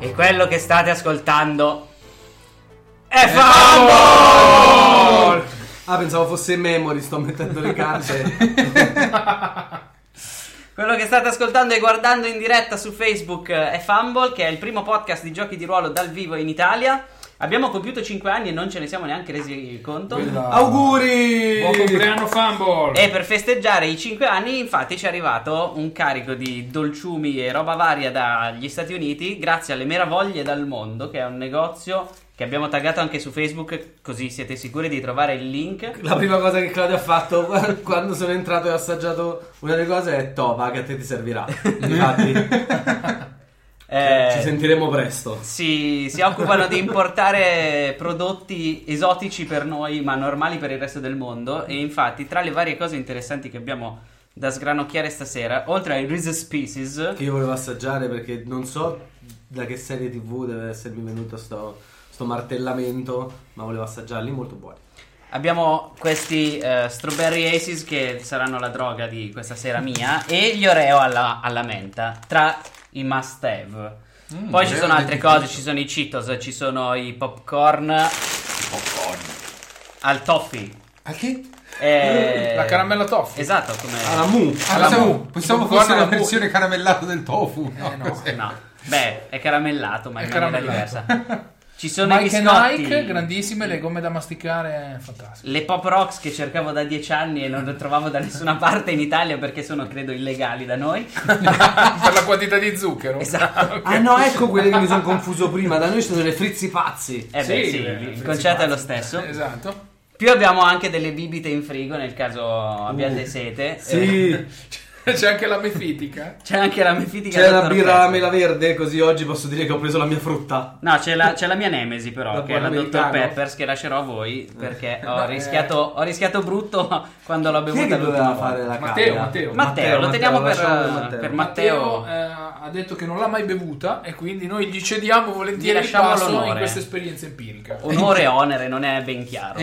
E quello che state ascoltando è Fumble! Ah, pensavo fosse memory, sto mettendo le carte. Quello che state ascoltando e guardando in diretta su Facebook è Fumble, che è il primo podcast di giochi di ruolo dal vivo in Italia. Abbiamo compiuto 5 anni e non ce ne siamo neanche resi conto. Auguri! Buon compleanno Fumble! E per festeggiare i 5 anni, infatti, ci è arrivato un carico di dolciumi e roba varia dagli Stati Uniti, grazie alle Meravoglie dal Mondo, che è un negozio che abbiamo taggato anche su Facebook, così siete sicuri di trovare il link. La prima cosa che Claudio ha fatto quando sono entrato e ho assaggiato una delle cose è Toba, che a te ti servirà. Infatti, Eh, ci sentiremo presto. si, si occupano di importare prodotti esotici per noi, ma normali per il resto del mondo. E infatti, tra le varie cose interessanti che abbiamo da sgranocchiare stasera, oltre ai Reese's Pieces, Che io volevo assaggiare perché non so da che serie tv deve essermi venuto sto, sto martellamento, ma volevo assaggiarli molto buoni. Abbiamo questi eh, Strawberry Aces che saranno la droga di questa sera mia e gli Oreo alla, alla menta tra i must have. Mm, Poi ci Oreo sono altre identificato. cose, ci sono i Cheetos, ci sono i popcorn al toffee. A chi? E- Eh, La caramella toffee. Ah, Esatto, come... Alla Mu! Alla mu. Possiamo fosse alla la mu. Eh, versione caramellata del tofu. Eh, no. Cos'è? No, beh, è caramellato ma in È maniera diversa. caramellato. Ci sono Mike i e biscotti. Nike, grandissime, le gomme da masticare, fantastico. Le pop rocks che cercavo da dieci anni e non le trovavo da nessuna parte in Italia perché sono, credo, illegali da noi. Ah, per la quantità di zucchero. Esatto. Ok. Ah no, ecco quelle che mi sono confuso prima. Da noi ci sono le frizzi pazzi. Eh beh, sì, il concetto è lo stesso. Esatto. Più abbiamo anche delle bibite in frigo nel caso Uh. abbiate sete. Eh, C'è anche la mefitica. C'è anche la mefitica C'è la Dr. birra alla Pepper. mela verde, così oggi posso dire che ho preso la mia frutta. No, c'è la, c'è la mia nemesi però, Da che è la buon Dr. americano. Peppers che lascerò a voi perché ho, No, rischiato, ho rischiato brutto quando l'ho eh. Chi bevuta è che l'ultima doveva fare volta. la Matteo, caglia? Matteo. Matteo, lo teniamo per- eh, lasciamo Matteo. per Matteo. Matteo eh, ha detto che non l'ha mai bevuta e quindi noi gli Oh, cediamo volentieri Gli il lasciamo passo l'onore. in questa esperienza empirica. Onore e onere, non è ben chiaro. È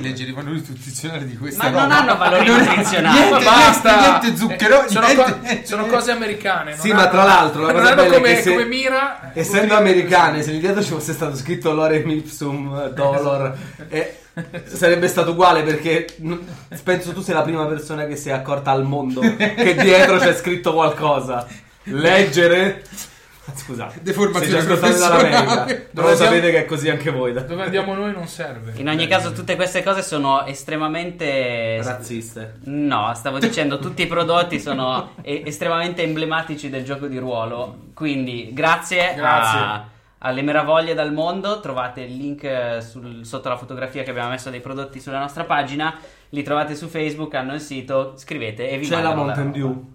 Quale delle leggere i valori nutrizionali di questa Ma roba. non hanno valori Non è- nutrizionali. Niente, Ma niente, basta! niente zucchero, Eh, sono, niente- co- sono cose americane. non Sì, ma hanno- tra l'altro, la non cosa hanno bella è come, che se- come mira. Essendo americane, se lì dietro ci fosse stato scritto Lorem Ipsum Dolor, eh, sarebbe stato uguale perché n- penso tu sei la prima persona che si è accorta al mondo che dietro c'è scritto qualcosa. Leggere. Scusate, Deformazione siete già ascoltati dall'America. professionale. Non Dove lo siamo? sapete che è così anche voi. da- Dove andiamo noi non serve. volte. In ogni caso tutte queste cose sono estremamente Razziste. No, stavo dicendo, tutti i prodotti sono e- estremamente emblematici del gioco di ruolo. Quindi, grazie, a- Grazie. alle meraviglie dal mondo. Trovate il link eh, sul- sotto la fotografia che abbiamo messo dei prodotti sulla nostra pagina. Li trovate su Facebook, hanno il sito, scrivete e vi C'è la mandano Mountain roba. Dew?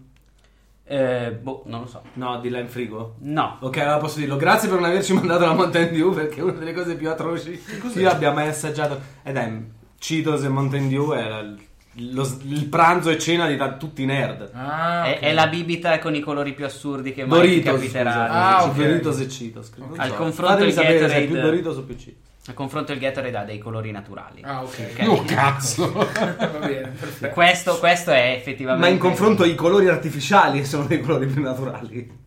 Eh, boh, non lo so. No, di là in frigo? No. Ok, allora posso dirlo. Grazie per non averci mandato la Mountain Dew perché è una delle cose più atroci che io abbia mai assaggiato. Ed è Cheetos e Mountain Dew era il, lo- il pranzo e cena di da- tutti i nerd. Ah, È, ok. è la bibita con i colori più assurdi che mai ti Doritos, capiterà. scusa. Ah, ok. Doritos e Cheetos. credo. Non Al so. confronto Fatemi il sapere se Gatorade- è più Doritos o più Cheetos. A confronto il Gatorade ha dei colori naturali. Ah, ok. Ok? Oh, cazzo. Va bene, perfetto. Questo, questo è effettivamente Ma in confronto i colori artificiali sono dei colori più naturali.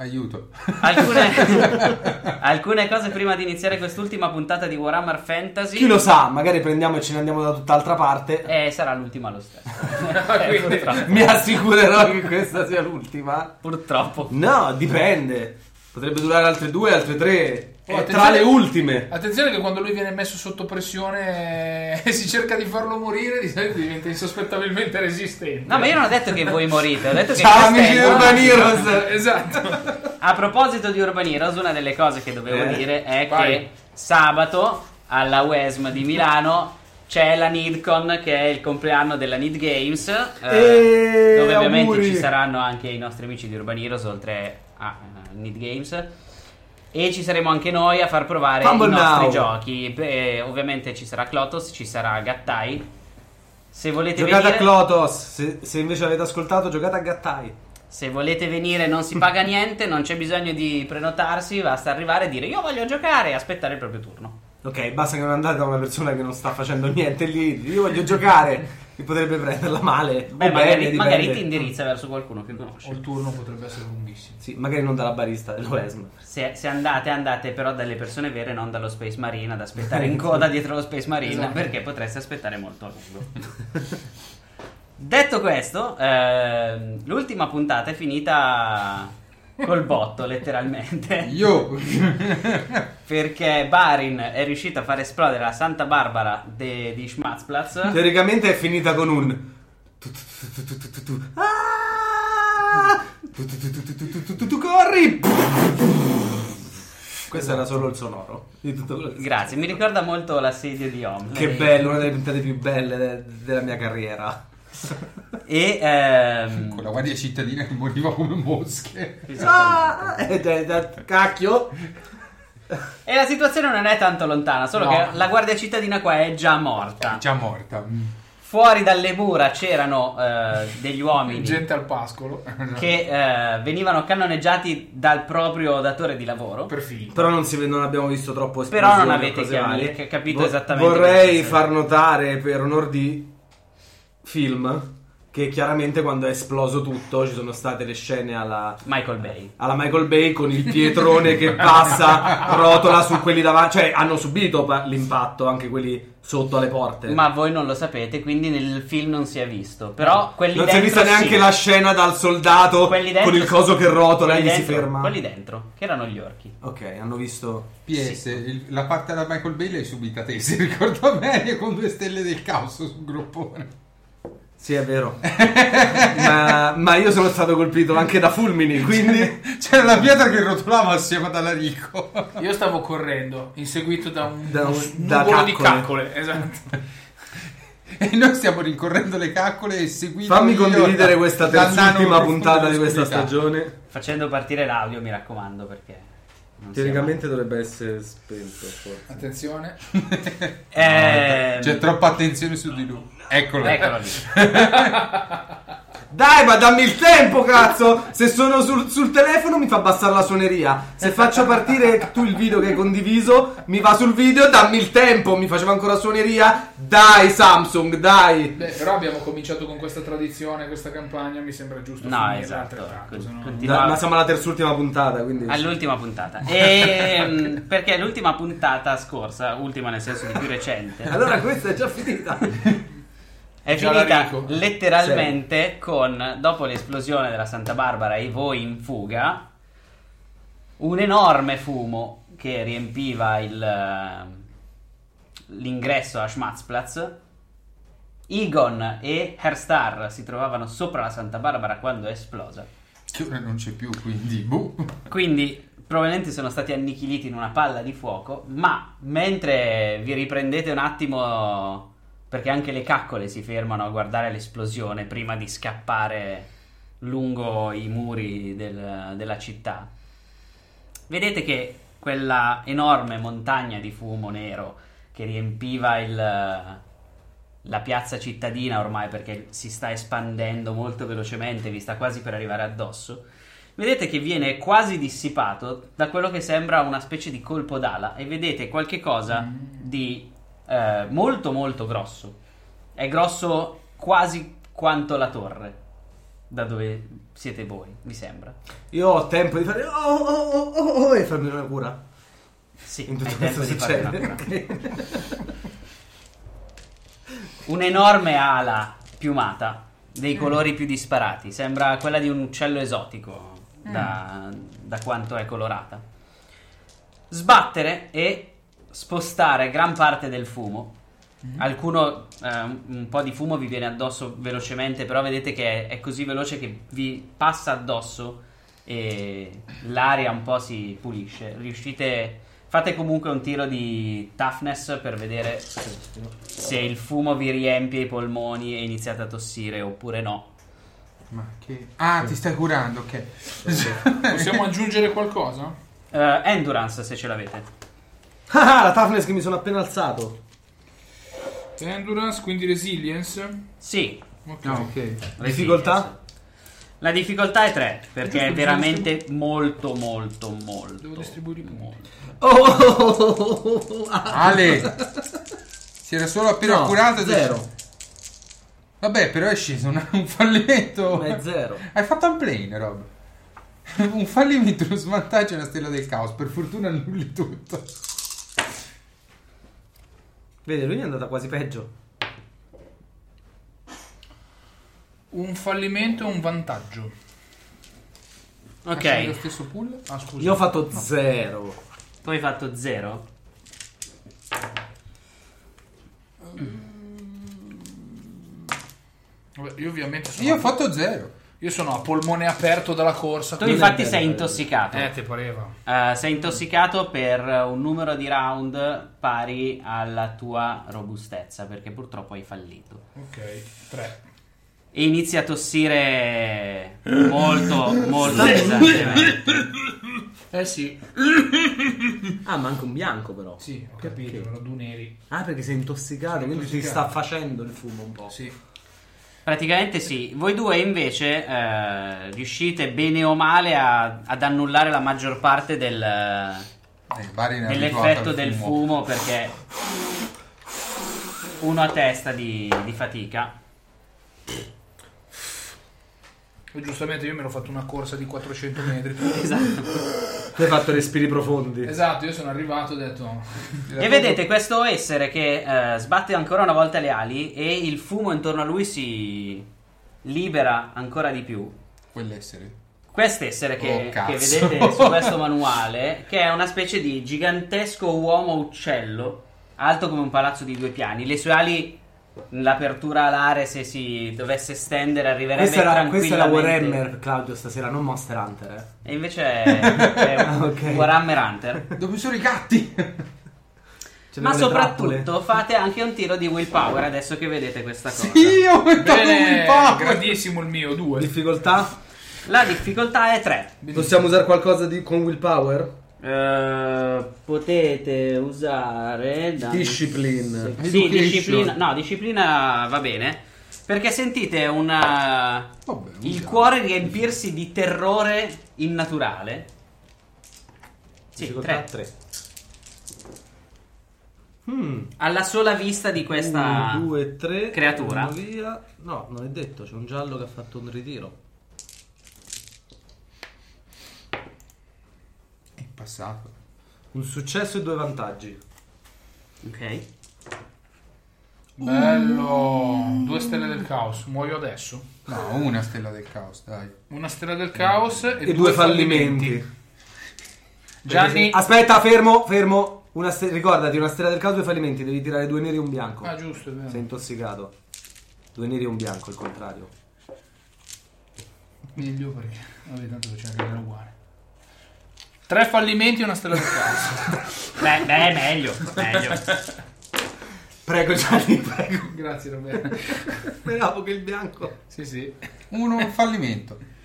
Aiuto. Alcune, alcune cose prima di iniziare quest'ultima puntata di Warhammer Fantasy. Chi lo sa, magari prendiamo e ce ne andiamo da tutt'altra parte. Eh, sarà l'ultima lo stesso. Eh, Quindi- purtroppo. Mi assicurerò che questa sia l'ultima. Purtroppo. No, dipende. Potrebbe durare altre due, altre tre. Eh, Oh, È attenzione- tra le ultime. Attenzione che quando lui viene messo sotto pressione e si cerca di farlo morire, di solito diventa insospettabilmente resistente. Eh, No, ma io non ho detto che voi morite, ho detto che Ciao questa amici di è Urban Heroes. Esatto. A proposito di Urban Heroes, una delle cose che dovevo Eh, dire è vai. che sabato alla UESM di Milano c'è la NidCon che è il compleanno della Need Games. eh, Eh, dove ovviamente auguri. ci saranno anche i nostri amici di Urban Heroes oltre a eh, Need Games. E ci saremo anche noi a far provare Fumble i nostri Now. giochi. Beh, ovviamente ci sarà Clotos, ci sarà Gattai. Se volete Giocate a venire. Clotos. Se, se invece avete ascoltato, giocate a Gattai. Se volete venire non si paga niente, non c'è bisogno di prenotarsi, basta arrivare e dire io voglio giocare e aspettare il proprio turno. Ok, basta che non andate da una persona che non sta facendo niente lì. Io voglio giocare. che potrebbe prenderla male. o Beh, bene, Mm. magari, magari dipende. ti indirizza verso qualcuno che O il conosci. turno potrebbe essere lunghissimo. Sì, magari non dalla barista dell'Oesm. Se, se andate, andate però dalle persone vere, non dallo Space Marine, ad aspettare in coda dietro lo Space Marine, Esatto. perché potreste aspettare molto a lungo. Detto questo, ehm, l'ultima puntata è finita col botto, letteralmente. Io. Perché Barin è riuscito a far esplodere la Santa Barbara de- di Schmatzplatz. Teoricamente è finita con un. tu, tu, tu, tu, tu, tu, tu. Ah! Tu, tu, tu, tu, tu, tu, tu, tu, tu, tu, corri! Questo era solo il sonoro di tutto quello che- Grazie, mi ricorda molto l'assedio di Omni. Che bello, una delle puntate più belle de- della mia carriera. E ehm, Con la guardia cittadina che moriva come mosche. esattamente. Ah! Eh, eh, eh, Cacchio! E la situazione non è tanto lontana, solo No. che la guardia cittadina qua è già morta. Già morta. Fuori dalle mura c'erano eh, degli uomini Gente al pascolo. che eh, venivano cannoneggiati dal proprio datore di lavoro. per filo. Però non, si ve- non abbiamo visto troppo Però esplosioni non o avete cose chiaro- varie. che- capito esattamente cosa Vorrei sia. far notare per onor di film che chiaramente quando è esploso tutto ci sono state le scene alla, Michael Bay. alla Michael Bay con il pietrone che passa, rotola su quelli davanti. Cioè, hanno subito pa- l'impatto anche quelli sotto alle porte. Ma voi non lo sapete, quindi nel film non si è visto. Però quelli non si dentro è vista neanche sì. la scena dal soldato Quelli dentro con il sì. coso che rotola e Quelli gli si dentro- ferma. Quelli dentro, che erano gli orchi. Ok, hanno visto. PS, il- la parte da Michael Bay l'hai subita te, se ricordo bene, con due stelle del caos sul groppone. Sì, è vero. ma, ma io sono stato colpito anche da fulmini, quindi. C'era la pietra che rotolava assieme ad Alarico. Io stavo correndo, inseguito da un, Da da un- da caccole. di caccole. Esatto. E noi stiamo rincorrendo le caccole e seguendo... Fammi io condividere da- questa dal nano terz'ultima profondo puntata di questa dell'oscurità. stagione. Facendo partire l'audio, mi raccomando, perché. non si è Teoricamente dovrebbe essere spento. forse. Attenzione. mai- Ehm, C'è troppa attenzione su di lui. Eccolo. Eccolo lì. Dai, ma dammi il tempo, cazzo! Se sono sul, sul telefono mi fa abbassare la suoneria. Se faccio partire tu il video che hai condiviso, mi va sul video, dammi il tempo. Mi faceva ancora suoneria. Dai, Samsung, dai. Beh, però abbiamo cominciato con questa tradizione, questa campagna, mi sembra giusto No, finirla esatto. altrettanto, Con- se no- con- Da- ma siamo alla terz'ultima puntata, quindi. All'ultima puntata. Ehm, perché l'ultima puntata scorsa, ultima nel senso di più recente, Allora, questa è già finita. è Già la finita dico. letteralmente con, dopo l'esplosione della Santa Barbara e voi in fuga, un enorme fumo che riempiva il, eh, l'ingresso a Schmatzplatz. Egon e Herstar si trovavano sopra la Santa Barbara quando è esplosa. Che ora non c'è più, quindi... Boh. Quindi probabilmente sono stati annichiliti in una palla di fuoco, ma mentre vi riprendete un attimo, perché anche le caccole si fermano a guardare l'esplosione prima di scappare lungo i muri del- della città, vedete che quella enorme montagna di fumo nero che riempiva il- la piazza cittadina ormai perché si sta espandendo molto velocemente, vi sta quasi per arrivare addosso. Vedete che viene quasi dissipato da quello che sembra una specie di colpo d'ala e vedete qualche cosa di eh, molto molto grosso. È grosso quasi quanto la torre, da dove siete voi, mi sembra. Io ho tempo di fare. Oh, oh, oh, oh, oh, e farmi una cura. Sì, In tutto hai questo tempo di fare una cura. succede. Un'enorme ala piumata, dei colori più disparati. Sembra quella di un uccello esotico, da, da quanto è colorata. Sbattere e spostare gran parte del fumo. Alcuno, eh, un- un po' di fumo vi viene addosso velocemente, però vedete che è, è così veloce che vi passa addosso e l'aria un po' si pulisce. Riuscite. Fate comunque un tiro di toughness per vedere se il fumo vi riempie i polmoni e iniziate a tossire oppure no. Ma che... Ah, ti stai curando, ok. Possiamo aggiungere qualcosa? Eh, endurance se ce l'avete. Ah, la toughness che mi sono appena alzato. Endurance, quindi resilience. Sì. Ok. No, Ah, ok. Difficoltà? La difficoltà è 3 perché è Giusto, veramente molto molto molto. Devo distribuire i punti. molto. Oh, oh, oh, oh, oh, oh, ah. Ale! Si era solo appena No, curato... e zero. Vabbè, però è sceso un, un fallimento. Ma è zero. Hai fatto un plane, Rob. Un fallimento, uno svantaggio e una stella del caos. Per fortuna annulli tutto. Vedi, lui è andata quasi peggio. Un fallimento e un vantaggio. Facciamo Lo Ok, stesso pool? Ah, scusa. Io ho fatto zero. tu hai fatto 0. Vabbè, Io ovviamente sono, Io ho fatto zero. io sono a polmone aperto dalla corsa. Tu quindi- infatti è vero, sei non è intossicato. Eh, te pareva. Eh, sei intossicato per un numero di round pari alla tua robustezza, perché purtroppo hai fallito. Ok, 3. E inizi a tossire molto, molto pesantemente. Eh sì. Ah, manca un bianco però. Sì, ho capito, Perché? erano due neri. Ah, perché sei intossicato, Sono quindi intossicato. ti sta facendo il fumo un po'. Sì. Praticamente sì. Voi due invece eh, riuscite bene o male a- ad annullare la maggior parte del, Eh, Bari ne è abituato dell'effetto al del fumo perché uno a testa di, di fatica. E giustamente io mi ero fatto una corsa di 400 metri. Esatto. Tu hai fatto respiri profondi. esatto, io sono arrivato e ho detto... E vedete questo essere che eh, sbatte ancora una volta le ali e il fumo intorno a lui si libera ancora di più. Quell'essere. Quest'essere che, Oh, cazzo. che vedete su questo manuale, che è una specie di gigantesco uomo uccello, alto come un palazzo di due piani. Le sue ali, l'apertura alare, se si dovesse stendere, arriverebbe Questa era, questa era tranquillamente. Warhammer, Claudio, stasera, non Monster Hunter. eh. E invece è, è un Ah, ok. Warhammer Hunter. Dove sono i gatti? C'è Ma le Cioè, trappole. soprattutto fate anche un tiro di willpower adesso che vedete questa cosa. sì, ho inventato un Bene, pacco. grandissimo il mio, 2. Difficoltà? La difficoltà è 3. Possiamo usare qualcosa di, con willpower? Eh, potete usare Ah. dammi- Discipline. se- Sì, Education. disciplina. No, disciplina va bene. Perché sentite una Oh, Vabbè, il usiamo. cuore riempirsi di terrore innaturale. Sì, Difficoltà tre. 3. Mm. Alla sola vista di questa 2, 3. creatura. Via. No, non è detto, c'è un giallo che ha fatto un ritiro. È passato. Un successo e due vantaggi. Ok. Bello. Due stelle del caos, muoio adesso. No, una stella del caos, dai. Una stella del caos e, E, due fallimenti. Ah, Gianni... Aspetta, fermo, fermo. Una ste- ricordati, una stella del caso, due fallimenti. Devi tirare due neri e un bianco. Ah, giusto, è vero. Sei intossicato. Due neri e un bianco, il contrario. Meglio perché. Vabbè, tanto c'è anche quello uguale. Tre fallimenti e una stella del caos. Beh, beh, meglio, meglio. Prego, Gianni, prego. Grazie, Roberto. Speravo che il bianco. Sì, sì. Uno un fallimento.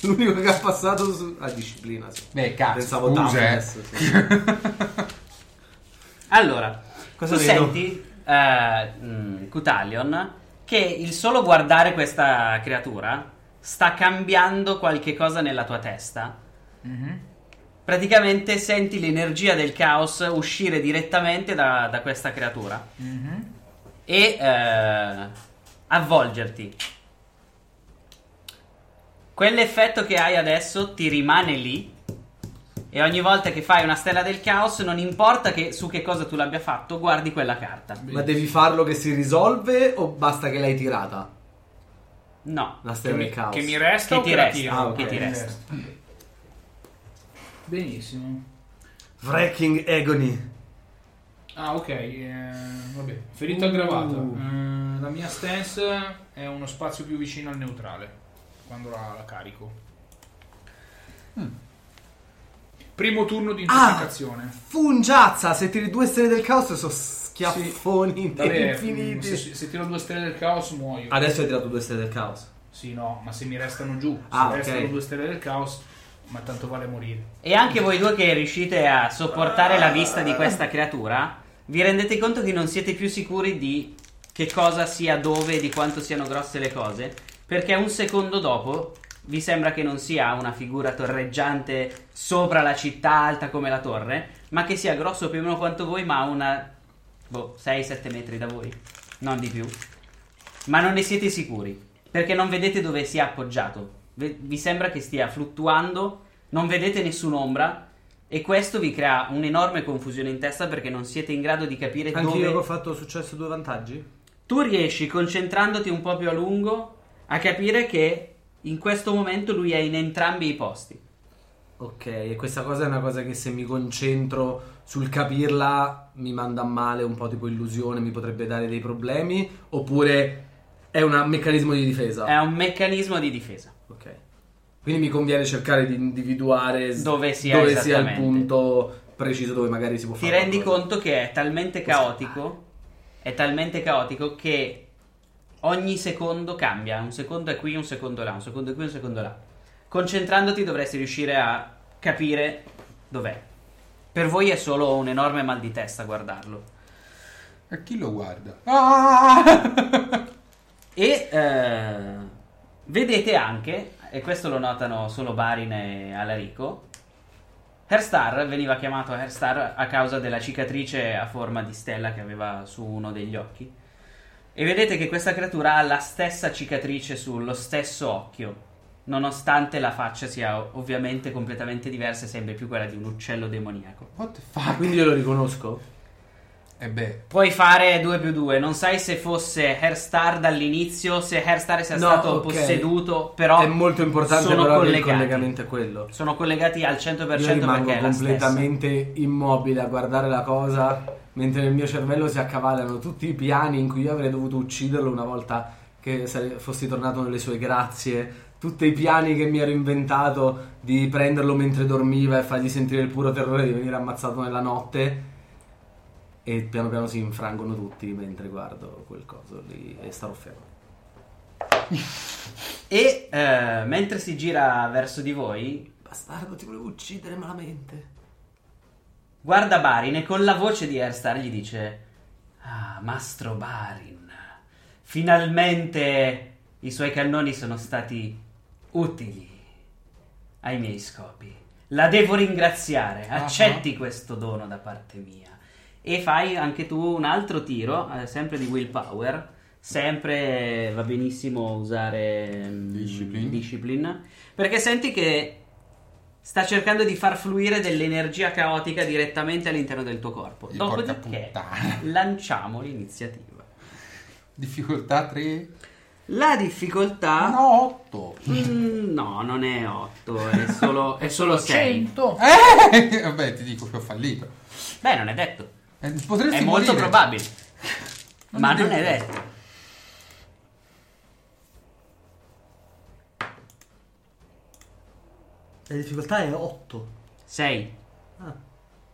L'unico che ha passato su. Ah, disciplina, sì. Beh, Ah, cazzo, Pensavo scusa, Toughness, eh. sì. Allora, Cosa tu vedo? senti, eh, mh, Cutalion, che il solo guardare questa creatura sta cambiando qualche cosa nella tua testa. Mhm, Praticamente senti l'energia del caos uscire direttamente da, da questa creatura mhm. e eh, avvolgerti. Quell'effetto che hai adesso ti rimane lì. E ogni volta che fai una stella del caos, non importa che- su che cosa tu l'abbia fatto, guardi quella carta. Ma devi farlo che si risolve o basta che l'hai tirata? No. La Che stella mi, del caos. che mi resta Che o ti che la resta, tiro? ah, ok. Che Che ti mi resta. Benissimo. Wrecking Agony. Ah, ok. eh, vabbè. Ferita aggravata. Uh. Eh, la mia stance è uno spazio più vicino al neutrale. Quando la, la carico. Mm. Primo turno di Ah! intossicazione. Fungiazza, se tiri due stelle del caos sono schiaffoni Vabbè, mm, infiniti. Ah. se, se tiro due stelle del caos muoio. Adesso hai tirato due stelle del caos. Sì, no, ma se mi restano giù, se Ah, ok. restano due stelle del caos, ma tanto vale morire. E anche voi due che riuscite a sopportare la vista di questa creatura, vi rendete conto che non siete più sicuri di che cosa sia dove e di quanto siano grosse le cose, perché un secondo dopo vi sembra che non sia una figura torreggiante sopra la città alta come la torre, ma che sia grosso più o meno quanto voi, ma una boh, 6-7 metri da voi, non di più. ma non ne siete sicuri perché non vedete dove sia appoggiato. Ve- Vi sembra che stia fluttuando, non vedete nessun'ombra e questo vi crea un'enorme confusione in testa perché non siete in grado di capire Anche dove io che ho fatto successo due vantaggi? tu riesci, concentrandoti un po' più a lungo, a capire che in questo momento lui è in entrambi i posti. Ok, e questa cosa è una cosa che se mi concentro sul capirla mi manda a male, un po' tipo illusione, mi potrebbe dare dei problemi, oppure è un meccanismo di difesa? È un meccanismo di difesa. Ok. Quindi mi conviene cercare di individuare s- Dove sia dove sia il esattamente. punto preciso dove magari si può Ti fare. rendi qualcosa. conto che è talmente caotico, è talmente caotico che ogni secondo cambia, un secondo è qui, un secondo là, un secondo è qui, un secondo là. Concentrandoti dovresti riuscire a capire dov'è. Per voi è solo un enorme mal di testa guardarlo. A chi lo guarda? Ah! E eh, vedete anche, e questo lo notano solo Barin e Alarico, Herstar veniva chiamato Herstar a causa della cicatrice a forma di stella che aveva su uno degli occhi. E vedete che questa creatura ha la stessa cicatrice sullo stesso occhio, nonostante la faccia sia ov- ovviamente completamente diversa e sembri più quella di un uccello demoniaco. What the Eh, fuck? Quindi io lo riconosco? E beh, Puoi fare 2 più 2, non sai se fosse Hairstar dall'inizio, se Hairstar sia No, stato ok. posseduto, però è molto importante sono però che il collegati. collegamento è quello. Sono collegati al 100% Io rimango perché è la stessa. completamente immobile a guardare la cosa mentre nel mio cervello si accavallano tutti i piani in cui io avrei dovuto ucciderlo una volta che sare- fossi tornato nelle sue grazie. Tutti i piani che mi ero inventato di prenderlo mentre dormiva e fargli sentire il puro terrore di venire ammazzato nella notte. E piano piano si infrangono tutti mentre guardo quel coso lì e starò fermo. E eh, mentre si gira verso di voi, Bastardo, ti volevo uccidere malamente. guarda Barin e con la voce di Hairstar gli dice Ah, mastro Barin, finalmente i suoi cannoni sono stati utili ai miei scopi. La devo ringraziare, Ah, accetti questo dono da parte mia. E fai anche tu un altro tiro, eh, sempre di willpower. Sempre va benissimo usare mm, Discipline. discipline, perché senti che sta cercando di far fluire dell'energia caotica direttamente all'interno del tuo corpo. Porca Dopodiché puttana. lanciamo l'iniziativa. Difficoltà 3? La difficoltà No, 8. Mm, no, non è 8, è solo, è solo 6. 100. Eh, vabbè, ti dico che ho fallito. Beh, non è detto. Eh, potresti È molto morire. probabile. Non ma è non è detto. detto. La difficoltà è Ah. 8. 6.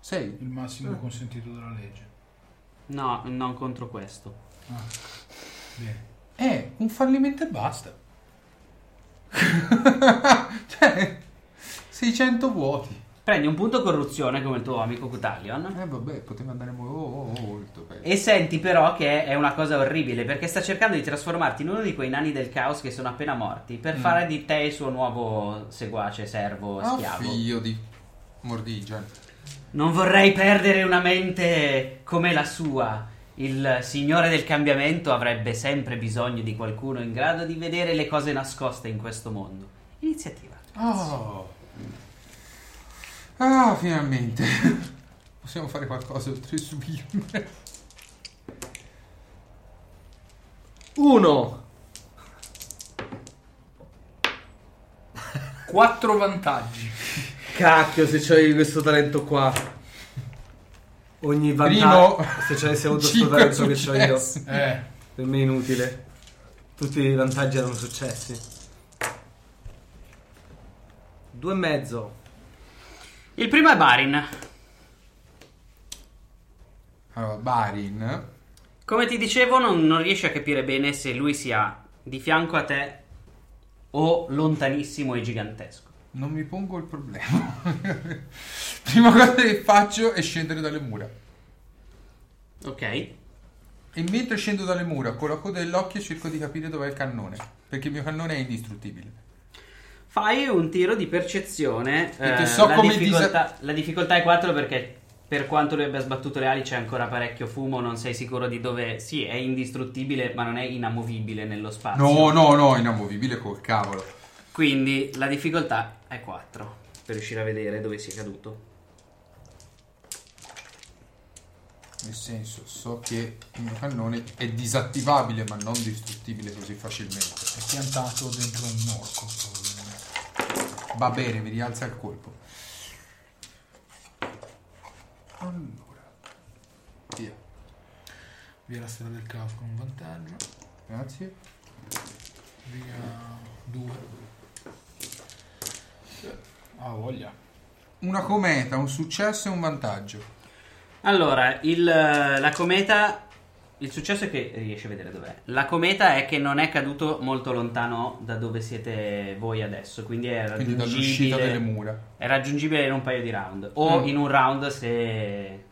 Sei. Il Ah. massimo consentito dalla legge. No, non contro questo. Bene. Eh, un fallimento e basta. cioè, 600 vuoti. Prendi un punto corruzione come il tuo amico Cutalion. Eh, vabbè, poteva andare mo- oh, oh, molto bene. E senti però che è una cosa orribile perché sta cercando di trasformarti in uno di quei nani del caos che sono appena morti per fare di te il suo nuovo seguace, servo, Oh, schiavo. figlio di mordigia. Non vorrei perdere una mente come la sua. Il Signore del Cambiamento avrebbe sempre bisogno di qualcuno in grado di vedere le cose nascoste in questo mondo. Iniziativa. Oh. Ah, finalmente. Possiamo fare qualcosa oltre il subire. 1. 4 vantaggi. Cacchio, se c'hai questo talento qua. Ogni vantaggio. Primo. Se c'hai se ho avuto questo Cinque talento che c'ho io, successi. Eh, per me è inutile. Tutti i vantaggi erano successi. Due e mezzo. Il primo è Barin. Allora, Barin. Come ti dicevo, non, non riesci a capire bene se lui sia di fianco a te o lontanissimo e gigantesco. Non mi pongo il problema. Prima cosa che faccio è scendere dalle mura. Ok? E mentre scendo dalle mura, con la coda dell'occhio cerco di capire dov'è il cannone. Perché il mio cannone è indistruttibile. Fai un tiro di percezione. Perché eh, so la, come difficoltà, la difficoltà è 4 perché Per quanto lui abbia sbattuto le ali, c'è ancora parecchio fumo. Non sei sicuro di dove. Sì, è indistruttibile, ma non è inamovibile nello spazio. No, no, no, inamovibile col cavolo. Quindi la difficoltà è 4 per riuscire a vedere dove sia caduto. Nel senso, so che il mio cannone è disattivabile ma non distruttibile così facilmente. È piantato dentro un orco. probabilmente. Va bene, mi rialza il colpo. Allora. Via. Via la strada del cavo con un vantaggio. Grazie. Via 2. Ah, voglia. Una cometa, un successo e un vantaggio. Allora, il, la cometa. Il successo è che riesci a vedere dov'è. La cometa è che non è caduto molto lontano da dove siete voi adesso. Quindi è Quindi raggiungibile. dall'uscita delle mura. Mm. È raggiungibile in un paio di round. O in un round se.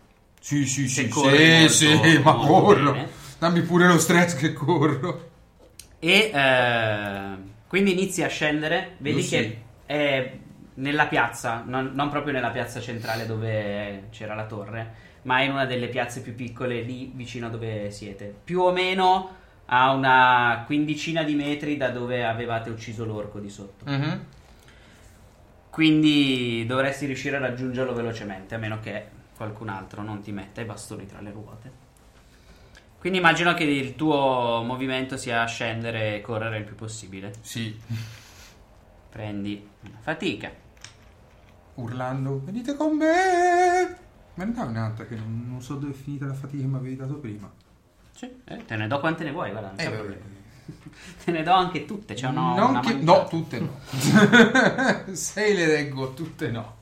Sì, sì, se sì, corri molto- sì, sì, ma molto corro. bene. Dammi pure lo stress che corro. E eh, quindi inizi a scendere. Vedi Lo sì. che è nella piazza, non, non proprio nella piazza centrale dove c'era la torre, ma in una delle piazze più piccole lì vicino a dove siete. Più o meno a una quindicina di metri da dove avevate ucciso l'orco di sotto. Mhm. Quindi dovresti riuscire a raggiungerlo velocemente, a meno che qualcun altro non ti metta i bastoni tra le ruote. Quindi immagino che il tuo movimento sia scendere e correre il più possibile. Sì, Prendi una fatica. urlando. Venite con me! Ma ne dai un'altra che non, non so dove è finita la fatica che mi avevi dato prima. Sì. eh, te ne do quante ne vuoi, guarda. non c'è Eh, problema. vabbè. Te ne do anche tutte. C'è una, Non una che- manciata. no, tutte no. Sei le leggo, tutte no.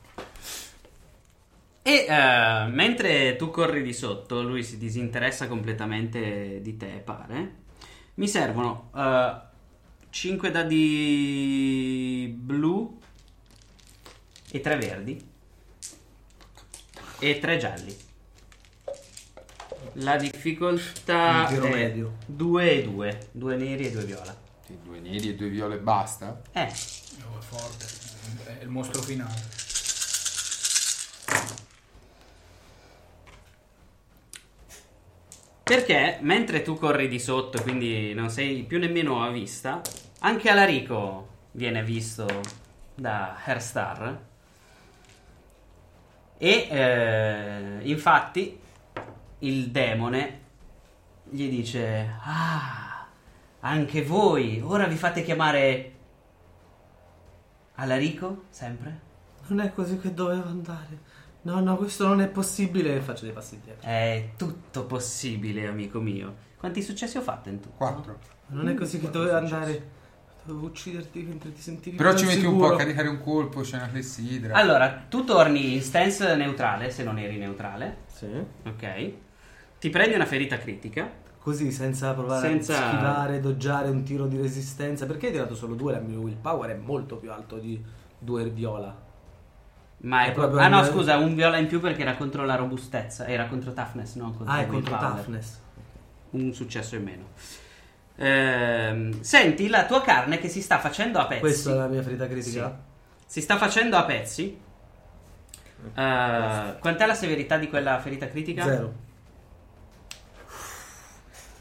E eh, mentre tu corri di sotto, lui si disinteressa completamente di te, pare. Mi servono 5 dadi blu e 3 verdi e 3 gialli. La difficoltà Un tiro è medio. 2 e 2, 2 neri e 2 viola. Sì, due neri e due viole e basta. Eh, Oh, è forte. È il mostro finale. Perché mentre tu corri di sotto, quindi non sei più nemmeno a vista, anche Alarico viene visto da Herstar. E eh, infatti il demone gli dice: Ah, anche voi ora vi fate chiamare Alarico? Sempre? Non è così che dovevo andare. No, no, questo non è possibile. Faccio dei passi indietro. È tutto possibile, amico mio. Quanti successi ho fatto in tutto? Quattro. Non è Mm, così che dovevo andare. Dovevo ucciderti mentre ti sentivi. Però più ci al metti un sicuro. po' a caricare un colpo, c'è una clessidra. Allora, tu torni in stance neutrale, se non eri neutrale, Sì. ok? Ti prendi una ferita critica. Così, senza provare Senza- a schivare, doggiare un tiro di resistenza. Perché hai tirato solo due? La mia willpower è molto più alto di due viola. Ma è È proprio. proprio Ah, un no, viola- scusa, un viola in più perché era contro la robustezza. Era contro toughness, non contro Ah, è contro willpower. toughness. Un successo in meno. Ehm, senti la tua carne che si sta facendo a pezzi. Questa è la mia ferita critica. Si sta facendo a pezzi. Eh, quant'è la severità di quella ferita critica? Zero.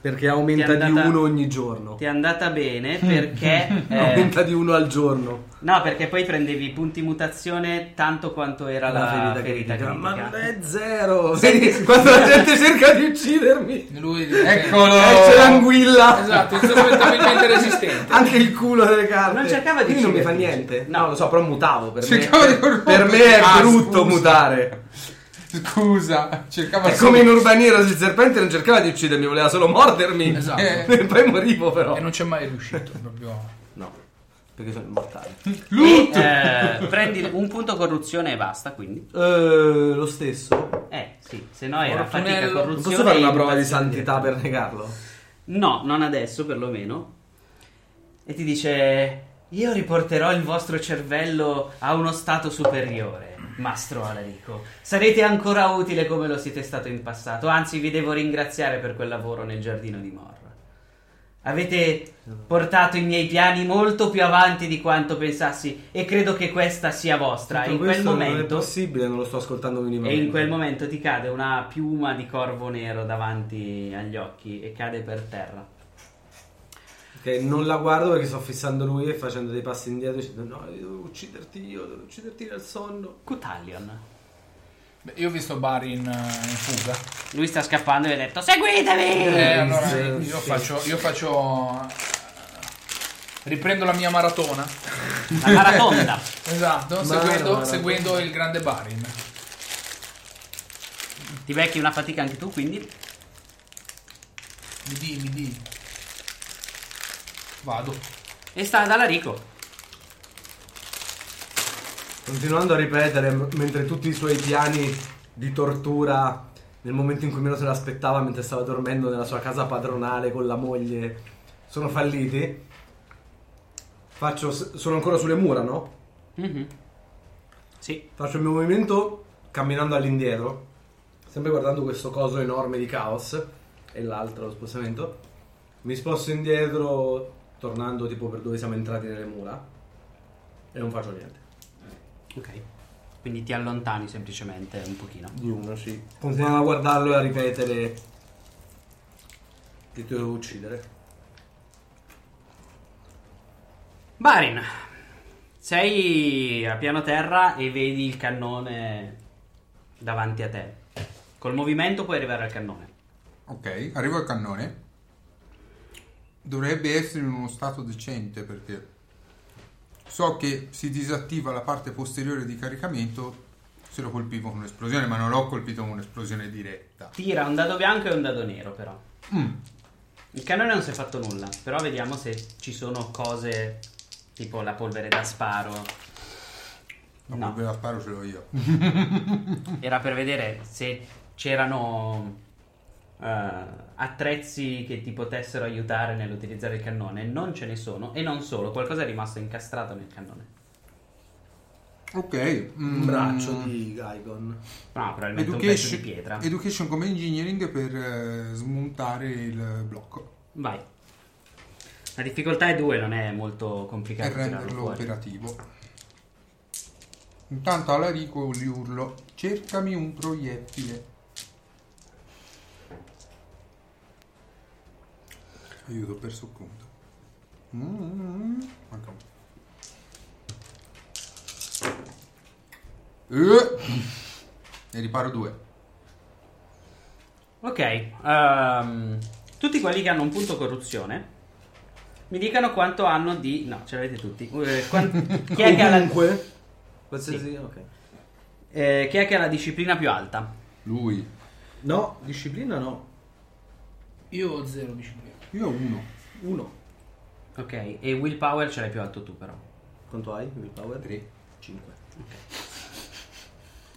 Perché Ti è aumenta andata- di uno ogni giorno. Ti è andata bene perché. eh, Aumenta di uno al giorno. No, perché poi prendevi i punti mutazione tanto quanto era la, ferita, critica. Ma non è zero. Vedi, quando la gente cerca di uccidermi, Lui Eccolo! eh, c'è l'anguilla. Ecco. Esatto, è sospettabilmente resistente. Anche il culo delle carte. Non cercava di Quindi non mi fa ucciderti. niente. No. No, lo so, però mutavo per Cercavo me. di corrompere. per me è Ah, brutto scusa. mutare. Ah, Scusa, cercavo È solo- come in Urbaniero il serpente non cercava di uccidermi, voleva solo mordermi. Esatto. E poi morivo però. Eh, E non c'è mai riuscito, proprio. No, perché sono immortale. E, eh, prendi un punto corruzione e basta, quindi. Eh, lo stesso. Eh, sì, se no era Fortunello. fatica Non corruzione. Non posso fare una e prova di impazzione. santità per negarlo? No, non adesso perlomeno. E ti dice: Io riporterò il vostro cervello a uno stato superiore, mastro Alarico. Sarete ancora utile come lo siete stato in passato. Anzi, vi devo ringraziare per quel lavoro nel giardino di Mor. Avete portato i miei piani molto più avanti di quanto pensassi e credo che questa sia vostra. Tutto In quel questo Non è momento possibile, non lo sto ascoltando e minimamente. in quel momento ti cade una piuma di corvo nero davanti agli occhi e cade per terra. Ok, non la guardo perché sto fissando lui e facendo dei passi indietro dicendo no, io devo ucciderti io, devo ucciderti nel sonno. Cutalion. Beh, io ho visto Bari in, eh, in fuga. Lui sta scappando e ha detto seguitemi! Eh, allora sì, io sì. faccio. Io faccio. Riprendo la mia maratona. La maratonda. Esatto, Mara- seguendo, maratona. seguendo il grande Barin. Ti becchi una fatica anche tu, quindi Mi di, mi di. Vado. E sta ad Alarico. Continuando a ripetere, m- mentre tutti i suoi piani di tortura nel momento in cui meno se l'aspettava, mentre stava dormendo nella sua casa padronale con la moglie, sono falliti. Faccio, s- sono ancora sulle mura, no? Mhm. Sì. Faccio il mio movimento camminando all'indietro, sempre guardando questo coso enorme di caos e l'altro lo spostamento. Mi sposto indietro, tornando tipo per dove siamo entrati nelle mura e non faccio niente. Ok. Quindi ti allontani semplicemente un pochino. Di uno, sì. Continuiamo a guardarlo e a ripetere che ti devo uccidere. Barin, sei a piano terra e vedi il cannone davanti a te. Col movimento puoi arrivare al cannone. Ok, arrivo al cannone. Dovrebbe essere in uno stato decente perché so che si disattiva la parte posteriore di caricamento se lo colpivo con un'esplosione, ma non l'ho colpito con un'esplosione diretta. Tira un dado bianco e un dado nero, però. Mm, Il cannone non si è fatto nulla, però vediamo se ci sono cose tipo la polvere da sparo. No. la Mm. polvere a sparo ce l'ho io. Era per vedere se c'erano eh, attrezzi che ti potessero aiutare nell'utilizzare il cannone. Non ce ne sono e non solo, qualcosa è rimasto incastrato nel cannone. Ok, Un mm, braccio di Gaigon. No, probabilmente education, un pezzo di pietra. education come engineering per eh, smontare il blocco Vai. La difficoltà è 2, non è molto e complicato tirarlo renderlo fuori. operativo. Intanto Alarico gli urlo, cercami un proiettile. Aiuto, ho perso il conto. Mm, manca un- Eh, Ne riparo due. Ok, ehm, tutti quelli che hanno un punto corruzione mi dicano quanto hanno di... No, ce l'avete tutti. Eh, quan- chi, è che ha la... Comunque, qualsiasi, ok. eh, chi è che ha la disciplina più alta? Lui. No, disciplina no. Io ho zero disciplina. Io ho uno. Uno. Ok, e willpower ce l'hai più alto tu però. Quanto hai? Willpower? Tre. 5.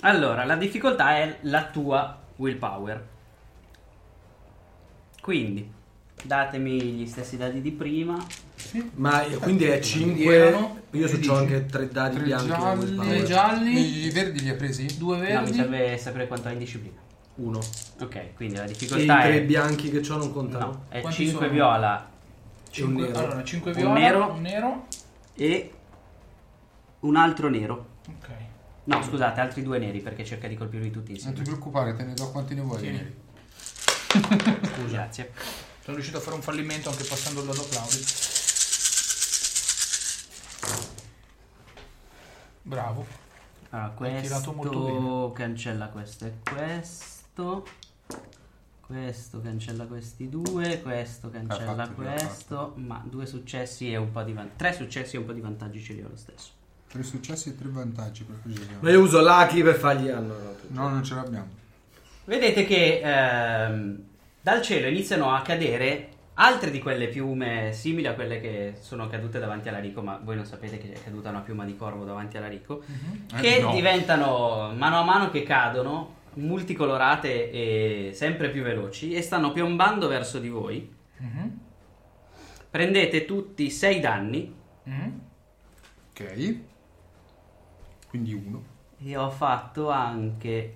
Allora, la difficoltà è la tua willpower. Quindi, datemi gli stessi dadi di prima. Sì. Ma io- quindi è erano? 5. Io so c'ho anche 3 dadi Tre bianchi. gialli, Due gialli, I verdi li ha presi? due No, mi verdi. serve sapere quanto hai in disciplina. 1. Ok, quindi la E i difficoltà 3 è... bianchi che ho non No, contano. è Quanti 5 sono? viola E Cinque- un nero. Allora, 5 Un viola, nero. un nero. e un altro nero. Ok. No, scusate, altri due neri perché cerca di colpirli tutti Non ti insieme. preoccupare, te ne do quanti ne vuoi. Tieni. Neri. Grazie. Sono riuscito a fare un fallimento anche passando il dado Claudio. Bravo. Allora, Hai tirato molto questo cancella questo e questo. Questo cancella questi due, questo cancella fatto, l'ha questo, ma due successi e un po' di vantaggi. Tre successi e un po' di vantaggi ce li ho lo stesso. Tre successi e tre vantaggi per precisione. Ma io uso l'Aki per fargli. Ah, no, no, tu- No, non ce l'abbiamo. Vedete che ehm, dal cielo iniziano a cadere altre di quelle piume simili a quelle che sono cadute davanti all'arico, ma voi non sapete che è caduta una piuma di corvo davanti all'arico, Eh, che no. diventano mano a mano che cadono multicolorate e sempre più veloci e stanno piombando verso di voi. Mhm. Prendete tutti 6 danni Mhm. Ok. Quindi uno. e ho fatto anche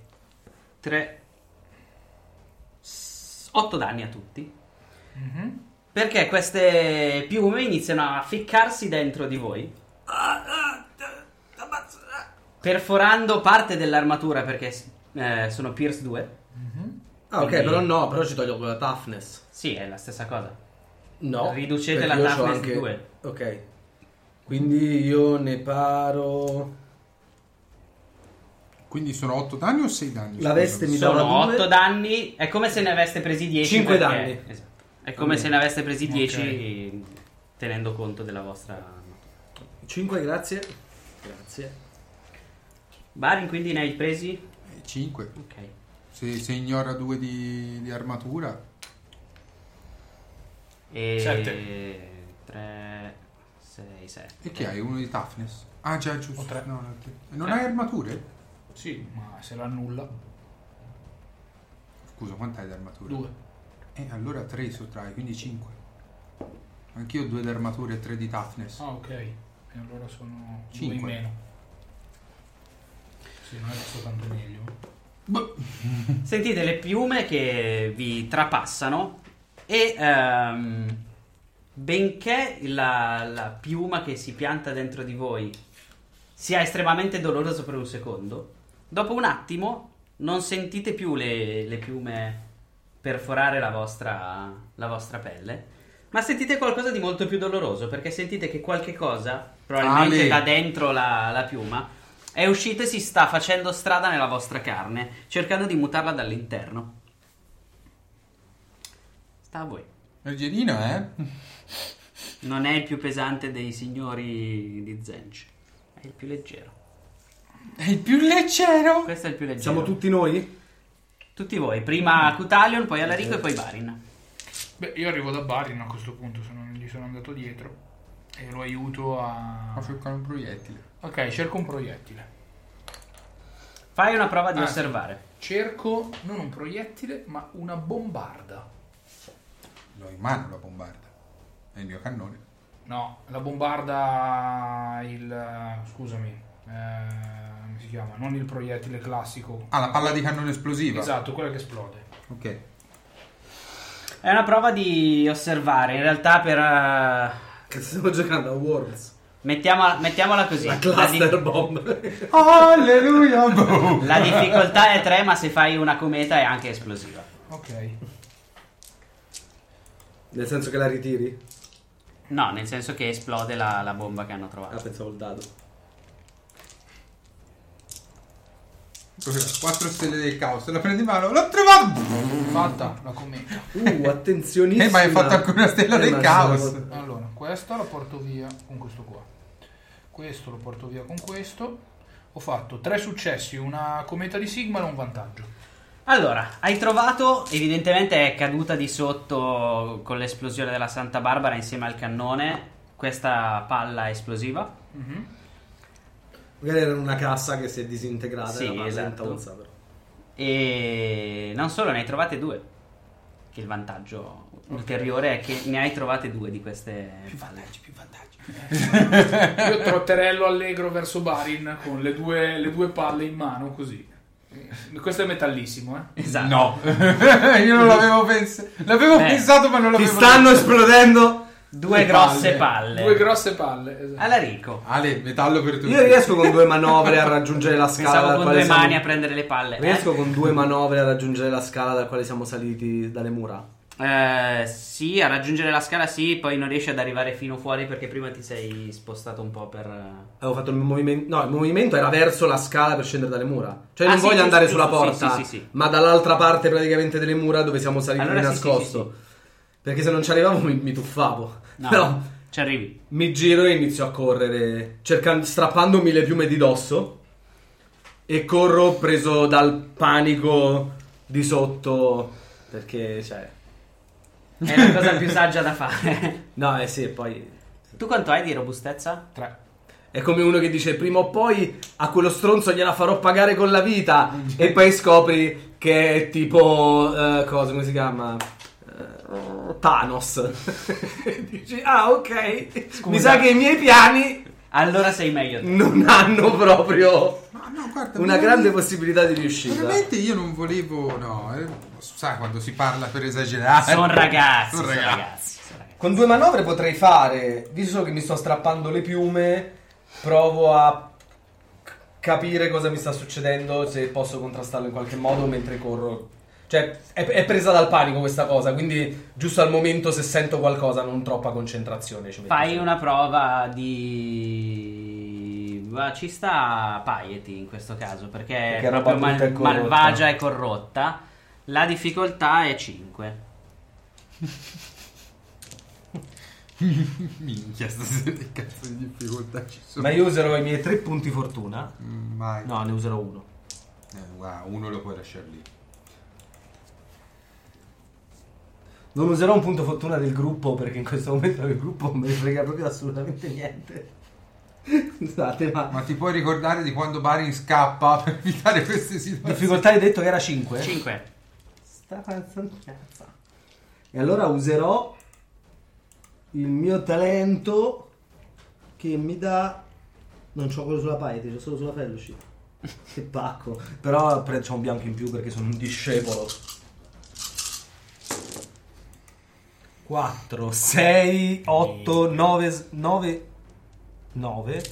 3 8 danni a tutti. Mhm. Perché queste piume iniziano a ficcarsi dentro di voi. Perforando parte dell'armatura perché eh, sono Pierce 2. Ah, ok, Quindi- però no, però ci tolgo la toughness. Sì, è la stessa cosa. No. Riducete perché la io c'ho toughness di due. Ok. Quindi io ne paro. Quindi sono 8 danni o 6 danni? La Scusa, veste mi- dà Sono una due. 8 danni. È come se ne aveste presi 10. Cinque perché- danni. Esatto. È come se ne aveste presi 10 tenendo conto della vostra armatura. 5, grazie. Grazie. Barin quindi ne hai presi? 5. Ok. eh, Se, se ignora 2 di, di armatura, E Sette. 3 6 7. e che hai? Uno di toughness? Ah, già, giusto. Eh. O tre. No, no, che- non Tre. hai armature? Sì, ma se lo annulla. Scusa, quant'hai di armature? Due. Eh, allora 3 sottrai, quindi 5. Anch'io 2 di armature e 3 di toughness. Ah, ok. E allora sono due in Cinque. meno. Sì, non è stato tanto meglio. Sentite le piume che vi trapassano e ehm, benché la, la piuma che si pianta dentro di voi sia estremamente doloroso per un secondo, dopo un attimo non sentite più le, le piume perforare la vostra, la vostra pelle, ma sentite qualcosa di molto più doloroso perché sentite che qualche cosa, probabilmente Ale. da dentro la, la piuma, è uscita e si sta facendo strada nella vostra carne, cercando di mutarla dall'interno. Sta a voi. Algerina, eh? Non è il più pesante dei signori di Zench, è il più leggero. È il più leggero! Questo è il più leggero. Siamo tutti noi? Tutti voi, Mm. prima Cutalion, poi Alarico e poi Barin. Beh, io arrivo da Barin a questo punto, sono- gli sono andato dietro. E lo aiuto a. Ma cercare un proiettile. Ok, cerco un proiettile. Fai una prova di Ah, sì. osservare. Cerco non un proiettile, ma una bombarda. L'ho in mano la bombarda. È il mio cannone. No, la bombarda il... scusami, eh, come si chiama? Non il proiettile classico. Ah, la palla di cannone esplosiva. Esatto, quella che esplode. Ok. È una prova di osservare, in realtà per... eh, Che stiamo giocando a Worms. mettiamola, mettiamola così. La di- cluster bomb. Alleluia! boom. la difficoltà è 3, ma se fai una cometa è anche esplosiva. Ok. Nel senso che la ritiri? No, nel senso che esplode la, la bomba che hanno Ah, trovato. pensavo il dado. 4 stelle del caos. La prendi in mano. L'ho trovata! Fatta la cometa. Uh, attenzionissima. Eh, ma hai fatto anche una stella del ma caos. sono- Allora, questa la porto via con questo qua. Questo lo porto via con questo. Ho fatto tre successi, una cometa di Sigma e un vantaggio. Allora, hai trovato, evidentemente è caduta di sotto con l'esplosione della Santa Barbara insieme al cannone, questa palla esplosiva. Mhm. Magari era una cassa che si è disintegrata. Sì, era una esatto. onza, però. E non solo, ne hai trovate due. Che il vantaggio ulteriore è che ne hai trovate due di queste palle. più vantaggi. Io trotterello allegro verso Barin con le due, le due palle in mano così. Questo è metallissimo, eh. Esatto. No. Io non l'avevo pensato. L'avevo Beh, pensato, ma non Ti l'avevo stanno esplodendo. Due Le grosse palle. palle. Due grosse palle. Esatto. Alarico, Ale, metallo per tutti. Io riesco con due manovre a raggiungere la scala. pensavo dalla con quale due siamo- mani a prendere le palle. eh? Riesco con due manovre a raggiungere la scala dal quale siamo saliti dalle mura. Eh, sì, a raggiungere la scala sì, poi non riesci ad arrivare fino fuori perché prima ti sei spostato un po' per... eh, Avevo fatto il movimento. No, il movimento era verso la scala per scendere dalle mura. Cioè, Ah, non sì, voglio giusto, andare giusto, sulla sì, porta, sì, sì, sì. ma dall'altra parte praticamente delle mura dove siamo saliti Allora di sì, sì, nascosto. Perché se non ci arrivavo mi, mi tuffavo. Però ci arrivi. mi giro e inizio a correre, cercando, strappandomi le piume di dosso. E corro preso dal panico di sotto. Perché, cioè. È la cosa più saggia da fare. No, eh sì, poi. tu quanto hai di robustezza? Tre. È come uno che dice prima o poi a quello stronzo gliela farò pagare con la vita e poi scopri che è tipo eh, cosa come si chiama? Eh, Thanos. dici "Ah, ok. Mi sa che i miei piani Allora sei meglio te. non hanno proprio Ma no, guarda, una veramente- grande possibilità di riuscita". Veramente io non volevo. No, eh, sai quando si parla per esagerare. Sono ragazzi, Son son ragazzi, son ragazzi. Con due manovre potrei fare, visto che mi sto strappando le piume, provo a capire cosa mi sta succedendo, se posso contrastarlo in qualche modo mentre corro. Cioè, è, è presa dal panico questa cosa, quindi giusto al momento se sento qualcosa, non troppa concentrazione. Ci metto Fai sempre. una prova di. Ma ci sta Piety in questo caso perché, Perché è è proprio roba brutta mal- e corrotta. malvagia e corrotta. La difficoltà è 5. Minchia, stasera che cazzo di difficoltà ci sono. Ma io userò i miei tre punti fortuna. Mm, Mai. No, ne userò uno. Eh, guarda, uno lo puoi lasciare lì. Non userò un punto fortuna del gruppo perché in questo momento il gruppo non mi frega proprio assolutamente niente. Scusate, ma... Ma ti puoi ricordare di quando Barin scappa per evitare queste situazioni? Difficoltà hai detto che era 5? 5. Sta avanzando cazzo. E allora userò il mio talento che mi dà... Non c'ho quello sulla paite, c'ho solo sulla fellowship. Che pacco. Però pre- c'ho un bianco in più perché sono un discepolo. 4, 6, 8, 9, 9, 9,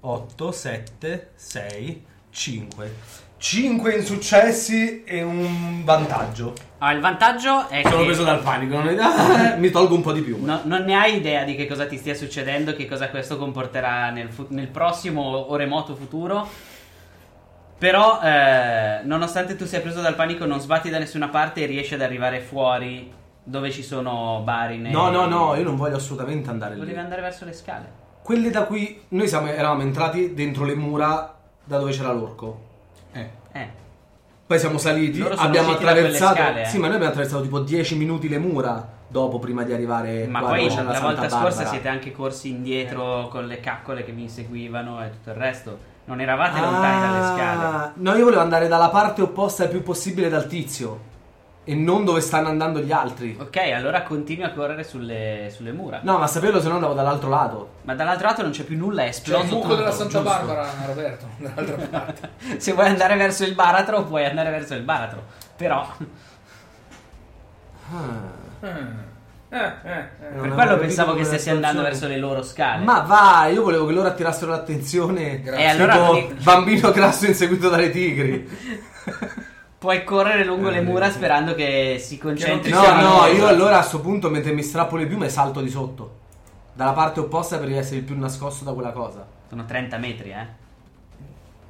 8, 7, 6, 5. 5 insuccessi e un vantaggio. Ah, il vantaggio è Sono che preso dal panico, non è- eh, mi tolgo un po' di più. no- non ne hai idea di che cosa ti stia succedendo, che cosa questo comporterà nel, fu- nel prossimo o remoto futuro. Però, eh, nonostante tu sia preso dal panico, non sbatti da nessuna parte e riesci ad arrivare fuori dove ci sono barine. No, no, no, io non voglio assolutamente andare lì. Volevi andare verso le scale. Quelli da cui noi siamo- eravamo entrati dentro le mura da dove c'era l'orco. Eh, Eh. Poi siamo saliti, Loro sono abbiamo usciti da quelle attraversato. scale, eh. Sì, ma noi abbiamo attraversato tipo 10 minuti le mura dopo prima di arrivare Ma qua poi dove la c'era volta Santa Barbara. Eh. scorsa siete anche corsi indietro con le caccole che vi inseguivano e tutto il resto. Non eravate lontani dalle scale. Ah, No, io volevo andare dalla parte opposta il più possibile dal tizio. E non dove stanno andando gli altri. Ok, allora continui a correre sulle, sulle mura. No, ma saperlo se no andavo dall'altro lato. Ma dall'altro lato non c'è più nulla, è C'è esploso il buco tutto, della Santa giusto? Barbara, Roberto, dall'altra parte. Se vuoi andare verso il baratro, puoi andare verso il baratro. Però, Ah. Eh, eh, eh. per avevo quello capito pensavo che come stessi la andando verso soluzione. le loro scale. Ma vai, io volevo che loro attirassero l'attenzione. Grazie. E allora tipo mi- bambino grasso inseguito dalle tigri. Puoi correre Eh, lungo le mura sperando che si concentri. No, sulla no, loro- io allora a sto punto mentre mi strappo le piume salto di sotto. Dalla parte opposta per essere il più nascosto da quella cosa. Sono 30 metri, eh.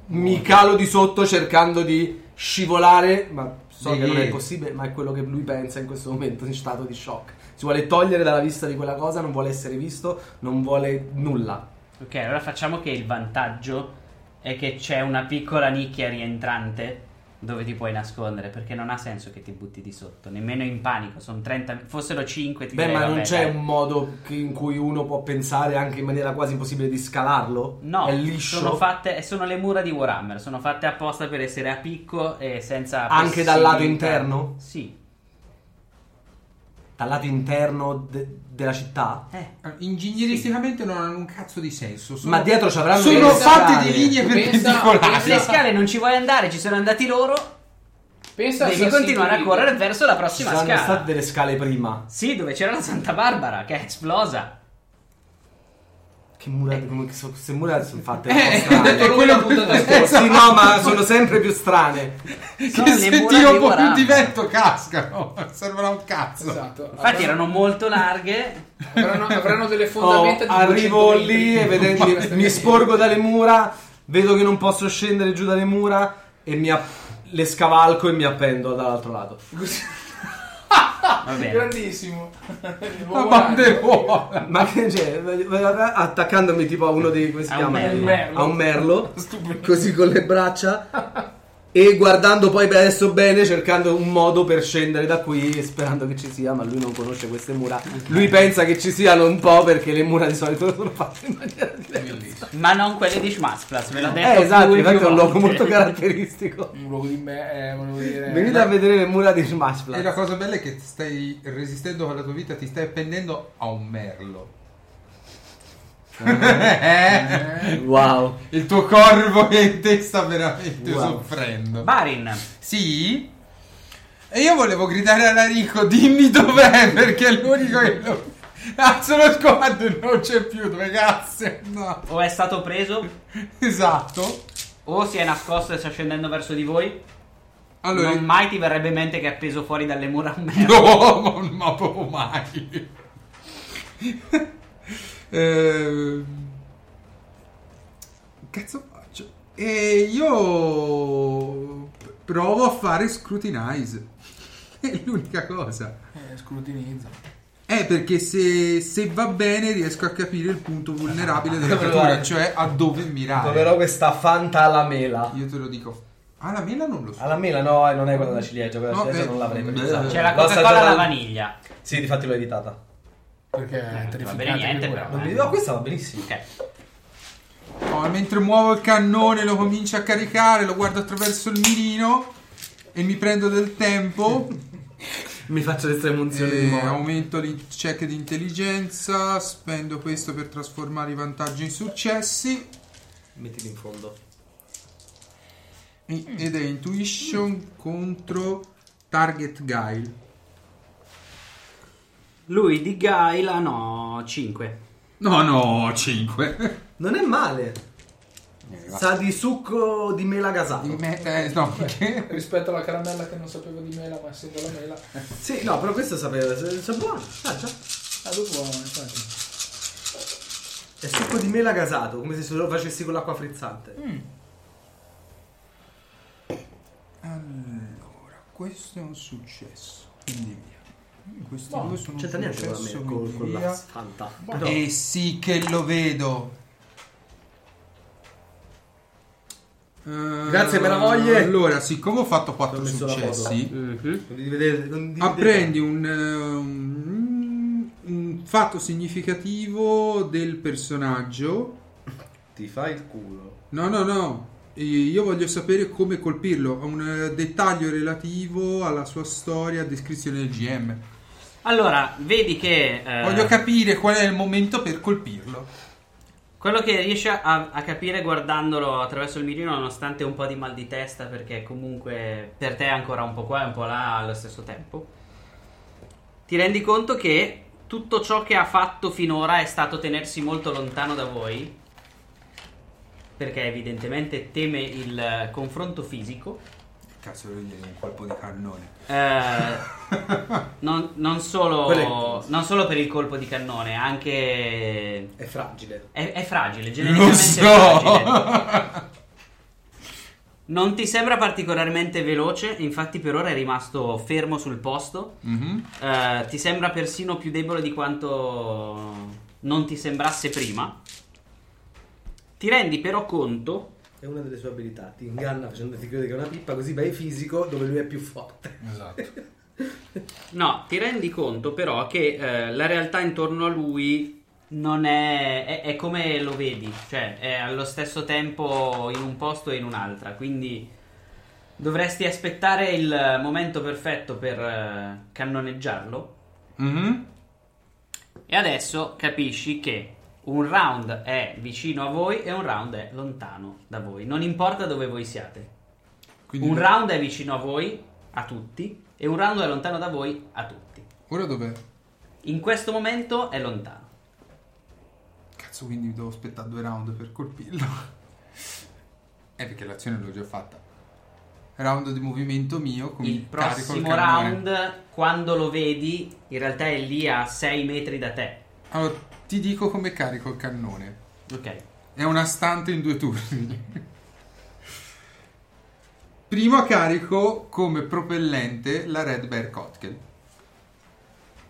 Mi calo di sotto cercando di scivolare, ma so Di che non è lì. possibile, ma è quello che lui pensa in questo momento in stato di shock. Si vuole togliere dalla vista di quella cosa, non vuole essere visto, non vuole nulla. Ok, allora facciamo che il vantaggio è che c'è una piccola nicchia rientrante dove ti puoi nascondere, perché non ha senso che ti butti di sotto, nemmeno in panico, sono 30, fossero 5 ti Beh, direi, ma non vabbè, c'è dai. un modo che- in cui uno può pensare anche in maniera quasi impossibile di scalarlo? No, è liscio. sono fatte sono le mura di Warhammer, sono fatte apposta per essere a picco e senza Anche dal lato possibilità. interno? Sì. Dal lato interno de- della città? Eh, ingegneristicamente non hanno un cazzo di senso. sono- Ma dietro ci avranno sono delle fatte scale. di linee Esatto. Pensa- Ah, perpendicolari. le scale non ci vuoi andare, ci sono andati loro, Pensa a devi Assassin's continuare a Creed. correre verso la Ci prossima saranno scala. state delle scale prima. Sì, dove c'era la Santa Barbara che è esplosa. Che Eh. mura, come che so- queste mura sono fatte Eh, un po' ho detto strane. lui quello la puntata che- Eh, sì, esatto. no, ma sono sempre più strane. Sono che le se mura tiro un di po' più Warhammer. di vento cascano. Servono a un cazzo. Esatto. Infatti Avranno- erano molto larghe. avranno, avranno delle Oh, fondamenta di 200 arrivo metri. lì e vedendo, mi sporgo dalle mura, vedo che non posso scendere giù dalle mura e mi app- le scavalco e mi appendo dall'altro lato. Va bene. Grandissimo. La banderuola. Ma che c'è? Attaccandomi tipo a uno di questi A un merlo. a un merlo, Stupido. così con le braccia e guardando poi adesso bene, cercando un modo per scendere da qui, sperando che ci sia, ma lui non conosce queste mura. Lui pensa che ci siano un po' perché le mura di solito sono fatte in maniera diversa. Bellissimo. Ma non quelle di Schmatzplatz, ve l'ho detto. Eh, esatto, più e infatti più è un luogo volte. molto caratteristico. Un luogo di me, eh, volevo dire. Venite a vedere le mura di Smash E la cosa bella è che stai resistendo con la tua vita, ti stai appendendo a un merlo. Eh, Wow. Il tuo corvo è in testa veramente Wow. soffrendo. Barin, Sì? E io volevo gridare a Larico, dimmi dov'è, perché è l'unico che lo... Alzo lo sguardo e non c'è più, ragazzi. No. O è stato preso, Esatto. o si è nascosto e sta scendendo verso di voi. Allora, Non mai ti verrebbe in mente che è appeso fuori dalle mura a me. No, ma, ma proprio mai. Ehm, cazzo faccio? E io provo a fare scrutinize. È l'unica cosa. Eh, scrutinizza. È perché se, se va bene riesco a capire il punto vulnerabile della creatura, cioè a dove mirare. Proverò questa fanta alla mela. Io te lo dico. Ah, la mela non lo so. Alla mela no, eh, non è quella della ciliegia, quella No, della ciliegia non eh, l'avrei Cioè, beh. preso. C'è la L'ho Coca-Cola alla assaggiata- vaniglia. Sì, difatti l'ho evitata. Eh. Perché Eh, va è terrificante. bene niente, però, che eh. Non guarda. mi- Ah, No, questa va benissimo. Ok. Oh, mentre muovo il cannone lo comincio a caricare, lo guardo attraverso il mirino e mi prendo del tempo. Mi faccio le tremunzioni E aumento il check di intelligenza, spendo questo per trasformare i vantaggi in successi. Mettili in fondo. E- Ed è intuition contro target guile. Lui di Gaila no, 5. No, no, 5. Non è male. Sa di succo di mela gasato. eh, no, perché? Rispetto alla caramella che non sapevo di mela, ma essendo la mela. Ah, Sì, no, però questo sapeva. se- se È buono. Ah, già. dopo, infatti. È succo di mela gasato, come se lo facessi con l'acqua frizzante. Mm, Allora, questo è un successo. Quindi via. Questi No, due sono un C'entra niente con la successo, mela, con, quindi con la via. fanta. Eh sì che lo vedo. Grazie per la voglia. Allora, siccome ho fatto Ho 4 messo la successi, Mhm. Non devi vedere. Non devi apprendi un, eh, un- un fatto significativo del personaggio. vedere. Ti fai il culo. No, no, no. Eh, Io voglio sapere come colpirlo. Ho un eh, dettaglio relativo alla sua storia, descrizione del GM. Eh. Allora, vedi che eh, Voglio capire qual è il momento per colpirlo. quello che riesce a, a capire guardandolo attraverso il mirino, nonostante un po' di mal di testa, perché comunque per te è ancora un po' qua e un po' là allo stesso tempo, ti rendi conto che tutto ciò che ha fatto finora è stato tenersi molto lontano da voi, perché evidentemente teme il eh, confronto fisico. Cazzo, voglio dire, un colpo di cannone. Eh, non, non Quello è il solo, coso. non solo per il colpo di cannone, anche È fragile. è, è fragile, Lo genericamente è fragile. so! Non ti sembra particolarmente veloce, infatti per ora è rimasto fermo sul posto. Mhm. Eh, ti sembra persino più debole di quanto non ti sembrasse prima. Ti rendi però conto È una delle sue abilità. Ti inganna facendoti credere che è una pippa, così vai fisico dove lui è più forte. Esatto. No, ti rendi conto però che eh, la realtà intorno a lui non è, è. è come lo vedi, cioè è allo stesso tempo in un posto e in un'altra. Quindi dovresti aspettare il momento perfetto per eh, cannoneggiarlo. Mhm. E adesso capisci che un round è vicino a voi e un round è lontano da voi. Non importa dove voi siate. Quindi Un do- round è vicino a voi, a tutti, e un round è lontano da voi, a tutti. Ora dov'è? In questo momento è lontano. Cazzo, quindi devo aspettare due round per colpirlo. Eh, perché l'azione l'ho già fatta. Round di movimento mio, quindi Il carico il prossimo cannone. round, quando lo vedi, in realtà è lì a 6 metri da te. Allora, ti dico come carico il cannone. Ok. È una stante in due turni. Prima carico come propellente la Red Bear Kotkel.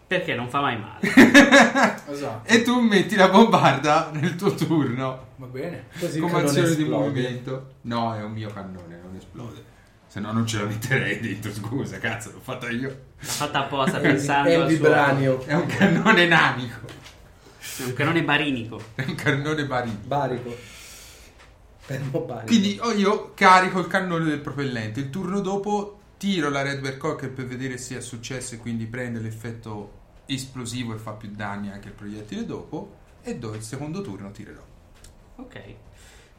Perché non fa mai male. Eh. Esatto. E tu metti la bombarda nel tuo turno. Va bene. Così come il cannone azione di esplode. movimento. No, è un mio cannone, non esplode. Se no non ce la metterei dentro, scusa, cazzo, l'ho fatta io. L'ha fatta apposta È pensando il al suo... vibranio. È un cannone namico. È un canone barinico. È un cannone barino. Barico. Fermo barico. Quindi oh, io carico il cannone del propellente. Il turno dopo tiro la Red Bear Cocker per vedere se è successo e quindi prende l'effetto esplosivo e fa più danni anche il proiettile dopo. E do il secondo turno tirerò. Ok.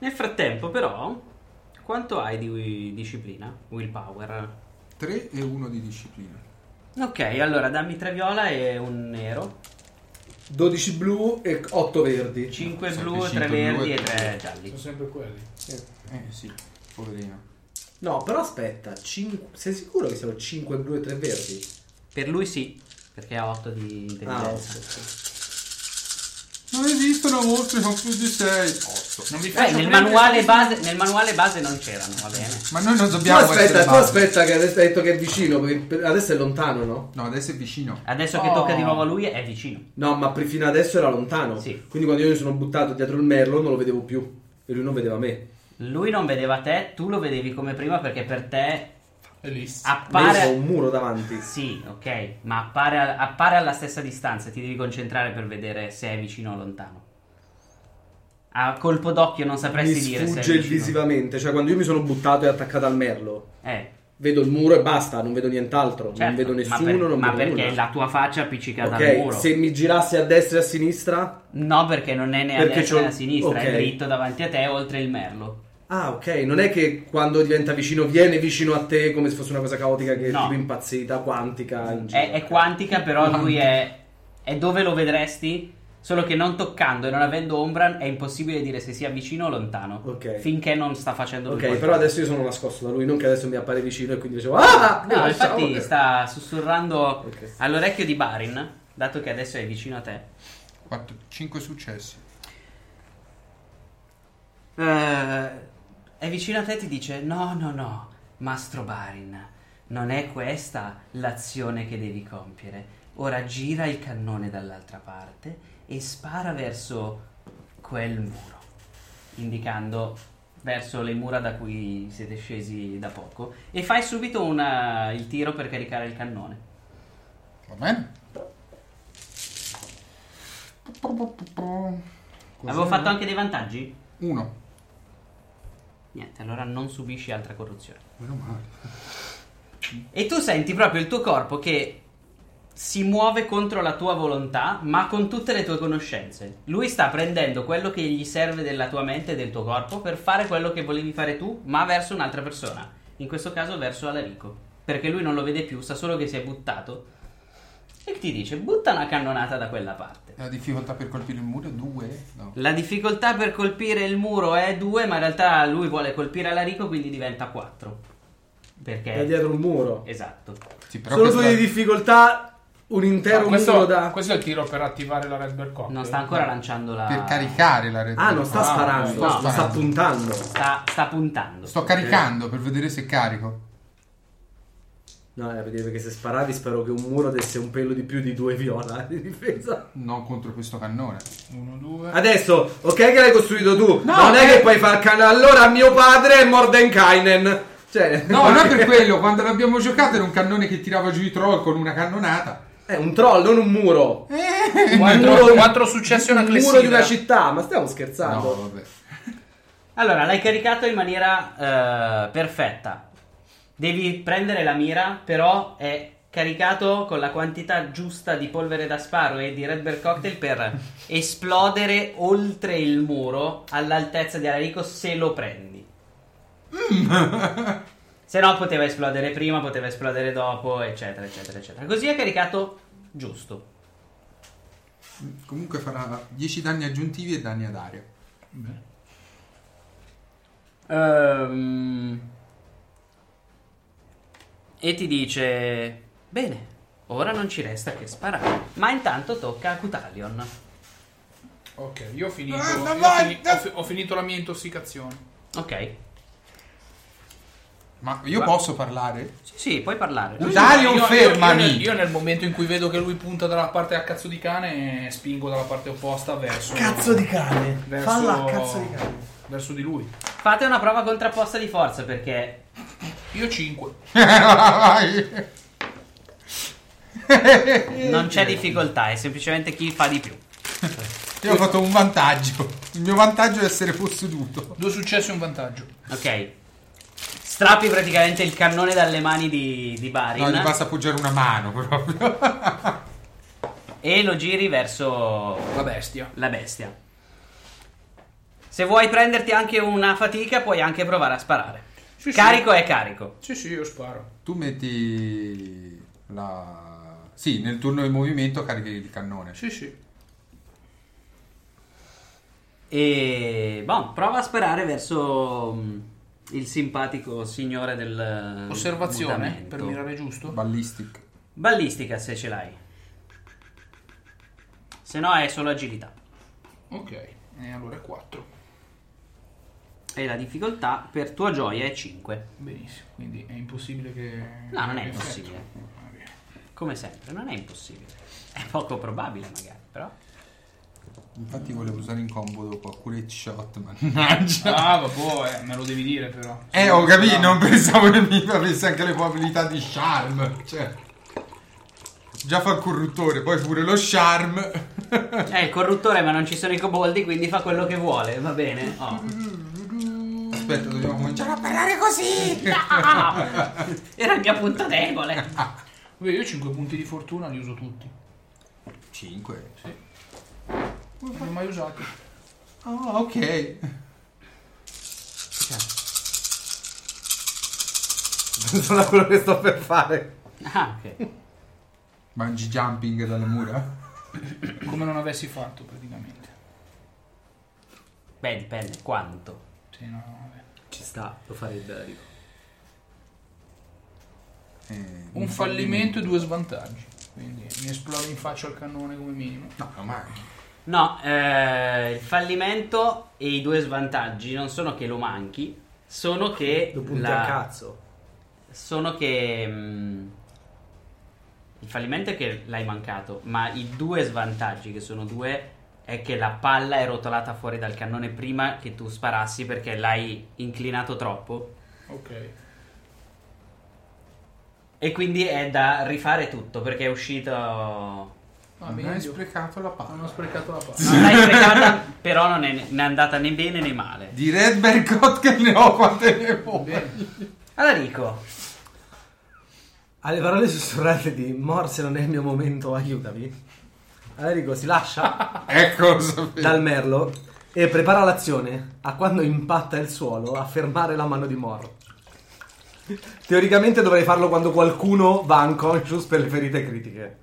Nel frattempo, però, quanto hai di wi- disciplina? Willpower? 3 e 1 di disciplina. Ok, allora dammi tre viola e un nero. 12 blu e 8 verdi. 5 Sempre blu, 3 cinque blu e verdi e tre 3 verdi. gialli. Sono sempre quelli. Eh sì, poverino. No, però aspetta, cin- sei sicuro che siano 5 blu e 3 verdi? Per lui sì, perché ha 8 di Ah, intelligenza. ok. Non esistono mostri con più di 6. 8. Non vi Eh, faccio nel prendere- manuale, base, nel manuale base non c'erano, va bene. Ma noi non Tu dobbiamo essere aspetta, tu matti. aspetta che adesso hai detto che è vicino, perché per- adesso è lontano, no? No, adesso è vicino. Adesso che Oh. tocca di nuovo a lui è vicino. No, ma per- fino adesso era lontano. Sì. Quindi quando io mi sono buttato dietro il merlo non lo vedevo più. E lui non vedeva me. Lui non vedeva te, tu lo vedevi come prima perché per te È lì. Ah, Ma io ho appare... un muro davanti. Sì, ok, ma appare, appare alla stessa distanza, ti devi concentrare per vedere se è vicino o lontano. A colpo d'occhio non Mi sapresti dire se è sfugge vicino. il visivamente. Cioè, quando io mi sono buttato e attaccato al merlo, Eh, vedo il muro e basta, non vedo nient'altro. non certo, vedo nessuno, ma, per- non ma vedo perché nulla. la tua faccia è appiccicata al Ok, muro. se mi girassi a destra e a sinistra. No, perché non è né a Perché destra né c'ho- a sinistra, ok. è dritto davanti a te oltre il merlo. Ah, ok, non è che quando diventa vicino viene vicino a te come se fosse una cosa caotica che No. è tipo impazzita, quantica. In giro. È, è quantica, però lui è, è dove lo vedresti, solo che non toccando e non avendo ombra è impossibile dire se sia vicino o lontano. Ok. Finché non sta facendo lui Ok, qualcosa. però adesso io sono nascosto da lui, non che adesso mi appare vicino e quindi dicevo Ah! No, eh, infatti ciao. sta Eh. sussurrando Ok. all'orecchio di Barin, dato che adesso è vicino a te. 5 successi. Eh, è vicino a te e ti dice: No, no, no, Mastro Barin, non è questa l'azione che devi compiere. Ora gira il cannone dall'altra parte e spara verso quel muro, indicando verso le mura da cui siete scesi da poco. E fai subito una- il tiro per caricare il cannone. Va bene? Avevo fatto anche dei vantaggi? 1. Niente, allora non subisci altra corruzione. Meno male. E tu senti proprio il tuo corpo che si muove contro la tua volontà, ma con tutte le tue conoscenze. Lui sta prendendo quello che gli serve della tua mente e del tuo corpo per fare quello che volevi fare tu, ma verso un'altra persona. In questo caso verso Alarico. Perché lui non lo vede più, sa solo che si è buttato. E ti dice, butta una cannonata da quella parte. La difficoltà per colpire il muro è 2? No. La difficoltà per colpire il muro è 2, ma in realtà lui vuole colpire Alarico, quindi diventa 4. È Perché... dietro un muro. Esatto. Sì, però Solo questa- due di difficoltà, un intero Ah, questo, muro da. questo è il tiro per attivare la Red Bear Cocktail. Non sta ancora lanciando la... Per caricare la rete. Ah, non sta Ah, sparando, no, sta sparando. puntando. Sta, sta puntando. Sto caricando per vedere se carico. No, è per dire che se sparavi spero che un muro desse un pelo di più di due viola di difesa. Non contro questo cannone. Uno, due. Adesso, ok che l'hai costruito tu, ma non eh. è che puoi far canale. Allora mio padre è Mordenkainen. Cioè, No, non è per quello. Quando l'abbiamo giocato era un cannone che tirava giù i troll con una cannonata. È un troll, non un muro. Eh, Quattro, Eh, muro- quattro successi e una Un muro di clessidra. una città, ma stiamo No, scherzando. vabbè. Allora, l'hai caricato in maniera eh, perfetta. Devi prendere la mira, però è caricato con la quantità giusta di polvere da sparo e di Red Bear Cocktail per esplodere oltre il muro all'altezza di Alarico se lo prendi. se no poteva esplodere prima, poteva esplodere dopo, eccetera, eccetera, eccetera. Così è caricato giusto. Comunque farà 10 danni aggiuntivi e danni ad aria. Ehm, e ti dice: Bene, ora non ci resta che sparare. Ma intanto tocca a Cutalion. Ok, io ho finito, Ah, io ma ho vai, fini- no. ho fi- ho finito la mia intossicazione. Ok, Ma io Va- posso parlare? sì, sì, puoi parlare. Dario, Io- io- fermami. Io, nel- io nel momento in cui vedo che lui punta dalla parte a cazzo di cane, eh, spingo dalla parte opposta verso. Cazzo di cane. verso- Falla a cazzo di cane. Verso di lui. Fate una prova contrapposta di forza perché. Io 5. Vai. Non c'è difficoltà, è semplicemente chi fa di più. Io ho fatto un vantaggio. Il mio vantaggio è essere posseduto. Due successi e un vantaggio. Ok. Strappi praticamente il cannone dalle mani di, di Barin No, gli basta appoggiare una mano proprio. e lo giri verso La bestia. la bestia. Se vuoi prenderti anche una fatica, puoi anche provare a sparare. Sì, sì. carico è carico. Sì, sì, io sparo. Tu metti la... Sì, nel turno di movimento carichi il cannone. Sì, sì. E boh, prova a sparare verso mm, il simpatico signore del eh, Osservazione mutamento. per mirare giusto. Ballistic. Ballistica se ce l'hai. Se no è solo agilità. Ok, e allora è 4. E la difficoltà per tua gioia è 5. Benissimo, quindi è impossibile che... No, non è che impossibile. effetto. Va bene. Come sempre, non è impossibile. È poco probabile magari, però. Infatti volevo usare in combo dopo accurate shot, mannaggia. Ah, vabbè, eh, me lo devi dire però. Eh, ho capito, non pensavo nemmeno avesse anche le probabilità di charm. Cioè, già fa il corruttore, poi pure lo charm. È il corruttore, ma non ci sono i coboldi, quindi fa quello che vuole, va bene? Oh. Aspetta, dobbiamo cominciare a parlare così. Ah! Era il mio punto debole. Vabbè, io 5 punti di fortuna li uso tutti. 5. Non li ho mai usati. Ah, ok. Sono quello che sto per fare. Ah, ok. Bungee jumping dalle mura? Come non avessi fatto praticamente. Beh, dipende quanto. Sì, no, vabbè. Ci sta, lo fare il Dario. Eh, Un fallimento e due svantaggi. Quindi mi esplode in faccia il cannone come minimo. No, lo manchi. No, eh, il fallimento e i due svantaggi non sono che lo manchi, sono che. Lo punti la- a cazzo. Sono che. mm, il fallimento è che l'hai mancato, ma i due svantaggi, che sono due, è che la palla è rotolata fuori dal cannone prima che tu sparassi perché l'hai inclinato troppo. Ok. E quindi è da rifare tutto perché è uscito. Va non bene, hai io sprecato la non ho palla. sprecato la palla. Non l'hai fregata, però non è, ne è andata né bene né male. Di Red Bergot che ne ho quante ne Oh, ho. Bene. Alarico, Alle parole sussurrate di Morse non è il mio momento, aiutami. Alerico si lascia Ecco, lo sapevo. dal merlo e prepara l'azione a quando impatta il suolo a fermare la mano di Mor. Teoricamente dovrei farlo quando qualcuno va unconscious per le ferite critiche.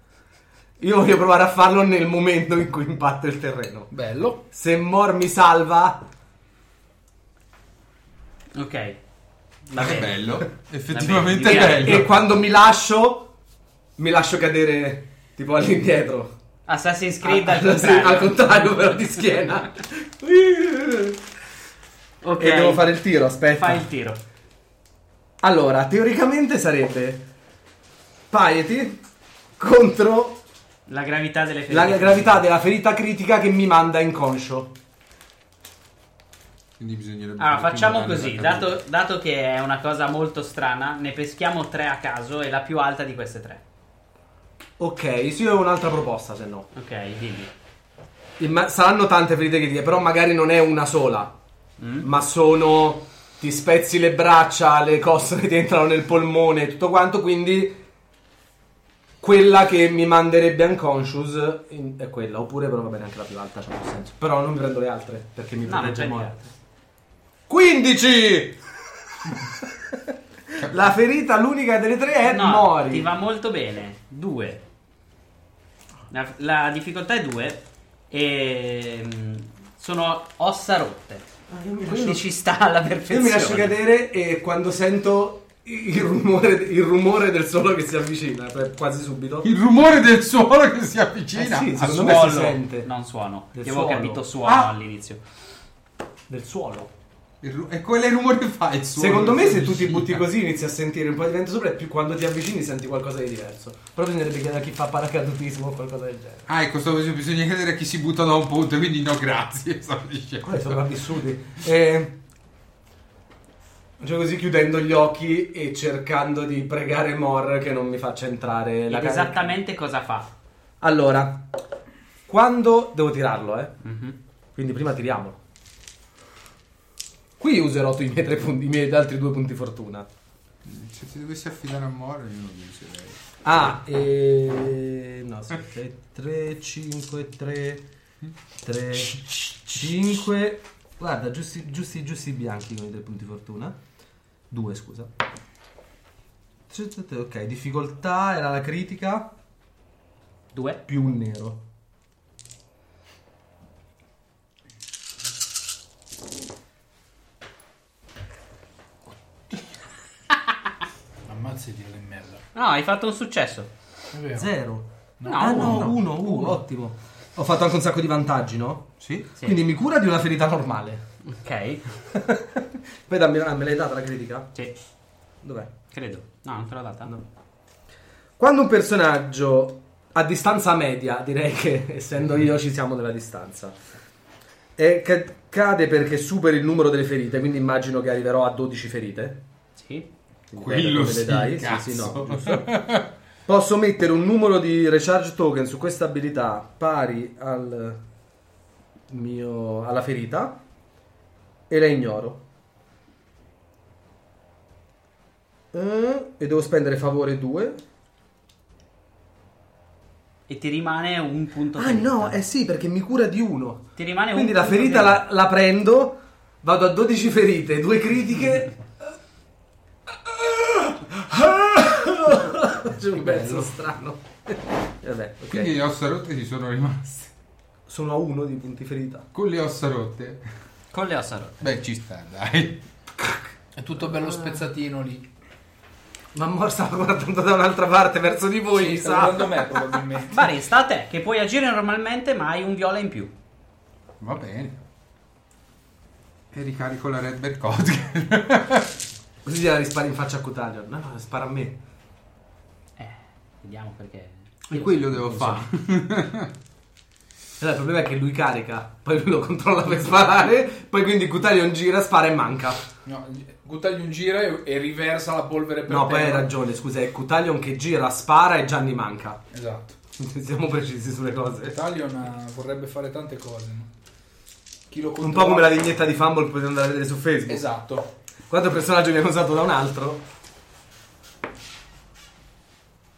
Io voglio provare a farlo nel momento in cui impatta il terreno. Bello. Se Mor mi salva, ok. Va È bene. bello. Va Effettivamente bene, è direi. bello. E quando mi lascio, mi lascio cadere tipo all'indietro. Assassin's Creed al Ah, Sì, contrario. al contrario, però di schiena. Ok. E devo fare il tiro, aspetta. Fai il tiro. Allora, teoricamente sarebbe Piety contro La gravità delle ferite. la gravità della ferita critica che mi manda inconscio. Quindi bisognerebbe... Ah, Allora, fare Ah, facciamo prima così, la capita. dato, dato che è una cosa molto strana, ne peschiamo tre a caso e la più alta di queste tre. Ok, sì, ho un'altra proposta, se no. Ok, dimmi. Imma- saranno tante ferite critiche, però magari non è una sola. Mm? ma sono ti spezzi le braccia, le costole ti entrano nel polmone e tutto quanto, quindi quella che mi manderebbe unconscious in- è quella, oppure però va bene anche la più alta, c'ha un senso. Però non mi prendo le altre perché mi No, non protegge c'è Mora. niente. 15! la ferita l'unica delle tre è No, Mori. ti va molto bene. Due. La, la difficoltà è due. E mm, sono ossa rotte. Ah, Io mi Quindi lascio- ci sta alla io perfezione. mi lascio cadere e quando sento il rumore, il rumore del sole che si avvicina, cioè quasi subito. Il rumore del suolo che si avvicina. Eh sì, a secondo me si suolo. sente. Ah, Non suono. Del Io avevo suono. capito suono Ah. all'inizio. Del suolo. Il ru- E quale rumore fa il suolo? Secondo me che se si tu ti avvicina? butti così inizi a sentire un po' di vento sopra e più quando ti avvicini senti qualcosa di diverso. Però bisognerebbe chiedere a chi fa paracadutismo o qualcosa del genere. Ah, ecco, stavo dicendo, bisogna credere a chi si butta da un ponte, quindi no grazie, stavo dicendo. Quelli sopravvissuti. E... Cioè così chiudendo gli occhi e cercando di pregare Mor che non mi faccia entrare la Ed cara- esattamente cosa fa? Allora, quando devo tirarlo, eh? Mhm. Quindi prima tiriamolo. Qui userò i miei, tre punti, i miei altri due punti fortuna. Se ti dovessi affidare a Mora, io non lo userei. Ah, e... no, aspetta, 3, 5, 3, 3, 5, guarda, giusti, giusti, giusti bianchi con i tre punti fortuna, 2 scusa. Ok, difficoltà era la critica Due. più un nero. No, hai fatto un successo. È vero. Zero. No, ah uno. no, uno, uno, ottimo. Ho fatto anche un sacco di vantaggi, no? Sì? Sì. Quindi mi cura di una ferita normale. Ok, Poi dammi, ah, me l'hai data la critica? sì, Dov'è? credo. No, non te l'ho data. Quando un personaggio a distanza media, direi che essendo io ci siamo nella distanza, e ca- cade perché superi il numero delle ferite, quindi immagino che arriverò a 12 ferite. Sì. Quindi Quello vedo come le sì, dai. cazzo. Sì, sì, no, giusto. Posso mettere un numero di recharge token su questa abilità pari al mio, alla ferita e la ignoro. Eh, E devo spendere favore 2. E ti rimane un punto Ah ferita. no, eh sì, perché mi cura di uno. Ti rimane Quindi un la punto ferita la, la prendo, vado a 12 ferite, due critiche. C'è un pezzo strano. Vabbè, ok. Quindi le ossa rotte ti sono rimaste. Sono a uno di punti ferita. Con le ossa rotte? Con le ossa rotte. Beh, ci sta, dai. È tutto bello spezzatino lì. Ma Mor stava guardando da un'altra parte, verso di voi, mi sa. Secondo me probabilmente. Vari, sta a te, che puoi agire normalmente, ma hai un viola in più. Va bene. E ricarico la Red Bear Code. Così gliela rispari in faccia a Cutalion. No, no, spara a me. Eh, vediamo perché. E quello devo fare. Allora, il problema è che lui carica, poi lui lo controlla per sparare, poi quindi Cutalion gira, spara e manca. No, buttagli un giro e, e riversa la polvere per No, poi terra. hai ragione, scusa, è Cutalion che gira, spara e Gianni manca. Esatto. Siamo precisi sulle cose. Italion eh, vorrebbe fare tante cose. no? Chi lo Un controlla? po' come la vignetta di Fumble che potete andare a vedere su Facebook. Esatto. Quando il personaggio viene usato da un altro,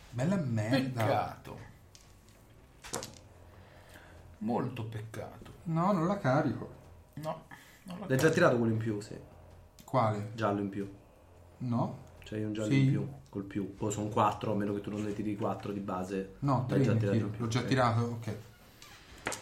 Bella merda. Peccato. Molto peccato. No, non la carico. No. non la l'hai già tirato quello in più, sì. Quale? Giallo in più. No? C'hai un giallo Sì. in più col più. Poi sono 4, a meno che tu non ne tiri 4 di base. No, L'hai tre già ne tirato tiro. in più, L'ho già ok. tirato, ok.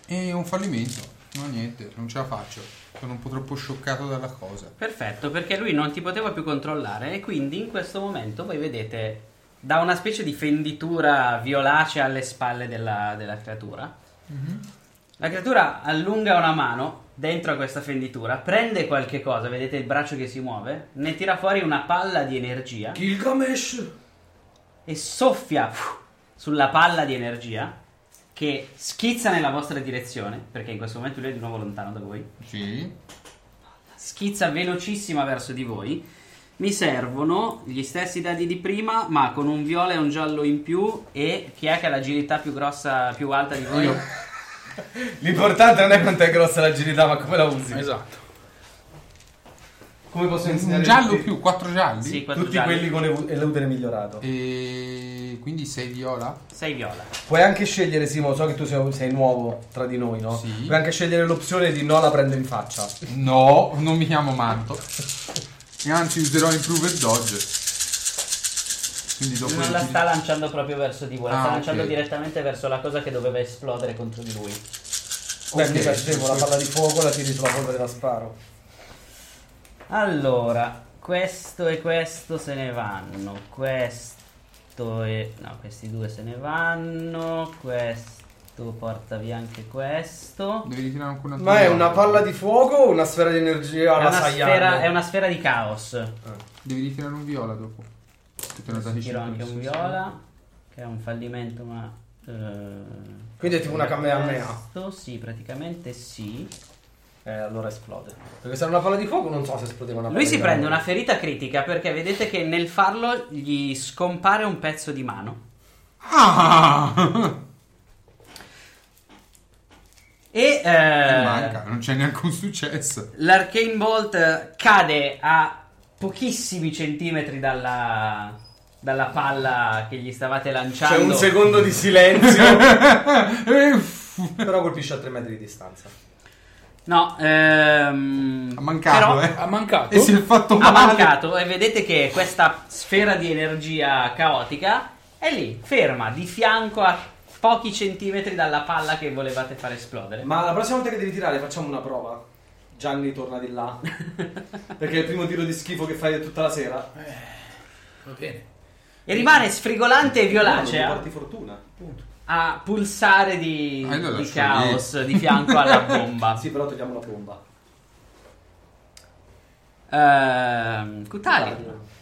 E un fallimento. No, niente, non ce la faccio. Sono un po' troppo scioccato dalla cosa. Perfetto, perché lui non ti poteva più controllare e quindi in questo momento voi vedete da una specie di fenditura violacea alle spalle della, della creatura. La creatura allunga una mano dentro a questa fenditura, prende qualche cosa, vedete il braccio che si muove, ne tira fuori una palla di energia Gilgamesh! e soffia uff, sulla palla di energia che schizza nella vostra direzione, perché in questo momento lui è di nuovo lontano da voi Sì. schizza velocissima verso di voi. Mi servono gli stessi dadi di prima, ma con un viola e un giallo in più. E chi è che ha l'agilità più grossa, più alta di voi? L'importante non è quanto è grossa l'agilità, ma come la usi. Esatto. Come posso Un insegnare giallo tutti- più, quattro gialli. Sì, quattro tutti gialli. quelli con evu- eludere migliorato? E quindi sei viola? Sei viola. Puoi anche scegliere, Simo, so che tu sei, sei nuovo tra di noi, no? Sì. Puoi anche scegliere l'opzione di no la prendo in faccia. No, non mi chiamo Manto. E anzi userò Improver Dodge. Quindi dopo Non la utilizzo- sta lanciando proprio verso di voi, la Ah, sta ok. lanciando direttamente verso la cosa che doveva esplodere contro di lui. Beh, Ok. mi piacevo, la palla di fuoco la tiri sulla polvere da sparo. Allora, questo e questo se ne vanno. Questo e. No, questi due se ne vanno. Questo porta via anche questo. Devi ritirare anche una Ma è una palla di fuoco o una sfera di energia Eh, È alla una, Saiyan? sfera, è una sfera di caos. Devi ritirare un viola dopo. Che te ne ho dati Tiro cinque, anche un sì, sì. viola, che è un fallimento, ma. eh, Quindi è tipo una Kamehameha. Questo, sì, praticamente sì. Eh, allora esplode. Perché se era una palla di fuoco non so se esplodeva una palla Lui si di prende gomma. una ferita critica perché vedete che nel farlo gli scompare un pezzo di mano. Ah! E. eh, Manca, non c'è neanche un successo. L'arcane bolt cade a pochissimi centimetri dalla. dalla palla che gli stavate lanciando. C'è un secondo di silenzio. Eh, f- però colpisce a 3 metri di distanza. No, ehm. Ha mancato, però- eh. Ha mancato. E si è fatto ha male. mancato e vedete che questa sfera di energia caotica è lì, ferma, di fianco a pochi centimetri dalla palla che volevate far esplodere. Ma la prossima volta che devi tirare facciamo una prova. Gianni torna di là. Perché è il primo tiro di schifo che fai tutta la sera. Va bene. E rimane sfrigolante e No, violacea porti fortuna. Punto. a pulsare di, Ah, io la di lascio caos di fianco alla Ah, bomba. Sì, però togliamo la bomba. Ehm, Cutali. Guarda.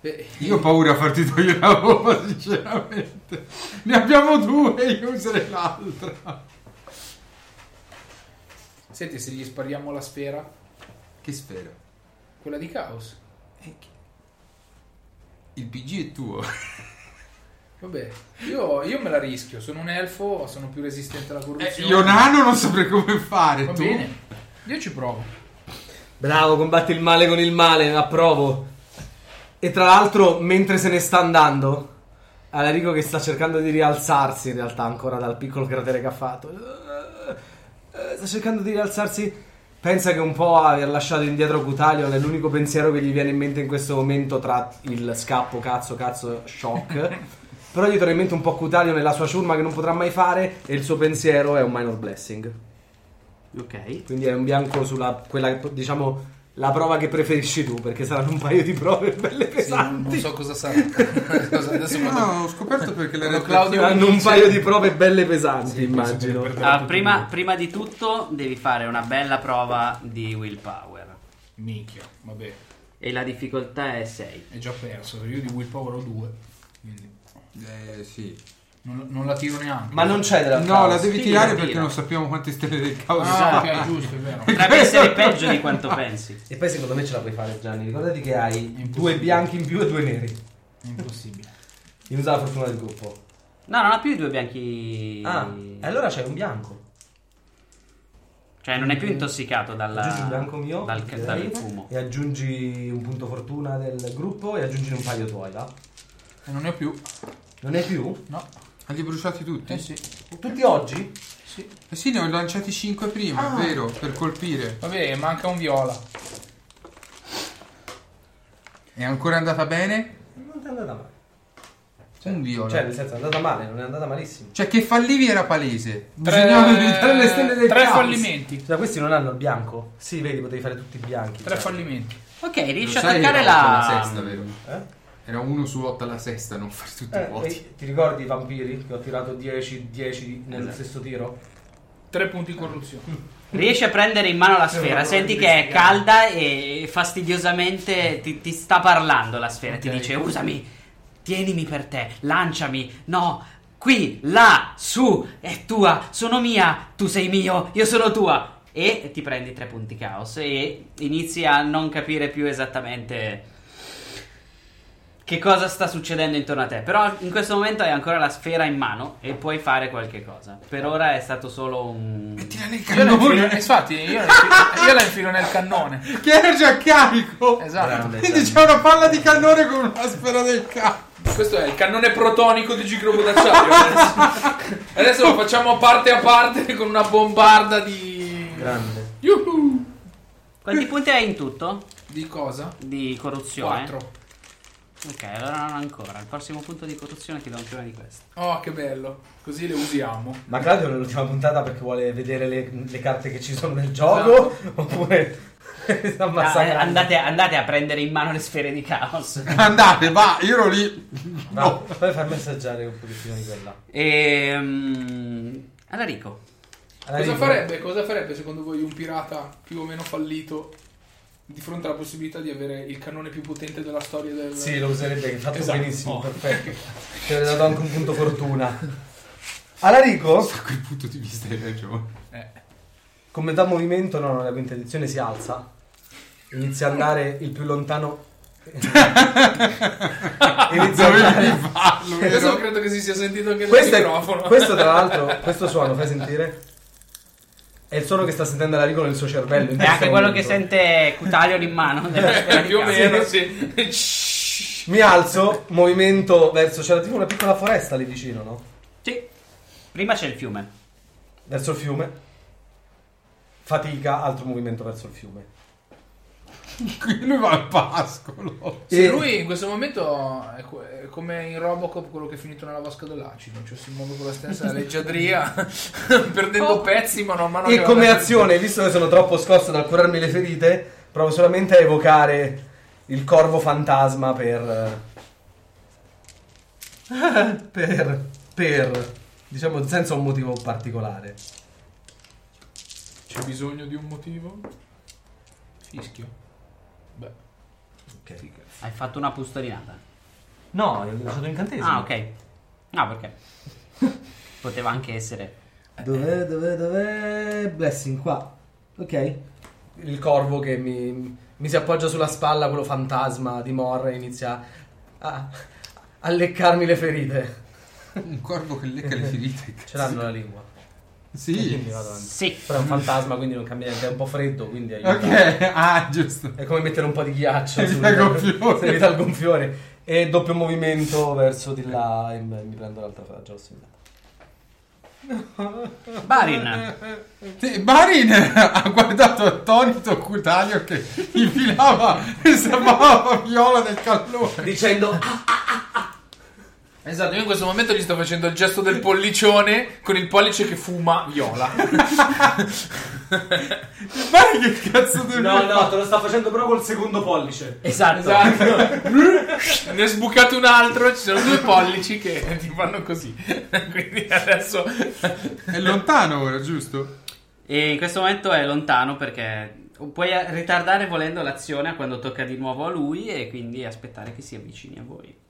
Eh, Io ho paura a farti togliere la bomba, sinceramente. Ne abbiamo due, io userei l'altra. Senti, se gli spariamo la sfera, Che sfera? quella di Caos. Il PG è tuo. Vabbè, io, io me la rischio. Sono un elfo, sono più resistente alla Eh, corruzione. io nano non saprei come fare, Va tu. bene, io ci provo. Bravo, combatti il male con il male, approvo. E tra l'altro, mentre se ne sta andando, Alarico che sta cercando di rialzarsi in realtà ancora dal piccolo cratere che ha fatto. Eh, Sta cercando di rialzarsi. Pensa che un po' aver lasciato indietro Cutalion è l'unico pensiero che gli viene in mente in questo momento tra il scappo, cazzo, cazzo, shock. Però gli torna in mente un po' Cutalion e la sua ciurma che non potrà mai fare e il suo pensiero è un minor blessing. Ok. Quindi è un bianco sulla quella diciamo la prova che preferisci tu, perché saranno un paio di prove belle Sì, non, pesanti. non so cosa sarà. Cosa- Adesso Esatto. No, quando... ho scoperto perché la Quando Red Claudio- Saranno un paio di prove belle pesanti, immagino. Ah, prima, prima di tutto devi fare una bella prova di willpower. Minchia, vabbè, E la difficoltà è 6. è già perso. Io di willpower ho due. Quindi Eh, sì. non, non la tiro neanche. Ma non c'è della No, la devi Tira, tirare tira. perché non sappiamo quante stelle del caos Ah, sono. ok, giusto, è vero. Potrebbe essere peggio di quanto pensi. E poi secondo me ce la puoi fare Gianni, ricordati che hai Impossibile. due bianchi in più e due neri. Impossibile. Devi usare la fortuna del gruppo. No, non ha più i due bianchi. Ah, e allora c'è un bianco. Cioè, non è più intossicato dalla- Aggiungi il bianco mio dal, che dal arriva, fumo. e aggiungi un punto fortuna del gruppo e aggiungi un paio tuoi, là. E non ne ho più. Non è più? No. Li hai bruciati tutti? Eh sì. Tutti oggi? Sì. Eh sì, ne ho lanciati 5 Ah. prima, è vero, per colpire. Vabbè, manca un viola. È ancora andata bene? Non ti è andata male. un viola. Cioè, Cioè, nel senso, è andata male, non è andata malissimo. che fallivi era palese. Bisognava evitare le stelle del eh, tre caos. fallimenti. Cioè, questi non hanno il bianco? Sì, vedi, potevi fare tutti i bianchi. Tre cioè. fallimenti. Ok, riesci Lo a sai, toccare era otto la. alla sesta, vero? Eh? Era uno su 8 alla sesta, non fare tutti i Eh, voti. e ti ricordi i vampiri che ho tirato 10 10 nel Esatto. stesso tiro? Tre punti corruzione. Riesci a prendere in mano la sfera. Senti che è calda e fastidiosamente ti, ti sta parlando la sfera. Ti Ok. dice: Usami, tienimi per te, lanciami. No, qui, là, su, è tua, sono mia, tu sei mio, io sono tua. E ti prendi tre punti caos e inizi a non capire più esattamente che cosa sta succedendo intorno a te. Però in questo momento hai ancora la sfera in mano e puoi fare qualche cosa. Per ora è stato solo un. Tira nel Io la infilo, eh, cannone! infatti, io la infilo, io la infilo nel cannone. Che era già carico! Esatto. Quindi Diciamo- c'è una palla di cannone con una sfera del cazzo. Questo è il cannone protonico di Gigrobo d'acciaio. Adesso. adesso lo facciamo parte a parte con una bombarda di. Grande. Yuhu! Quanti punti hai in tutto? Di cosa? Di eh. corruzione? 4. Ok, allora non ancora. Al prossimo punto di corruzione ti do anche una di queste. Oh, che bello. Così le usiamo. Ma Claudio nell'ultima puntata perché vuole vedere le, le carte che ci sono nel gioco? Oppure sta Ah, eh, massacrando? andate, andate a prendere in mano le sfere di caos. Andate, va, io ero lì. No, poi farmi assaggiare un pochettino di quella. Ehm. Alarico. Allora, Cosa farebbe, cosa farebbe secondo voi un pirata più o meno fallito di fronte alla possibilità di avere il cannone più potente della storia del... Sì, lo userebbe, hai fatto Esatto. Oh. benissimo, perfetto. Ti avrei dato anche un punto fortuna. Alarico, Da quel punto di vista hai ragione. Eh, come da movimento, no, no, la quinta edizione si alza, inizia ad andare il più lontano. inizia ad andare. Dovevi farlo, Adesso vero? Ah, credo che si sia sentito anche nel Ah, Questo, è- microfono. questo, tra l'altro, questo suono, fai sentire? È il suono che sta sentendo Alarico nel suo cervello. in È anche questo quello momento. che sente Cutalion in mano. della sfera Eh, di più o caos. meno, sì. Mi alzo, movimento verso. C'era tipo una piccola foresta lì vicino, no? Sì. Prima c'è il fiume. Verso il fiume. Fatica, altro movimento verso il fiume. Lui va al pascolo. Sì, E- lui in questo momento è co- è come in Robocop quello che è finito nella vasca dell'acido, cioè si muove con la stessa leggiadria, perdendo pezzi mano a mano. che Oh. E va come avanti. azione, visto che sono troppo scosso dal curarmi le ferite, provo solamente a evocare il corvo fantasma per... eh, per... per... diciamo senza un motivo particolare. C'è bisogno di un motivo? Fischio. Beh, Ok. Hai fatto una pustolinata. No, è lanciato un incantesimo. Ah, ok. No, perché? Poteva anche essere. Dov'è, dov'è, dov'è? Blessing qua. Ok. Il corvo che mi, mi si appoggia sulla spalla, quello fantasma di Morra, e inizia a, a leccarmi le ferite. Un corvo che lecca le ferite. Ce l'hanno la lingua. Quindi Sì. vado avanti. Sì. Però è un fantasma, quindi non cambia niente. È un po' freddo, quindi aiuta. Ok, ah, giusto. È come mettere un po' di ghiaccio Evita il gonfiore. se evita il gonfiore. E doppio movimento verso di là e mi prendo l'altra faccia. l'ho segnata. Eh, Barin. Sì, Barin ha guardato attonito Cutalio che infilava questa bava viola del callone. Dicendo Esatto, io in questo momento gli sto facendo il gesto del pollicione con il pollice che fuma viola. Barin che cazzo deve No, no, te lo sta facendo però col secondo pollice. Esatto. Esatto. ne è sbucato un altro, ci sono due pollici che ti fanno così. Quindi adesso È lontano ora, giusto? E in questo momento è lontano perché puoi ritardare volendo l'azione a quando tocca di nuovo a lui e quindi aspettare che si avvicini a voi.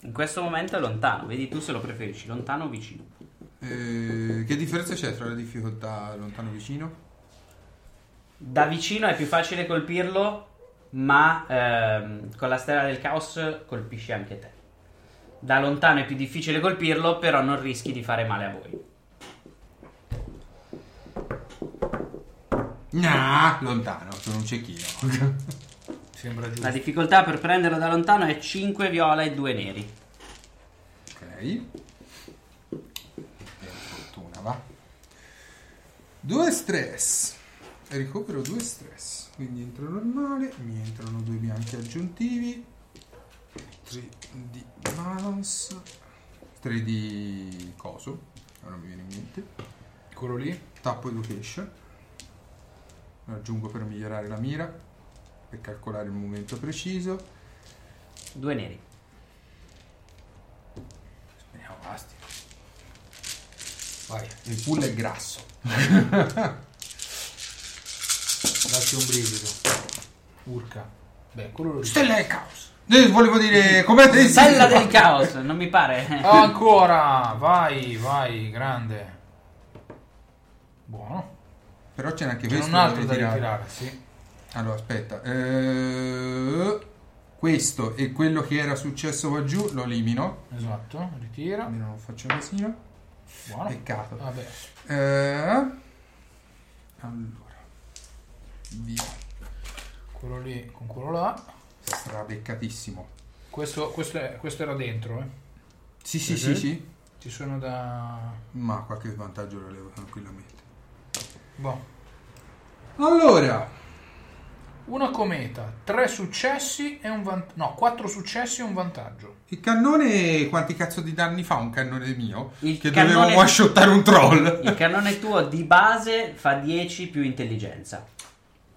In questo momento è lontano, vedi tu se lo preferisci, lontano o vicino. Eh, che differenza c'è tra la difficoltà lontano e vicino? Da vicino è più facile colpirlo, ma ehm, con la stella del caos colpisci anche te. Da lontano è più difficile colpirlo, però non rischi di fare male a voi. Nah, lontano, sono un cecchino. sembra giusto. La difficoltà per prenderlo da lontano è 5 viola e 2 neri. Ok. Per fortuna, va. Due stress. Ricopero due stress. Quindi entro normale, mi entrano due bianchi aggiuntivi. 3 di balance. 3 di coso. Ora non mi viene in mente. Quello lì? Tappo education. Lo aggiungo per migliorare la mira. Per calcolare il momento preciso. 2 neri. Speriamo basti. Vai, Il pull è grasso. dacci un brivido. Urca. Beh, quello lo Stella del caos. Eh, volevo dire come te Stella del caos, non mi pare. Ancora! Vai, vai, grande. Buono. Però c'è anche C'è questo un altro devi da tirare. ritirare, sì. Allora, aspetta. Eh, questo e quello che era successo qua giù lo elimino. Esatto, ritira. Almeno non faccio casino. Buono. Peccato. Vabbè, Eh, allora. Via. quello lì con quello là. Strabeccatissimo. Questo, questo, è- questo era dentro, eh. Sì, sì, Mhm. sì, sì. Ci sono da... Ma qualche vantaggio lo levo tranquillamente. Boh. Allora. Una cometa, tre successi e un vantaggio. No, quattro successi e un vantaggio. Il cannone, quanti cazzo di danni fa un cannone mio? Il che cannone- dovevo washottare un troll. Il cannone tuo di base fa 10 più intelligenza.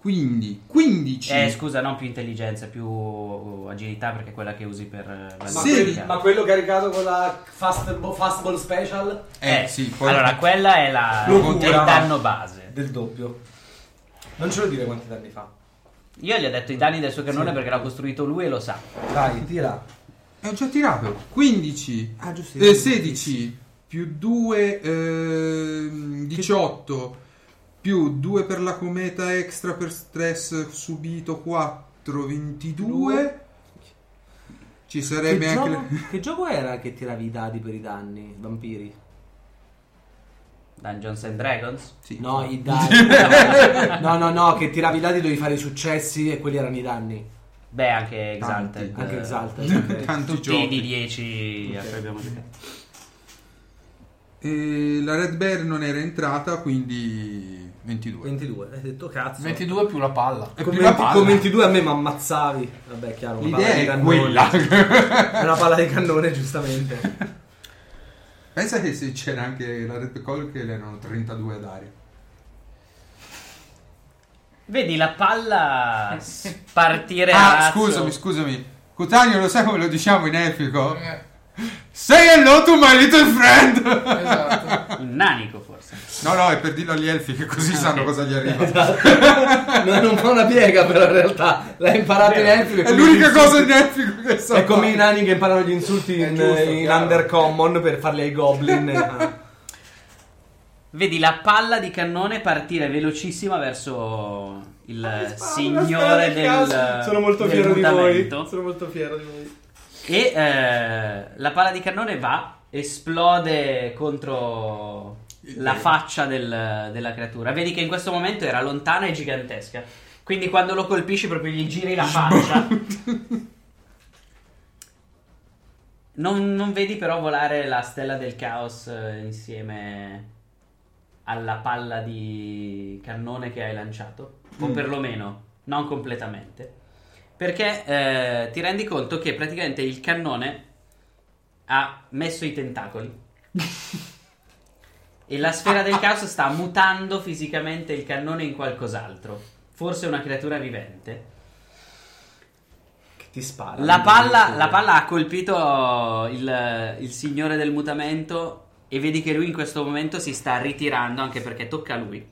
Quindi, 15. Eh, scusa, non più intelligenza, più agilità perché è quella che usi per eh, la Sì, verifica. Ma quello caricato con la fast, fastball special Eh, sì, poi... Allora, quella è, la, Locura. è il danno base. del doppio. Non ce lo dire quanti danni fa. Io gli ho detto i danni del suo cannone perché l'ha costruito lui e lo sa. Dai, tira. E ho già tirato 15, Ah, giusto. eh, 16 più 2, 18 più 2 per la cometa extra per stress subito 4, 22. Ci Che, sarebbe anche. gioco, la- che gioco era che tiravi i dadi per i danni? Vampiri? Dungeons and Dragons? Sì. No, i dadi. no, no, no, che tiravi i dadi dovevi fare i successi e quelli erano i danni. Beh, anche Exalted. Anche eh, Exalted. ok. Tanti Tutti di giochi. 10 a cui abbiamo giocato. E Eh, la Red Bear non era entrata, quindi 22. 22, hai detto cazzo. 22 Esatto. più la palla. E Con, prima 20 palla. con 22 a me mi ammazzavi. Vabbè, chiaro. una palla L'idea di è cannone. quella. È una palla di cannone, giustamente. Pensa che se c'era anche la Red Bear che le erano 32 ad aria. Vedi la palla partire a Ah, razzo. scusami, scusami. Cutaneo, lo sai come lo diciamo in epico? Eh, Say hello to my little friend! esatto. Il nanico forse. No, no, è per dirlo agli elfi che così sanno cosa gli arriva. non, non fa una piega, però in realtà l'ha imparato in Enfield. È l'unica cosa in epico che so. È come i nani che imparano gli insulti È in, giusto, in chiaro. Undercommon per farli ai goblin. Ah. Vedi la palla di cannone partire velocissima verso il Spara, signore del cazzo. Sono molto del fiero di voi. mutamento. Sono molto fiero di voi. E eh, la palla di cannone va, esplode contro la faccia del- della creatura. Vedi che in questo momento era lontana e gigantesca. Quindi quando lo colpisci proprio gli giri la faccia. Non, non vedi però volare la stella del caos eh, insieme alla palla di cannone che hai lanciato. O perlomeno non completamente. Perché eh, ti rendi conto che praticamente il cannone ha messo i tentacoli. e la sfera del caos sta mutando fisicamente il cannone in qualcos'altro. Forse una creatura vivente. Che ti spara. La palla, la palla ha colpito il, il signore del mutamento. E vedi che lui in questo momento si sta ritirando anche perché tocca a lui.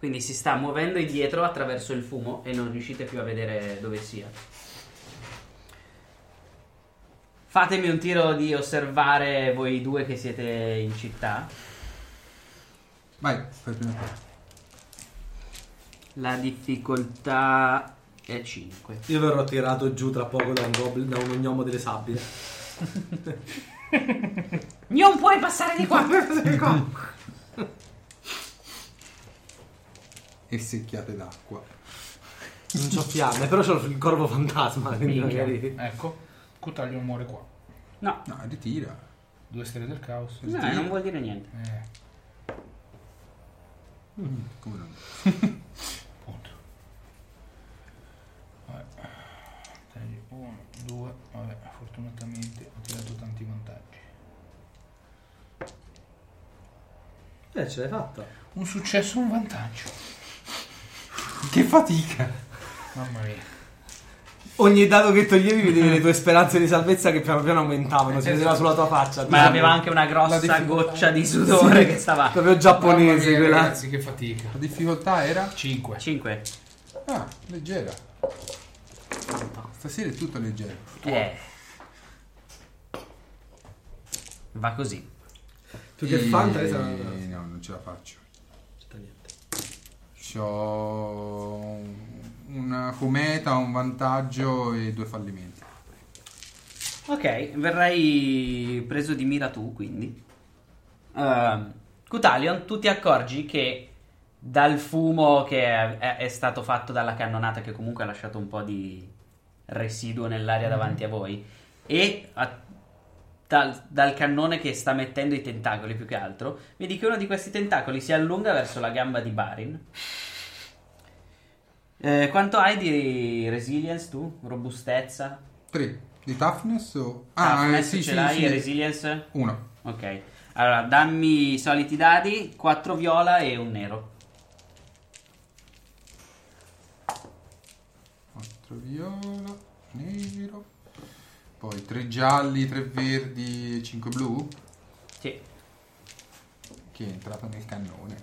Quindi si sta muovendo indietro attraverso il fumo e non riuscite più a vedere dove sia. Fatemi un tiro di osservare voi due che siete in città. Vai, fai prima parte. La difficoltà è 5. Io verrò tirato giù tra poco da un goblin, da un ognomo delle sabbie. Non puoi passare di qua! E secchiate d'acqua. Non c'ho fiamme, però c'ho il corvo fantasma. Quindi Minchia. magari. Ecco, Cutaglio muore qua. No, No, ritira. Due stelle del caos. no, non vuol dire niente. Eh, Come no? punto. Vabbè. Tagli uno, due. Vabbè, fortunatamente ho tirato tanti vantaggi. Eh, ce l'hai fatta. Un successo, un vantaggio. Che fatica! Mamma mia. Ogni dato che toglievi vedevi le tue speranze di salvezza che piano piano aumentavano. Si vedeva sulla tua faccia. Ma tipo, aveva anche una grossa goccia di sudore che stava. Proprio Mamma giapponesi mia, quella. Ragazzi, che fatica. La difficoltà era... 5. 5. Ah, leggera. Stasera è tutto leggero. Eh. Va così. Tu che E- fanta eh, sei? No, non ce la faccio. C'ho una cometa, un vantaggio e due fallimenti. Ok, verrai preso di mira tu, quindi. Ehm, Cutalion, tu ti accorgi che dal fumo che è, è stato fatto dalla cannonata, che comunque ha lasciato un po' di residuo nell'aria davanti a voi, e a- dal, dal cannone che sta mettendo i tentacoli più che altro, vedi che uno di questi tentacoli si allunga verso la gamba di Barin. Eh, quanto hai di resilience tu? Robustezza? Tre. Di toughness o... Toughness eh, sì, ce sì, l'hai sì. e resilience? Uno. Ok. Allora, dammi i soliti dadi, 4 viola e un nero. 4 viola, nero. Poi tre gialli, tre verdi, 5 blu. Sì. Che è entrata nel cannone.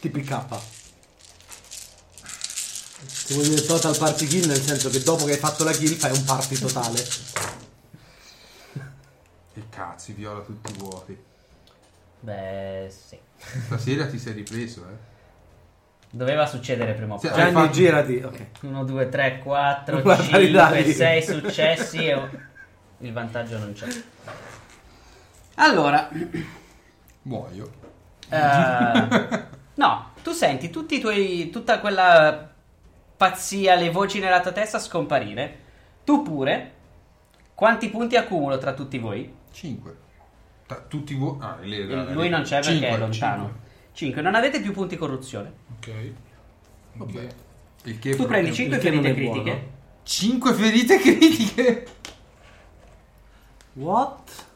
TPK. Che vuol dire total party kill nel senso che dopo che hai fatto la kill fai un party totale. E cazzo, i viola tutti vuoti. Beh, sì. Stasera ti sei ripreso, eh. Doveva succedere prima o Sì. poi. Hai Gianni fatto- girati. Ok. 1, 2, 3, 4, Guarda i 5, dadi. 6 successi e un- il vantaggio non c'è. Allora, Muoio. Eh, no, tu senti tutti i tuoi, tutta quella pazzia, le voci nella tua testa scomparire. Tu pure. Quanti punti accumulo tra tutti voi? 5. Tutti vuoti. Ah, le- Esatto. le- Lui non c'è perché Cinque, è lontano. cinque. 5. Non avete più punti corruzione. Ok. Vabbè. Ok. Il che Tu prendi 5 perché non ferite è buono? critiche. 5 ferite critiche. What?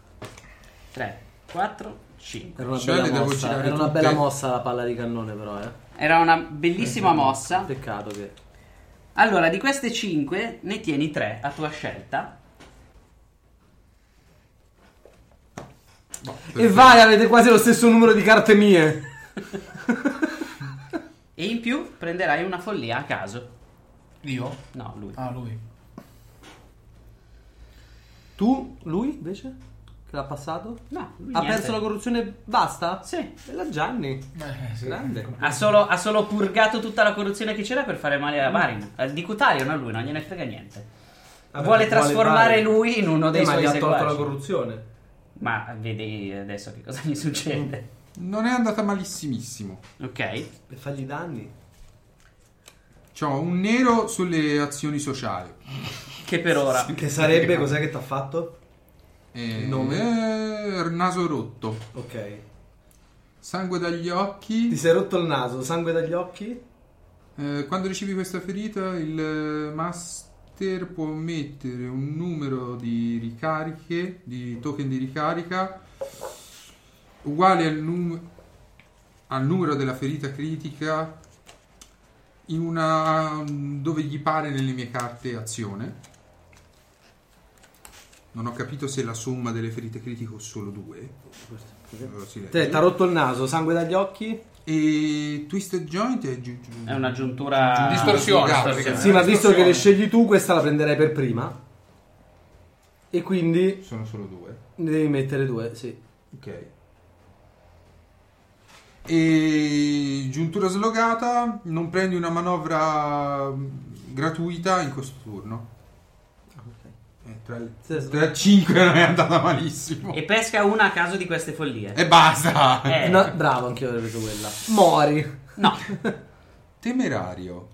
3, 4, 5. Era una Cioè, bella le devo mossa, girare era una tutte? bella mossa la palla di cannone però, eh. Era una bellissima mossa. Peccato che... Allora, di queste 5 ne tieni 3 a tua scelta. E vai, avete quasi lo stesso numero di carte mie. E in più prenderai una follia a caso. Io? No, lui. Ah, lui. Tu, lui invece? Che l'ha passato? No, lui Ha niente. perso la corruzione? Basta? Sì. E la Gianni. Eh, sì. Grande. Ha solo, ha solo purgato tutta la corruzione che c'era per fare male a Marin. Mm. Eh, Di Cutario, non lui, non gliene frega niente. vuole trasformare lui in uno dei Eh, ma suoi gli ha tolto la seguaci. corruzione. Ma vedi adesso che cosa gli succede. Non è andata malissimissimo. Mm. Ok. Per fargli i danni. C'ho un nero sulle azioni sociali. Che per ora. Che sarebbe, cos'è che ti ha fatto? E- Il nome? eh, naso rotto. Ok. Sangue dagli Ti occhi. sei rotto il naso, sangue dagli occhi? Eh, quando ricevi questa ferita, il eh, master può mettere un numero di ricariche, di token di ricarica, uguale al, num- al numero della ferita critica in una dove gli pare nelle mie carte azione. Non ho capito se la somma delle ferite critiche o solo due. Allora si legge. Te, ti ha rotto il naso, sangue dagli occhi? E Twisted Joint è, giu- giu- È un'aggiuntura. Distorsione. Distorsione. Sì, ma visto che distorsione. le scegli tu, questa la prenderei per prima. E quindi Sono solo due. ne devi mettere due, sì. Ok. E giuntura slogata, non prendi una manovra mh, gratuita in questo turno. Eh, tra, Sì, 5 non è andata malissimo. E pesca una a caso di queste follie. E basta. Eh, No, bravo, anch'io avrei preso quella. Mori. No. Temerario.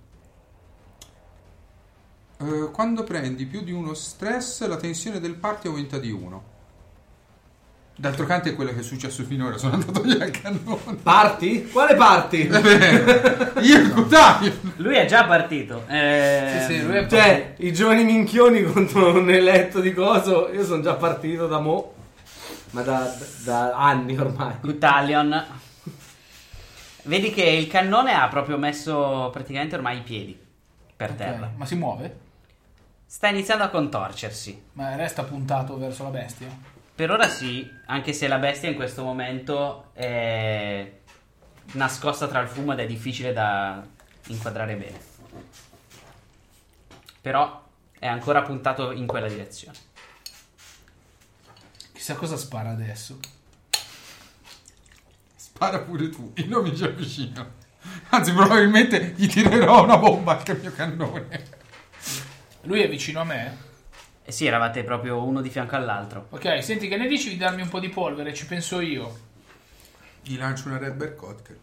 Eh, quando prendi più di uno stress, la tensione del party aumenta di 1. D'altro canto è quello che è successo finora, sono andato via al cannone. Parti? Quale parti? Io il Cutario! Lui è già partito. Eh, Sì, sì, lui è Cioè, i giovani minchioni contro un eletto di coso. Io sono già partito da mo. Ma da, da anni ormai. Gutalion. Vedi che il cannone ha proprio messo praticamente ormai i piedi per terra. Ok, Ma si muove? Sta iniziando a contorcersi. Ma resta puntato verso la bestia? Per ora sì, anche se la bestia in questo momento è nascosta tra il fumo ed è difficile da inquadrare bene. Però è ancora puntato in quella direzione. Chissà cosa spara adesso. Spara pure tu, io non mi ci avvicino. Anzi, probabilmente gli tirerò una bomba anche al mio cannone. Lui è vicino a me? Eh sì, eravate proprio uno di fianco all'altro. Ok, senti che ne dici di darmi un po' di polvere? Ci penso io. Gli lancio una Red Bear Cocktail.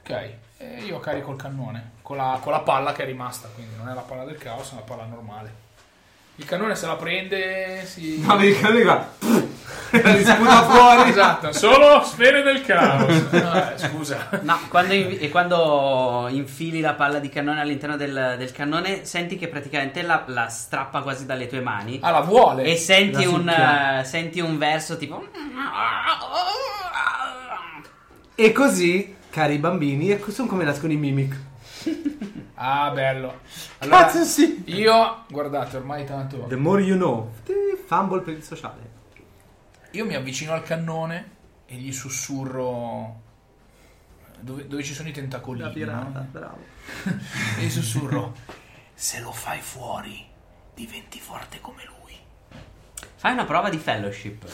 Ok, e io carico il cannone con la, con la palla che è rimasta, quindi non è la palla del caos, è una palla normale. Il cannone se la prende, si... Ma perché lui qua. Li sputa fuori. Esatto, solo sfere del caos. Ah, eh, scusa. No, quando, in- e quando infili la palla di cannone all'interno del, del cannone, senti che praticamente la, la strappa quasi dalle tue mani. Ah, la vuole. E senti eh, la un, succhia. Ah, eh, senti un verso tipo. E così, cari bambini, ecco sono come nascono i mimic. Ah, bello. Allora, Cazzo, sì. io, guardate, ormai tanto... The more you know. Fumble per il sociale. Io mi avvicino al cannone e gli sussurro... Dove, dove ci sono i tentacolini, La pirata, no? bravo. E gli sussurro... Se lo fai fuori, diventi forte come lui. Fai una prova di fellowship.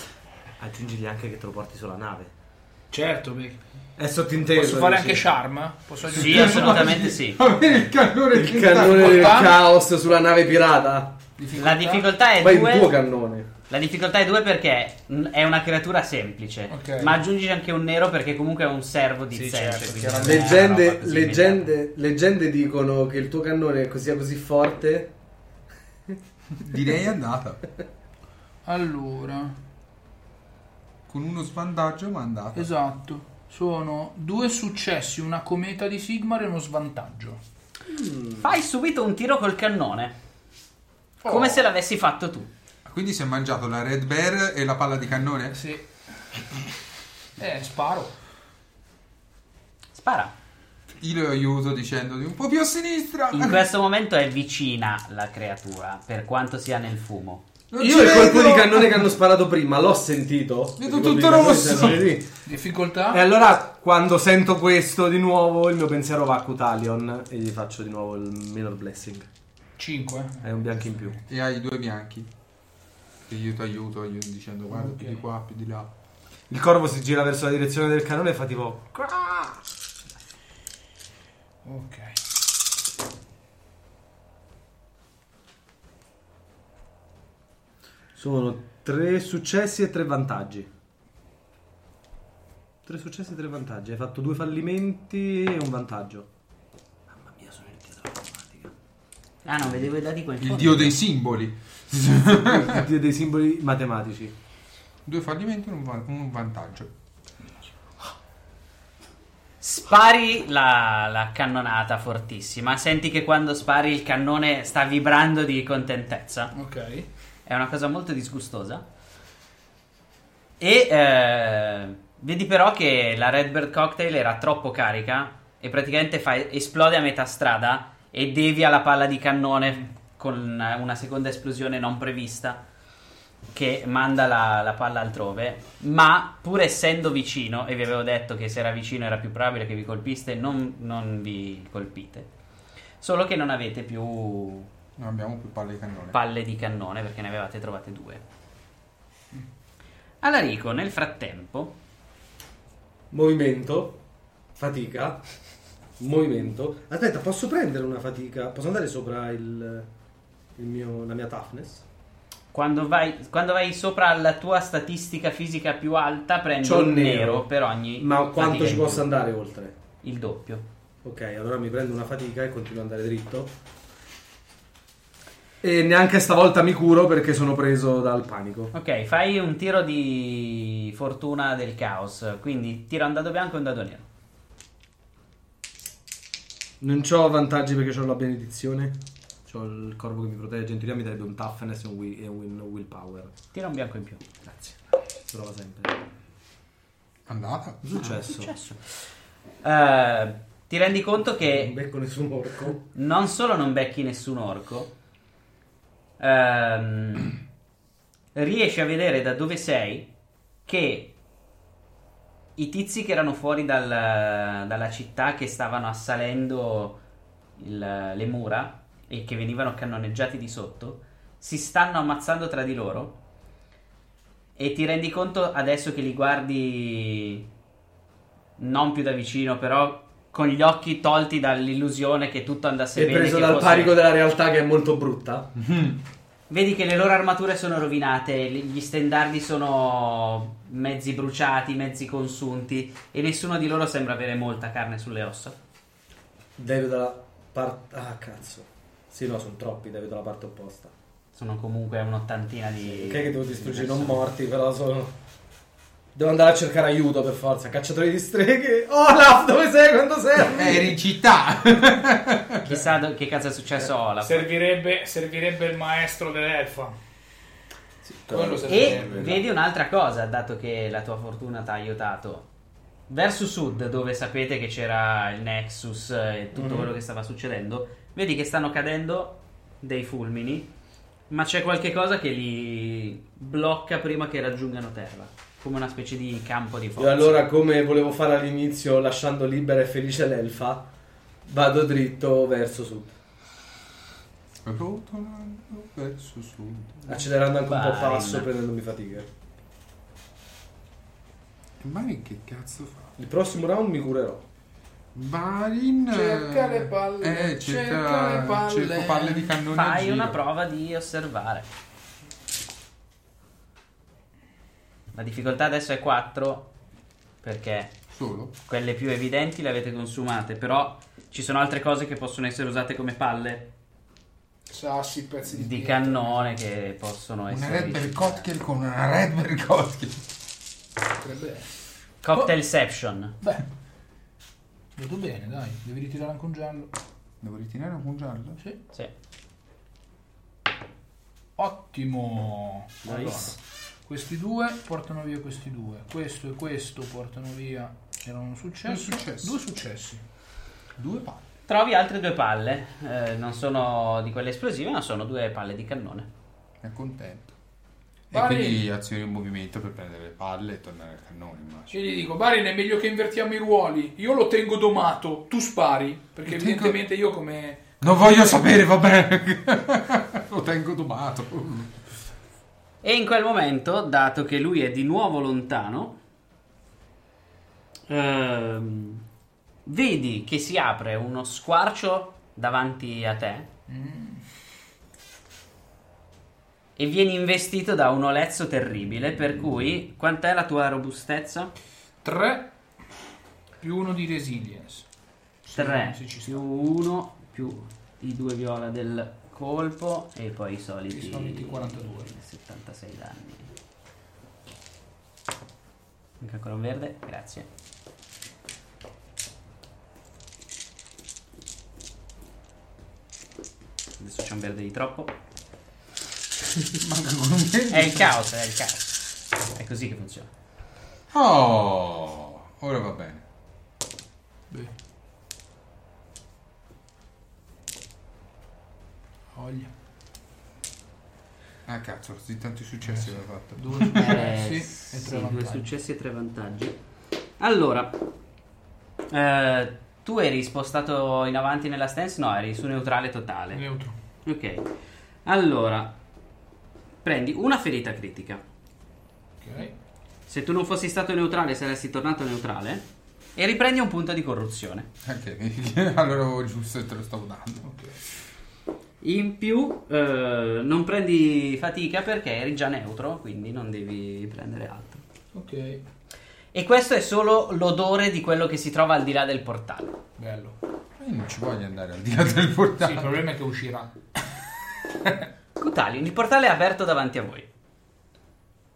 Aggiungigli anche che te lo porti sulla nave. Certo, beh. È sottinteso. Posso fare dici. anche charm? Posso Sì, aggiungere assolutamente sì. Avere il cannone Il cannone del caos sulla nave pirata. La difficoltà è Ma il tuo 2. cannone. La difficoltà è 2 perché mh, è una creatura semplice. Ok. Ma aggiungi anche un nero perché comunque è un servo di Sì, Zeus, certo, quindi Eh, non è chiaramente. una roba Leggende, così immediata. leggende, leggende dicono che il tuo cannone sia così forte. Direi è andata. Allora, Con uno svantaggio, ma è andata. esatto. Sono due successi, una cometa di Sigmar e uno svantaggio. Fai subito un tiro col cannone. Oh. Come se l'avessi fatto tu. Ah, Quindi si è mangiato la Red Bear e la palla di cannone? Sì. Eh, sparo. Spara. Io lo aiuto dicendogli un po' più a sinistra. In questo momento è vicina la creatura, per quanto sia nel fumo. Non Io ci il colpo vedo. di cannone che hanno sparato prima l'ho sentito. Vedo Il colpo di tutto cannone rosso. stanno lì. Difficoltà? E allora quando sento questo di nuovo il mio pensiero va a Cutalion e gli faccio di nuovo il Minor Blessing. 5. È un bianco in più. E hai i due bianchi. Che io ti aiuto io dicendo guarda Ok. più di qua, più di là. Il corvo si gira verso la direzione del cannone e fa tipo... "Qua!" Ok. Sono tre successi e tre vantaggi. Tre successi e tre vantaggi. Hai fatto due fallimenti e un vantaggio. Mamma mia, sono il dietro automatica. Ah, non vedevo i dati qua in Il fondo. dio dei simboli. Tutti e dei simboli matematici. Due fallimenti e un, va- un vantaggio. Spari la, la cannonata fortissima. Senti che quando spari il cannone sta vibrando di contentezza. Ok. È una cosa molto disgustosa. E eh, vedi però che la Redbird Cocktail era troppo carica e praticamente fa- esplode a metà strada e devia la palla di cannone con eh, una seconda esplosione non prevista che manda la, la palla altrove. Ma pur essendo vicino, e vi avevo detto che se era vicino era più probabile che vi colpiste, non, non vi colpite. Solo che non avete più Non abbiamo più palle di cannone. palle di cannone perché ne avevate trovate due. Alarico, nel frattempo, Movimento. Fatica. Movimento. Aspetta, posso prendere una fatica? Posso andare sopra il, il mio, la mia toughness? quando vai, quando vai sopra alla tua statistica fisica più alta, prendi C'ho un il nero, nero. per ogni. Ma fatica quanto ci in più. posso andare oltre? Il doppio. Ok, allora mi prendo una fatica e continuo ad andare dritto. E neanche stavolta mi curo perché sono preso dal panico. Ok, fai un tiro di fortuna del caos. Quindi tira un dado bianco e un dado nero. Non ho vantaggi perché ho la benedizione. Ho il corvo che mi protegge. In teoria mi darebbe un toughness e un, wi- e un willpower. Tira un bianco in più. Grazie. Prova sempre. Andata. Ah, Successo. Successo. Eh, ti rendi conto che Non becco nessun orco. non solo non becchi nessun orco, ehm, riesci a vedere da dove sei che i tizi che erano fuori dal- dalla città, che stavano assalendo il- le mura e che venivano cannoneggiati di sotto, si stanno ammazzando tra di loro. E ti rendi conto adesso che li guardi non più da vicino, però con gli occhi tolti dall'illusione che tutto andasse Sei bene. preso che dal fosse- panico della realtà che è molto brutta. Vedi che le loro armature sono rovinate, li- gli stendardi sono mezzi bruciati, mezzi consunti e nessuno di loro sembra avere molta carne sulle ossa. Devo dalla parte. Ah, cazzo. Sì, no, sono troppi. Devo dalla parte opposta. Sono comunque un'ottantina di... Ok, che devo di distruggere i non persone. morti, però sono. Devo andare a cercare aiuto per forza. Cacciatore di streghe. Oh, Olaf, dove sei? Quando sei? Eh, Eri in città. Chissà do- che cazzo è successo a Olaf. Servirebbe, servirebbe il maestro dell'elfa. Quello E servirebbe. vedi un'altra cosa, dato che la tua fortuna ti ha aiutato. Verso sud, dove sapete che c'era il Nexus e tutto quello che stava succedendo, vedi che stanno cadendo dei fulmini, ma c'è qualche cosa che li blocca prima che raggiungano terra, come una specie di campo di Io forza. allora, come volevo fare all'inizio, lasciando libera e felice l'elfa, vado dritto verso sud. Rotolando verso sud. Accelerando anche un po' Vai, passo, ma- prendendomi fatica. Marin che cazzo fa? Il prossimo round mi curerò. Marin. Cerca le palle, Eh, cerca, cerca le palle. cerco palle di cannone. a Fai giro. una prova di osservare. La difficoltà adesso è 4 perché Solo. Quelle più evidenti le avete consumate, però ci sono altre cose che possono essere usate come palle Sassi, pezzi di, di pietra. cannone che possono Una essere... Red Berkotkel con una Red Berkotkel. Potrebbe essere. Cocktailception. Beh. Vedo bene, dai. Devi ritirare anche un giallo. Devo ritirare un giallo? Sì. Sì. Ottimo. Nice. Questi due portano via questi due. Questo e questo portano via. Era un successo. Due successi. Due successi. Due palle. Trovi altre due palle. eh, non sono di quelle esplosive, ma sono due palle di cannone. È contento. Pari. E quindi azioni in movimento per prendere le palle e tornare al cannone, immagino. Io gli dico, Barin è meglio che invertiamo i ruoli. Io lo tengo domato, tu spari. Perché Lo tengo- evidentemente io come... Non voglio sapere, va bene. Lo tengo domato. E in quel momento, dato che lui è di nuovo lontano, ehm, vedi che si apre uno squarcio davanti a te. E vieni investito da un olezzo terribile, per cui quant'è la tua robustezza? 3 più 1 di resilience. 3 sì, ci sta. più 1 più i due viola del colpo e poi i soliti, I soliti 42. 76 danni. Anche ancora un verde, grazie. Adesso c'è un verde di troppo. È il caos, è il caos. È così che funziona. Oh, ora va bene. Beh. Voglia. Ah, cazzo, così tanti successi aveva fatto. 2 successi Eh, e sì, 3 due vantaggi. successi e tre vantaggi. Allora, eh, tu eri spostato in avanti nella stance? No, eri su neutrale totale. Neutro. Ok. Allora, prendi una ferita critica. Ok. Se tu non fossi stato neutrale, saresti tornato neutrale. E riprendi un punto di corruzione. Ok, vedi? allora avevo giusto e te lo stavo dando. ok. In più, eh, non prendi fatica perché eri già neutro, quindi non devi prendere altro. Ok. E questo è solo l'odore di quello che si trova al di là del portale. Bello. Ma io non ci voglio andare al di là del Sì, il portale. problema è che uscirà. Cutalion, il portale è aperto davanti a voi.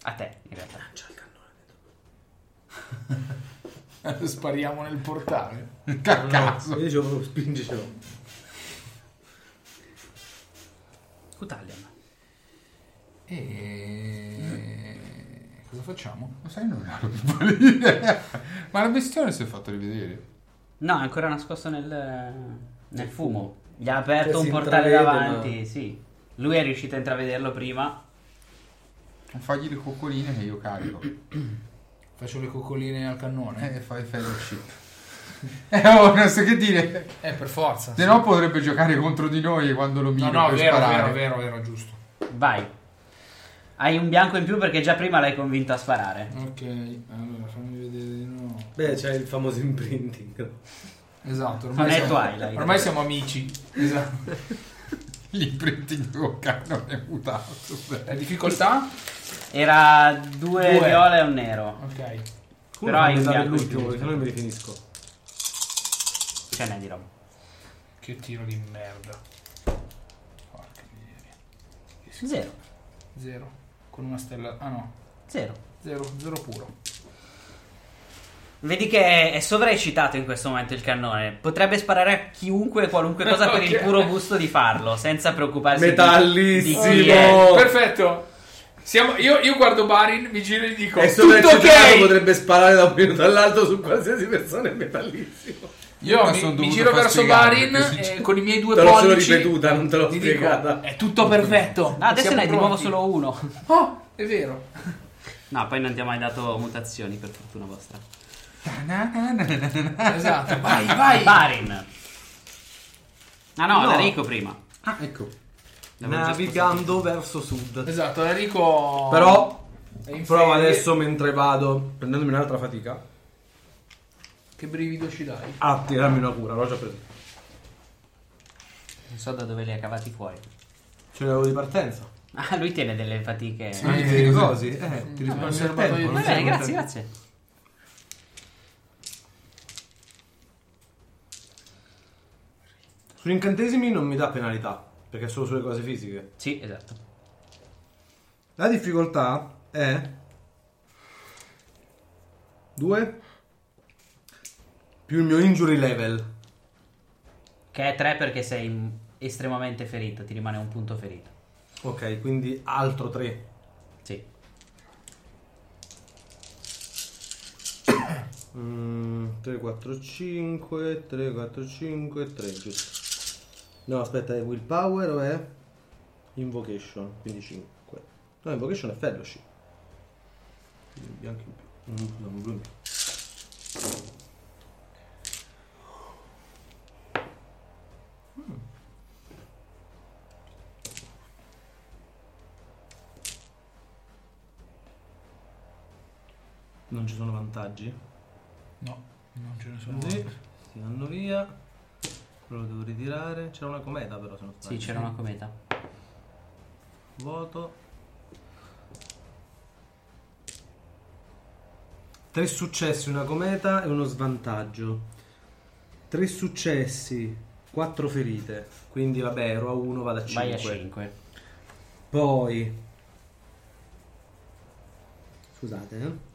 A te, in realtà. Spariamo nel portale. Ca- cazzo. Io dicevo, spingicelo. Cutalion. E... Cosa facciamo? Ma sai, non era la più buona idea. Ma la bestione si è fatto rivedere. No, è ancora nascosto nel, nel fumo. Gli ha aperto Cioè, un si portale intravede, davanti, sì. Lui è riuscito a intravederlo prima. Non fagli le coccoline che io carico. Eh, Faccio le coccoline al cannone? E fai fellowship. Eh, oh, non so che dire. Eh, per forza. Se no potrebbe giocare contro di noi quando lo No, miro no, per vero, vero, sparare. vero, vero, giusto. Vai. Hai un bianco in più perché già prima l'hai convinto a sparare. Ok, allora fammi vedere di nuovo. Beh, c'è il famoso imprinting. Esatto, Non ormai, è siamo, Twilight. ormai siamo amici. Esatto. L'imprinting con cannone è mutato. La difficoltà? Era due, Due. viola e un nero. Ok. Come Però hai un fammi dare bianco in l'ultimo, più. perché se no mi rifinisco. Ce n'è di roba. Che tiro di merda. Porca miseria. Zero. Zero. Con una stella... Ah no. Zero. Zero, zero puro. Vedi che è- è sovraeccitato in questo momento il cannone. Potrebbe sparare a chiunque e qualunque cosa per il Ok. puro gusto di farlo, senza preoccuparsi di- Metallissimo! di chi è. Perfetto. Siamo, io, io guardo Barin, mi giro e gli dico... E Tutto sovraeccitato ok! potrebbe sparare da un minuto all'altro su qualsiasi persona, è metallissimo. Io Ma mi, sono mi dovuto giro far verso spiegare, Barin perché sincer- eh, con i miei due Te l'ho solo pollici. ripetuta, non te l'ho gli dico, spiegata. è tutto perfetto. No, Ah, adesso siamo ne hai di nuovo pronti." solo uno. Oh, è vero. No, poi non ti ha mai dato mutazioni, per fortuna vostra. Esatto. Vai, vai. Barin. Ah no, Enrico prima. Ah, ecco. L'avevo già Navigando verso sud. Esatto, Enrico... Però è in provo ferie. adesso mentre vado, prendendomi un'altra fatica, Che brivido ci dai? a tirarmi una cura, l'ho già presa. Non so da dove li ha cavati fuori. Ce l'avevo di partenza. Ah, lui tiene delle fatiche. Sì. Va Anche Eh, di cosi, eh, ti Ah, risparmi il conservatoio tempo. di- non bene, serve grazie, tempo. grazie. Sugli incantesimi non mi dà penalità, perché è solo sulle cose fisiche. Sì, esatto. La difficoltà è 2 più il mio injury level. Che è 3 perché sei estremamente ferito, ti rimane un punto ferito. Ok, quindi altro 3. Sì. 3, 4, 5, 3, 4, 5, 3, giusto. No, aspetta, è willpower o è invocation, quindi 5. No, invocation è fellowship. Quindi un bianco in più. Mm, no, un blu in più. Non ci sono vantaggi? No, non ce ne sono. Così, si vanno via. Quello devo ritirare. C'era una cometa però se non Sì, sbaglio. c'era una cometa. Voto. Tre successi, una cometa e uno svantaggio. Tre successi, quattro ferite. Quindi vabbè, ero a 1, vado a Vai a 5. 5. Poi... Scusate, eh.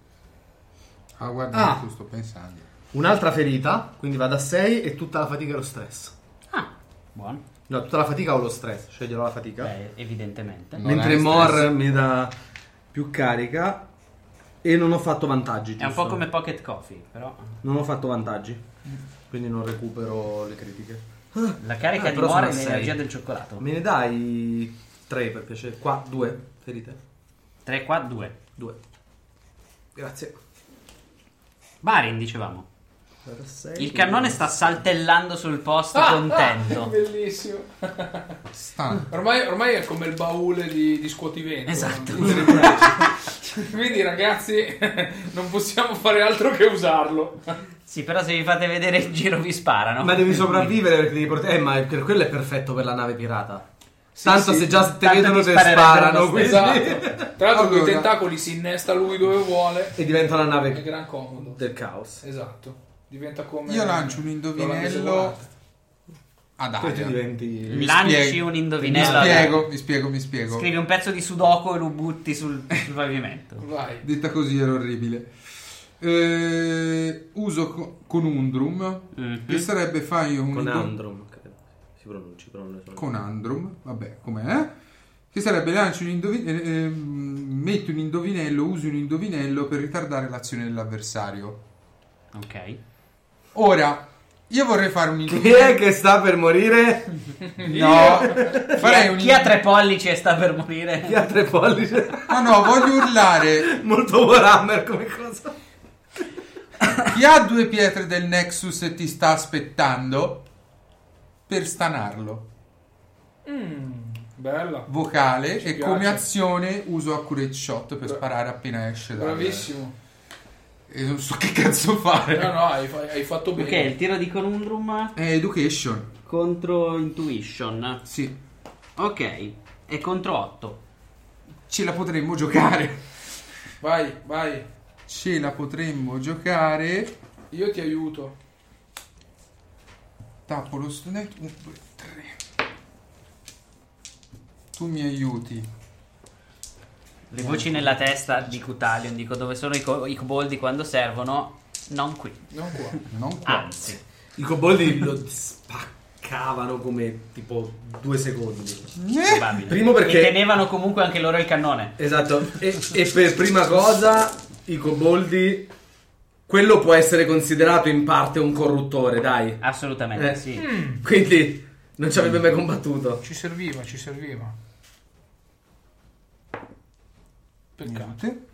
Ah, guarda, Ah. tu sto pensando. Un'altra ferita, quindi vado a 6 e tutta la fatica e lo stress. Ah, buono. No, tutta la fatica o lo stress? Sceglierò la fatica. Beh, evidentemente. No. Non Mentre hai Mor stress. mi dà più carica e non ho fatto vantaggi. È un giusto? po' come Pocket Coffee, però. Non ho fatto vantaggi, quindi non recupero le critiche. La carica Ah, di però Mora è sono a sei. l'energia del cioccolato. Me ne dai 3 per piacere? Qua, 2 ferite. 3 qua, 2. 2. Grazie. Barin, dicevamo. Vado a sei, Il quindi- cannone sta saltellando sul posto Ah, contento. bellissimo. Ah. Stanco. Ormai, ormai è come il baule di, di scuotivento. Esatto. Quindi ragazzi, non possiamo fare altro che usarlo. Sì, però se vi fate vedere in giro vi sparano. Ma devi sopravvivere perché devi portare... Eh, ma per- quello è perfetto per la nave pirata. Tanto sì. se già te Tanto vedono ti te sparerebbero sparano. lo Quindi... Esatto. Tra l'altro con i Allora. tentacoli si innesta lui dove vuole. E diventa la È nave gran comodo. del caos. Esatto. Diventa come Io lancio un l'olandese indovinello volante. ad Poi eh. tu aria. diventi... Mi Lanci spiego- un Mi indovinello. alla- spiego, mi spiego, mi spiego. Scrivi un pezzo di sudoku e lo butti sul, sul pavimento. Vai. Detta così era orribile. Eh, uso co- con Undrum, Mhm. che sarebbe fai un Con indo- Androm, credo. Si pronunci, però non ne sono. con Andrum, vabbè, com'è? Che sarebbe lancio un indovinello, mm, metti un indovinello, usi un indovinello per ritardare l'azione dell'avversario. Ok. Ora, io vorrei fare un Chi indovinello. è che sta per morire? No, farei un Chi ha tre pollici e sta per morire? Chi ha tre pollici? No, no, voglio urlare. Molto Warhammer come cosa. Chi ha due pietre del Nexus e ti sta aspettando per stanarlo. Mm, Bella. vocale Ci e piace. come azione uso accurate shot per sparare appena esce dal- Bravissimo. E non so che cazzo fare. No, no, hai, fa- hai fatto bene. Ok, il tiro di Conundrum È education. contro Intuition. Sì, Ok, è contro 8. ce la potremmo giocare. Vai, vai. Ce la potremmo giocare. Io ti aiuto. Tappo lo studente 1 2 3. Tu mi aiuti. Le voci nella testa di Cutalion, dico dove sono i, co- i coboldi quando servono, non qui. Non qua. Non qua. Anzi, I coboldi lo spaccavano come tipo due secondi. Eh, probabile. Primo perché- E tenevano comunque anche loro il cannone. Esatto. E, e per prima cosa, i coboldi. Quello può essere considerato in parte un corruttore, dai. Assolutamente, Eh. sì. Quindi non ci avrebbe mai combattuto. Ci serviva, ci serviva. Peccato. Niente.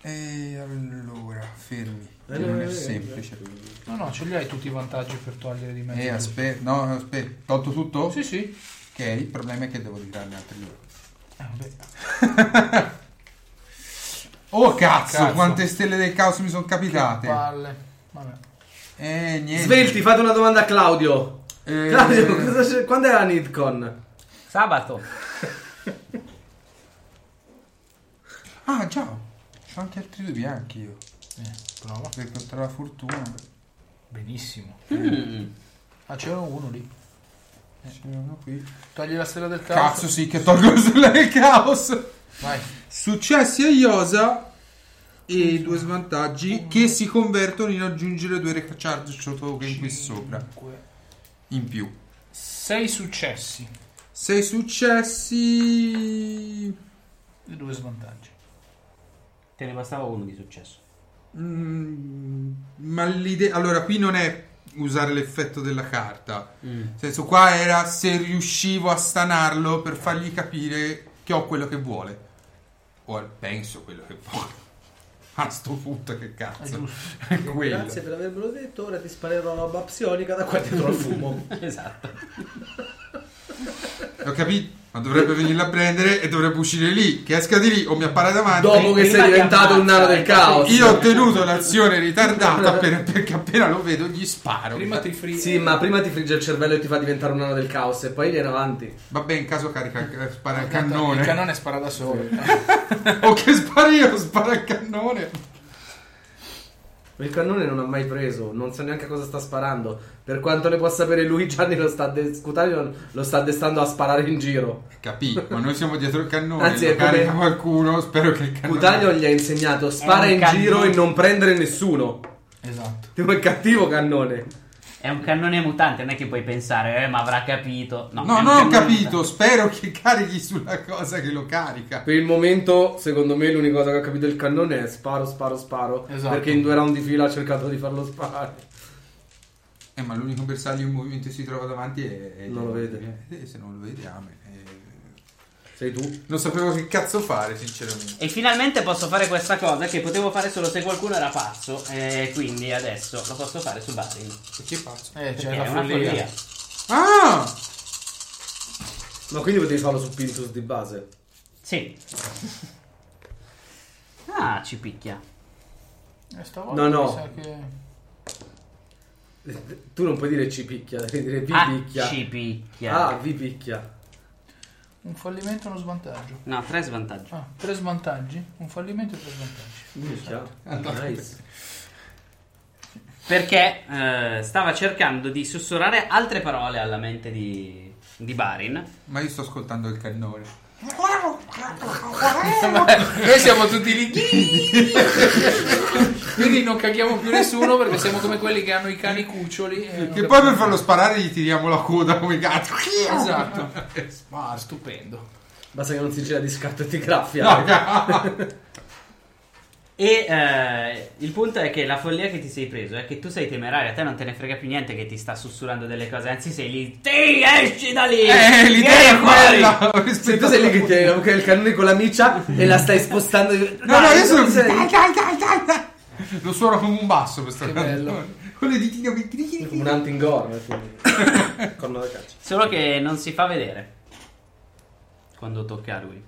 E allora, fermi. Che non è semplice. eh, No, no, ce li hai tutti i vantaggi per togliere di mezzo. Eh, E aspetta, no, aspetta. Tolto tutto? Sì, sì. Ok, il problema è che devo tirarne altri due. Ah, vabbè. Oh cazzo, Cazzo. quante stelle del caos mi sono capitate. Palle. Vabbè. Eh, niente. Svelti, fate una domanda a Claudio. Eh, Claudio, cosa c'è- quando era Nidcon? Sabato. Ah, già. C'ho anche altri due bianchi io. Eh, prova. Perché ho tra la fortuna. Benissimo. Mm. Ah, c'era uno lì. C'era Eh, uno qui. Togli la stella del caos. Cazzo, sì, che tolgo la stella del caos. Vai. Successi a Iosa e due svantaggi che si convertono in aggiungere due recharge token qui sopra. In più. Sei successi Sei successi. e due svantaggi. Te ne bastava uno di successo. Mm, ma l'idea... Allora, qui non è usare l'effetto della carta. Mm. Nel senso, qua era se riuscivo a stanarlo per fargli capire che ho quello che vuole. O al- penso quello che vuole. A sto punto che È cazzo. giusto. È quello. Grazie per avermelo detto, ora ti sparerò roba psionica da qua dietro al fumo. Esatto. Ho capito. Ma dovrebbe venirla a prendere e dovrebbe uscire lì. Che esca di lì o mi appara davanti. Dopo che Prima sei ti diventato un nano ammazza, del hai capito? caos. Io ho tenuto l'azione ritardata per- perché appena lo vedo gli sparo. Prima ti free. Sì, ma prima ti frigge il cervello e ti fa diventare un nano del caos e poi viene avanti. Vabbè, in caso carica, eh, spara Eh, il Il cannone. cannone spara da solo. o che sparo io, spara il cannone. Il cannone non ha mai preso, non sa neanche cosa sta sparando. Per quanto ne può sapere lui, Gianni lo sta, de- Scutari lo sta destando a sparare in giro. Capì, ma noi siamo dietro il cannone. Anzi, lo è come- carica qualcuno, spero che il cannone. Cutaglio gli ha insegnato spara È un in cannone. giro e non prendere nessuno. esatto. Tipo il cattivo cannone. È un cannone mutante, non è che puoi pensare, eh, ma avrà capito. No, è No, un non ho cannone capito. mutante. Spero che carichi sulla cosa che lo carica. Per il momento, secondo me, l'unica cosa che ha capito il cannone è sparo, sparo, sparo. Esatto. Perché in due round di fila ha cercato di farlo sparare. Eh, ma l'unico bersaglio in movimento che si trova davanti è. è- Non lo vede. Eh, se non lo vede, amen. Eh, Sei tu. Non sapevo che cazzo fare, sinceramente. E finalmente posso fare questa cosa che potevo fare solo se qualcuno era pazzo. E quindi adesso lo posso fare su Barin. Perché pazzo? Eh, Perché c'è è la una follia. follia. Ah! Ma quindi potevi farlo su Pintus di base. Sì. Ah, ci picchia. Eh, stavolta No, no. mi sa che- Tu non puoi dire ci picchia, devi dire vi ah, picchia. ci picchia. Ah, vi picchia. Un fallimento e uno svantaggio. No, tre svantaggi. Ah, tre svantaggi. Un fallimento e tre svantaggi. Minchia. Ah, Nice. Perché eh, stava cercando di sussurrare altre parole alla mente di, di Barin. Ma io sto ascoltando il cannone. Eh, Noi siamo tutti lì. Quindi non caghiamo più nessuno perché siamo come quelli che hanno i cani cuccioli. Eh, eh, e non Che capiscono. poi per farlo sparare gli tiriamo la coda come cazzo. Esatto. E spara. Ah, stupendo. Basta che non si gira di scatto e ti graffia. No, Eh, ca- E eh, il punto è che la follia che ti sei preso è che tu sei temerario, a te non te ne frega più niente che ti sta sussurrando delle cose, anzi sei lì, ti esci da lì! Eh, l'idea è Vieni fuori!" quella. Se tu sei lì che tieni la- il cannone con la miccia e la stai spostando. No, no, io sono. dove sei? Dai, dai, dai, dai, dai. Lo suono come un basso questo Che cannone. Con le ditine che Come Un hunting gore. quindi. Corno da caccia. Solo che non si fa vedere quando tocca a lui.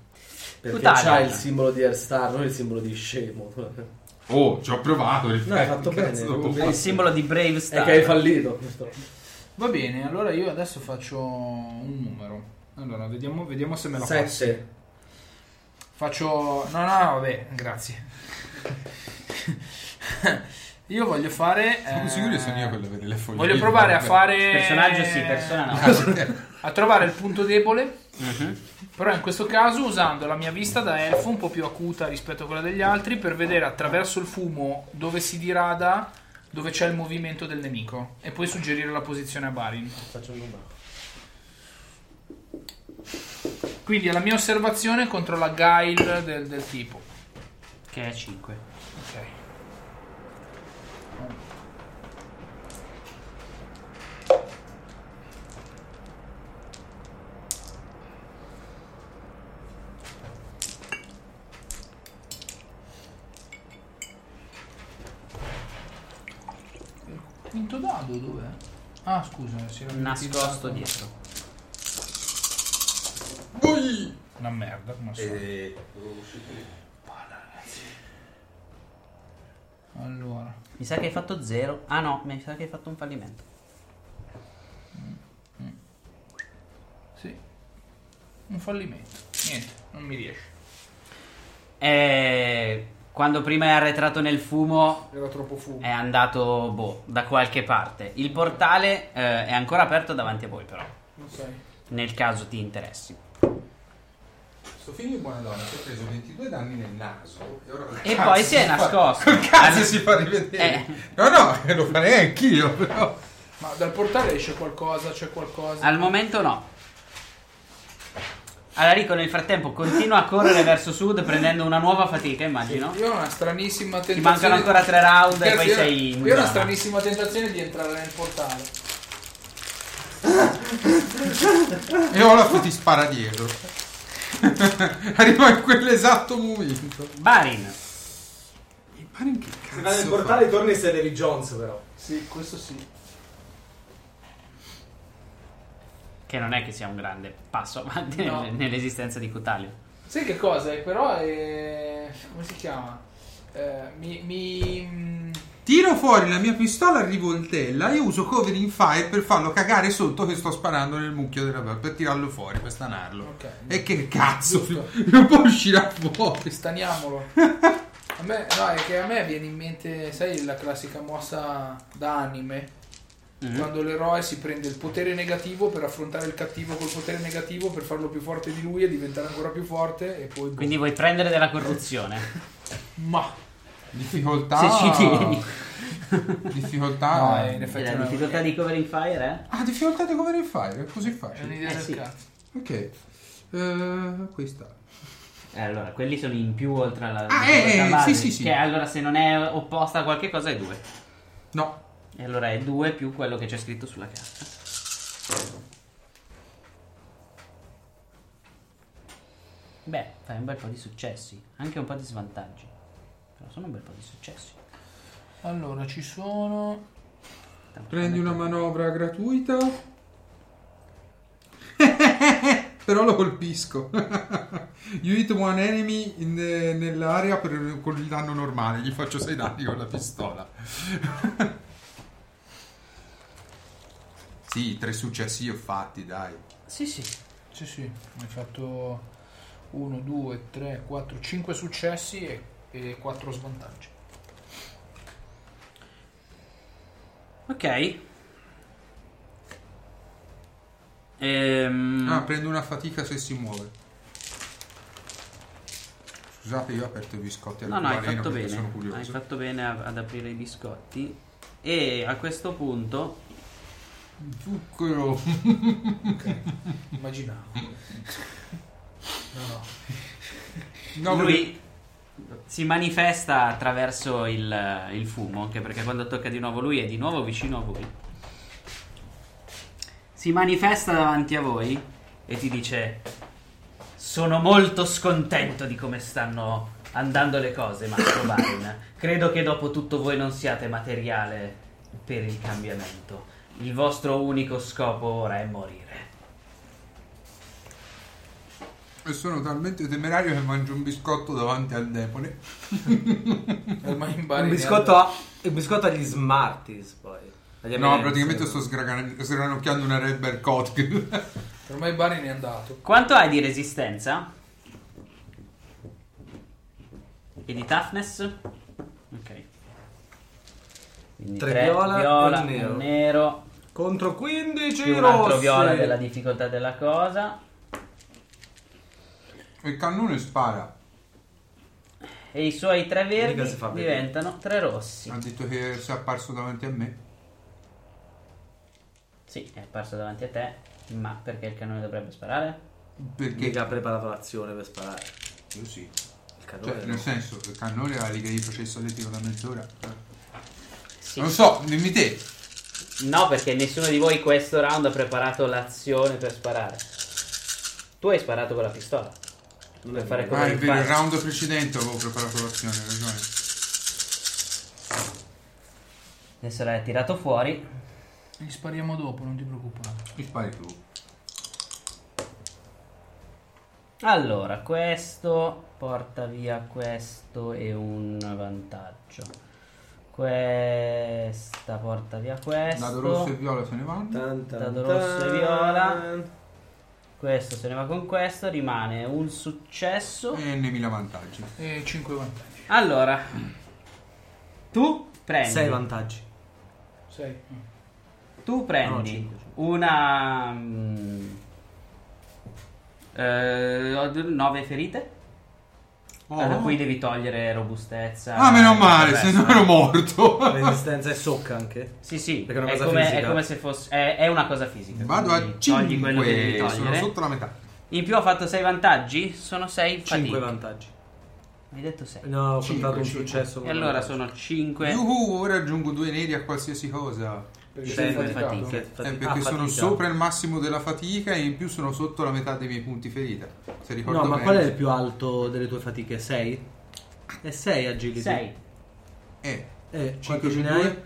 Perché Cutaglia. c'ha il simbolo di Airstar, non il simbolo di scemo. Oh, ci ho provato. No, hai fatto bene, hai fatto È il simbolo di Brave È Star. che hai fallito. Va bene, allora io adesso faccio un numero. Allora, vediamo, vediamo se me la faccio. Sette. Faccio... No, no, no, vabbè, grazie. io voglio fare... Sono eh, sicuro che sono io quello a vedere le foglie. Voglio provare a fare... Personaggio sì, persona no. A trovare il punto debole. Mhm. Però in questo caso usando la mia vista da elfo un po' più acuta rispetto a quella degli altri per vedere attraverso il fumo dove si dirada, dove c'è il movimento del nemico e poi suggerire la posizione a Barin. Faccio un numero. Quindi è la mia osservazione contro la guile del, del tipo. Che è 5. Ok. Il Quinto dado dov'è? Ah scusa, si era dimenticato. Nascosto dietro. Una merda, Eh. come al solito. Allora. Mi sa che hai fatto 0. Ah no, mi sa che hai fatto un fallimento. Sì. Un fallimento. Niente, non mi riesce. E Eh, quando prima è arretrato nel fumo Era troppo fumo. è andato boh, da qualche parte. Il portale eh, è ancora aperto davanti a voi però, Ok. nel caso ti interessi. Sto figlio è buona donna si è preso 22 danni nel naso. E, ora- E Cazzo, poi si è fa- nascosto. Cazzo, si fa Eh. rivedere. No, no, lo farei anch'io, però. Ma dal portale esce qualcosa, c'è qualcosa. Al momento no. Alarico nel frattempo continua a correre verso sud prendendo una nuova fatica, immagino. Io ho una stranissima tentazione. Ti mancano ancora tre round e Scherzi, poi io- sei in Io ho una zona. stranissima tentazione di entrare nel portale. E Olaf ti spara dietro. Arriva in quell'esatto momento. Barin. Ma in che Se vai nel cazzo fa? portale torni sei David Jones però. Sì, questo sì. Che non è che sia un grande passo avanti No. nel- nell'esistenza di Cutalio. Sai che cosa? è? Però è. come si chiama? Eh, mi. mi... mm, Tiro fuori la mia pistola a rivoltella e uso covering fire per farlo cagare sotto che sto sparando nel mucchio della per tirarlo fuori, per stanarlo. Ok. E che cazzo, Giusto. non può uscire fuori. Staniamolo. A me, no, è che a me viene in mente, sai, la classica mossa da anime. Mm-hmm. Quando l'eroe si prende il potere negativo per affrontare il cattivo col potere negativo per farlo più forte di lui e diventare ancora più forte e poi. boh. Quindi vuoi prendere della corruzione. Ma. Difficoltà. Se ci tieni. Difficoltà. No, è in effetti- La no, difficoltà di covering fire, Ah, difficoltà di covering fire, è così È facile. un'idea Eh, del sì. cazzo. Ok. Eh, questa. eh? Eh, allora, quelli sono in più oltre alla Ah, difficoltà eh, eh, base, sì, sì, sì. Che allora se non è opposta a qualche cosa è 2. No. E allora è 2 più quello che c'è scritto sulla carta. Beh, fai un bel po' di successi, anche un po' di svantaggi. Però sono un bel po' di successi. Allora ci sono. Tanto Prendi non è una che- manovra gratuita. Però lo colpisco. you hit one enemy in the- nell'area per- con il danno normale. Gli faccio 6 danni con la pistola. sì, tre successi li ho fatti, dai. Sì, sì. Sì, sì, hai fatto 1, 2, 3, 4, 5 successi e, e 4 svantaggi. Ok. Ehm, Ah, prendo una fatica se si muove. Scusate, io ho aperto i biscotti al no, no, hai baleno fatto perché bene. sono curioso. Hai fatto bene a- ad aprire i biscotti. E a questo punto Zucchero. Immaginavo. No, no. No, perché- lui si manifesta attraverso il, il fumo, anche perché quando tocca di nuovo lui è di nuovo vicino a voi. Si manifesta davanti a voi e ti dice: Sono molto scontento di come stanno andando le cose, Marco Bain. Credo che dopo tutto voi non siate materiale per il cambiamento. Il vostro unico scopo ora è morire. E sono talmente temerario che mangio un biscotto davanti al demone. Ormai in Un Bari biscotto, a- un biscotto agli Smarties poi. Agli No, Amelie. praticamente sto sgragan- sgranocchiando una Red Bear Cock. ne- Ormai in Bari ne è andato. Quanto hai di resistenza? E di toughness? Ok. Quindi Tre tre viola, viola, un nero. un nero, Contro 15 più un altro rossi. viola della difficoltà della cosa. Il cannone spara. E i suoi tre verdi Mica si fa vedere. diventano tre rossi. Ha detto che si è apparso davanti a me. Sì, è apparso davanti a te, ma perché il cannone dovrebbe sparare? Perché? Mica ha preparato l'azione per sparare. Io sì. Il cannone Cioè, no. nel senso, il cannone era lì che gli facevi solletico da mezz'ora. Sì. Non so, dimmi te. No, perché nessuno di voi questo round ha preparato l'azione per sparare. Tu hai sparato con la pistola. Per fare Ah, come è vero, il round precedente avevo preparato l'azione, hai ragione. Adesso l'hai tirato fuori. Li spariamo dopo, non ti preoccupare. Mi spari tu. Allora, questo porta via questo e un vantaggio. Questa porta via questo. Dado rosso e viola se ne vanno. Tan, tan, Dado rosso e viola. tan. Questo se ne va con questo, rimane un successo. E ne mila vantaggi. E 5 vantaggi. Allora, tu prendi, Sei vantaggi. 6. tu prendi No, cinque, cinque. una... mm, 9 eh, ferite. Da cui devi togliere robustezza. Oh. Ah, meno male, Vabbè, se no ero morto. Resistenza e socca anche. Sì, sì, Perché è una è, cosa come, fisica. è come se fosse. È, è una cosa fisica. Vado quindi a togli quello che devi 5, sono togliere. sotto la metà. In più ho fatto 6 vantaggi? Sono 6 5 fatiche. vantaggi. Hai detto 6. No, ho Cinque, contato un cinque. successo. E allora sono 5 Yuhu, ora aggiungo due neri a qualsiasi cosa. Perché sei Sempre faticato. fatiche. Ah, Eh, perché sono sopra il massimo della fatica e in più sono sotto la metà dei miei punti ferita. Se ricordo No, ma bene. qual è il più alto delle tue fatiche? 6? È 6 agility. 6. Eh, Eh, Cinque quanto ce più ne due? hai?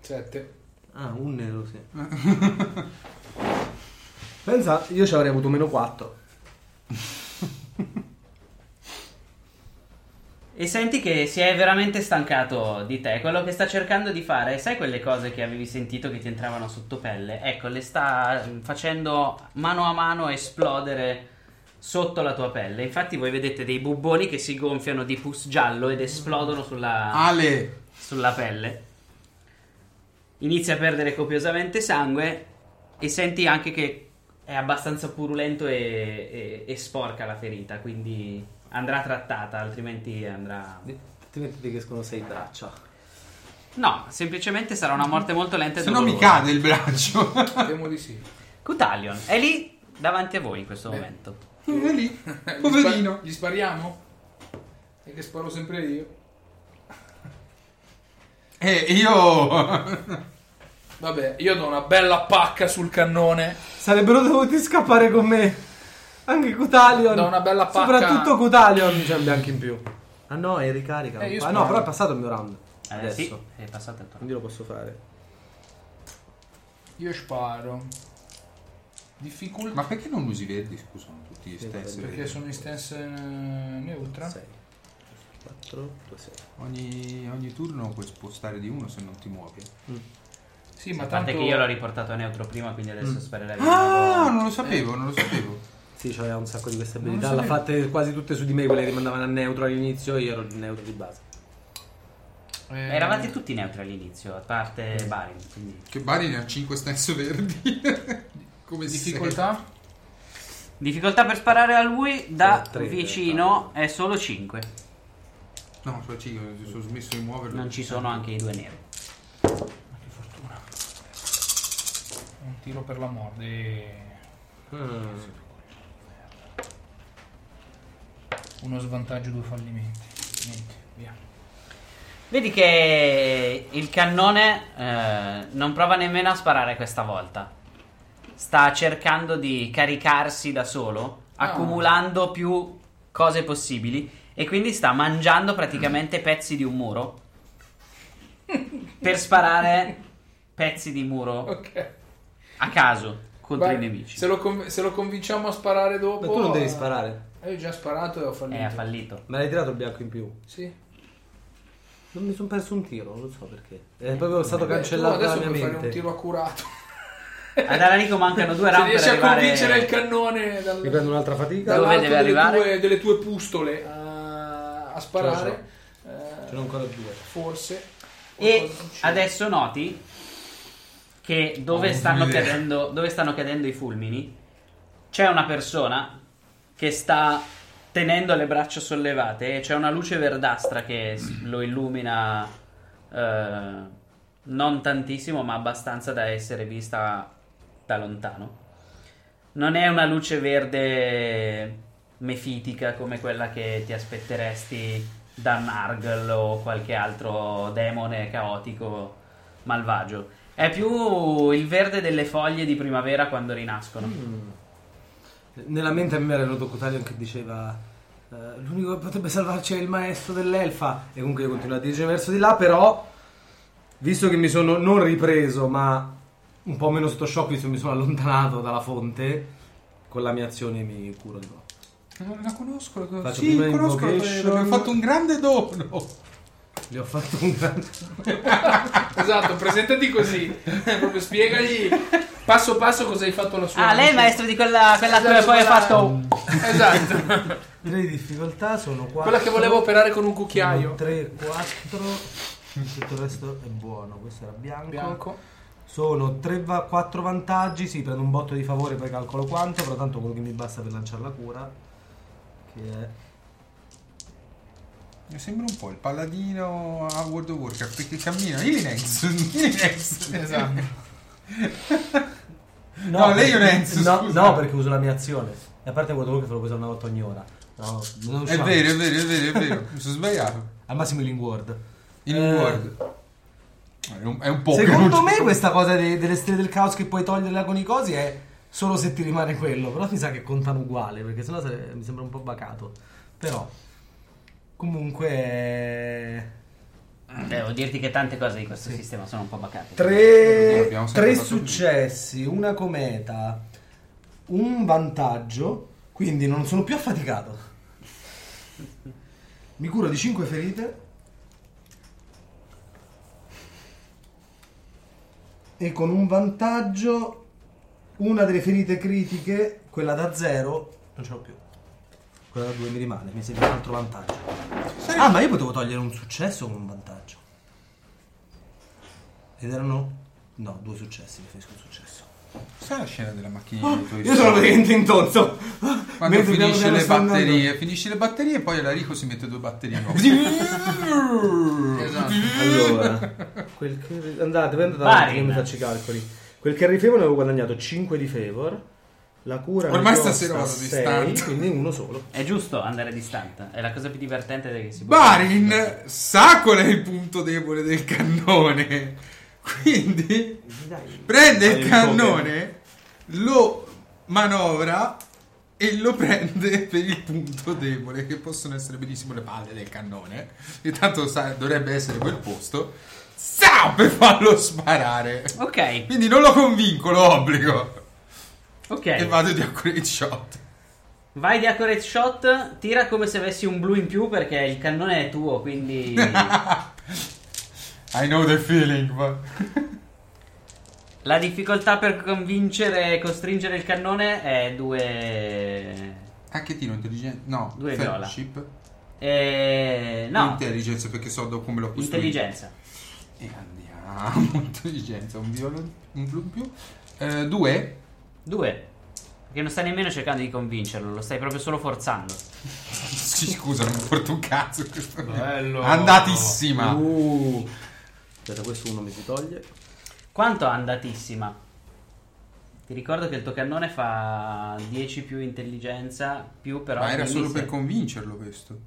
Sette. Ah, un nero, sì. Pensa, io ci avrei avuto meno 4. E senti che si è veramente stancato di te. Quello che sta cercando di fare, sai quelle cose che avevi sentito che ti entravano sotto pelle? Ecco, le sta mm, facendo mano a mano esplodere sotto la tua pelle. Infatti voi vedete dei bubboni che si gonfiano di pus giallo ed esplodono sulla, Ah. Ale, sulla pelle. Inizia a perdere copiosamente sangue e senti anche che è abbastanza purulento e, e- e sporca la ferita, quindi andrà trattata, altrimenti andrà... Altrimenti ti escono 6 braccia. No, semplicemente sarà una morte molto lenta e se no mi dolorosa. cade il braccio. Temo di sì. Cutalion è lì davanti a voi in questo momento. È lì, Eh, Gli poverino. spa- Gli spariamo? E che sparo sempre io. E Eh, io... Vabbè, io do una bella pacca sul cannone. Sarebbero dovuti scappare con me. Anche Cutalion. Da una bella pacca. Soprattutto Cutalion. C'è un bianco in più. Ah no, è ricarica. Eh, io ah sparo. no, però è passato il mio round. Eh, Adesso. sì, è passato il turno. Quindi lo posso fare. Io sparo. Difficoltà. Ma perché non usi verdi? Scusano tutti gli Sì, vabbè, stessi. Perché sono in stance eh, neutra. 6. 4, 2, 6. Ogni, ogni turno puoi spostare di uno se non ti muovi. Mm. Sì, ma a parte tanto... che io l'ho riportato a neutro prima, quindi adesso sparerei di Ah, nuovo. non lo sapevo, non lo sapevo. Sì, c'aveva un sacco di queste Non abilità. lo L'ha sapevo. fatte quasi tutte su di me quelle che mandavano a neutro all'inizio. Io ero neutro di base. eh, Eravate tutti neutri all'inizio, a parte Barin, quindi... Che Bari ne ha 5 stenzo verdi. Come Difficoltà? Difficoltà per sparare a lui da Sono tre, vicino è solo 5. sei. No, cioè, sono 5, sono smesso di muoverlo. Non ci sono anche i due neri. Ma che fortuna. Un tiro per la morte. Mm. Uno svantaggio, due fallimenti. Niente, via. Vedi che il cannone eh, non prova nemmeno a sparare questa volta. Sta cercando di caricarsi da solo, Ah. accumulando più cose possibili e quindi sta mangiando praticamente pezzi di un muro per sparare pezzi di muro Ok. a caso contro Vai, i nemici. Se lo, conv- se lo convinciamo a sparare dopo... Ma tu non devi eh, sparare. eh, Io ho già sparato e ho E fallito. Eh, ha fallito. Me l'hai tirato il bianco in più. Sì. Non mi sono perso un tiro, non so perché. È proprio stato Beh, Eh, tu cancellato adesso dalla mia puoi fare un mente. tiro accurato. Ad Alarico mancano Se due round per riesci a arrivare... convincere il cannone dal, Mi prendo un'altra fatica. Dove dall'alto deve delle, arrivare? tue, delle tue pustole eh, a, a sparare. eh, Ce n'ho ancora due. Forse. E Qualcosa succede. adesso noti che dove Oh, stanno, idea. cadendo, dove stanno cadendo i fulmini c'è una persona che sta tenendo le braccia sollevate e c'è una luce verdastra che s- lo illumina eh, non tantissimo ma abbastanza da essere vista da lontano. Non è una luce verde mefitica come quella che ti aspetteresti da Nargl o qualche altro demone caotico malvagio. È più il verde delle foglie di primavera quando rinascono. Mm. Nella mente a me era venuto Cotalion che diceva eh, l'unico che potrebbe salvarci è il maestro dell'elfa e comunque io continuo a dirigere verso di là però visto che mi sono non ripreso ma un po' meno sotto shock visto che mi sono allontanato dalla fonte con la mia azione mi curo di nuovo Eh, Non la conosco, la conosco. Faccio Sì, prima conosco, la invocation. conosco. Abbiamo fatto un grande dono. le ho fatto un grande Esatto, presentati così. Eh, Proprio spiegagli passo passo cosa hai fatto la sua Ah, lei è il maestro di quella, quella che poi ha fatto. Esatto. le difficoltà sono 4 Quella che volevo operare con un cucchiaio. 3, 4 tutto il resto è buono questo era Bianco. Sono 4 vantaggi, sì, prendo un botto di favore, poi calcolo quanto, però tanto quello che mi basta per lanciare la cura, che è... Mi sembra un po' il paladino a World of Warcraft perché cammina. Ilinex. Ilinex. Esatto. No, lei è un Enzo, No, scusa. no, perché uso la mia azione. E a parte quello che ve lo puoi usare una volta ogni ora. No, non È usciamo. vero, è vero, è vero, è vero. Mi sono sbagliato. Al massimo il Word. In Eh. Word. È un, è un po' Secondo me questa cosa de- delle stelle del caos che puoi toglierla con i cosi è solo se ti rimane quello, però mi sa che contano uguale, perché sennò sare- mi sembra un po' bacato. Però comunque eh, Devo Eh, dirti che tante cose di questo sistema sono un po' bacate. tre, Abbiamo sempre tre fatto successi, una cometa, un vantaggio, quindi non sono più affaticato. Mi curo di 5 ferite. E con un vantaggio, una delle ferite critiche, quella da 0, non ce l'ho più. Quella da 2 mi rimane, mi serve un altro vantaggio. Ah, ma io potevo togliere un successo con un vantaggio. Ed erano... No, due successi, preferisco un successo. Sai la scena della macchina dei tuoi Io sono praticamente intonso. Quando Mentre piano finisce piano le sto andando. batterie, finisce le batterie e poi Larico si mette due batterie nuove. Esatto. Allora, quel che... andate, prendo davanti che mi faccio i calcoli. Quel carry favor ne avevo guadagnato 5 di favor. La cura mi Ormai costa stasera vado 6, distante. quindi uno solo. È giusto andare distante, è la cosa più divertente che si può fare. Barin sa qual è il punto debole del cannone. Quindi prende Dai, il il cannone, lo manovra e lo prende per il punto debole, che possono essere benissimo le palle del cannone. E tanto sa- dovrebbe essere quel posto. Sa per farlo sparare. Ok, Quindi non lo convinco, lo obbligo. E ok. vado di accurate shot. Vai di accurate shot, tira come se avessi un blu in più perché il cannone è tuo, quindi... I know the feeling, ma... la difficoltà per convincere e costringere il cannone è due... Ah, che tiro intelligenza? No, Due viola. friendship. Eh, no, Intelligenza, perché so do- come l'ho costruito. intelligenza. E andiamo. Intelligenza, un viola, un blu in più. Eh, due. Due. Perché non stai nemmeno cercando di convincerlo, lo stai proprio solo forzando. Sì, Scusa, non mi porto un cazzo. questo- Bello. Andatissima. Uh. Aspetta, questo uno mi si toglie. Quanto andatissima? Ti ricordo che il tuo cannone fa 10 più intelligenza, più però... Ma era quindi solo se- per convincerlo questo.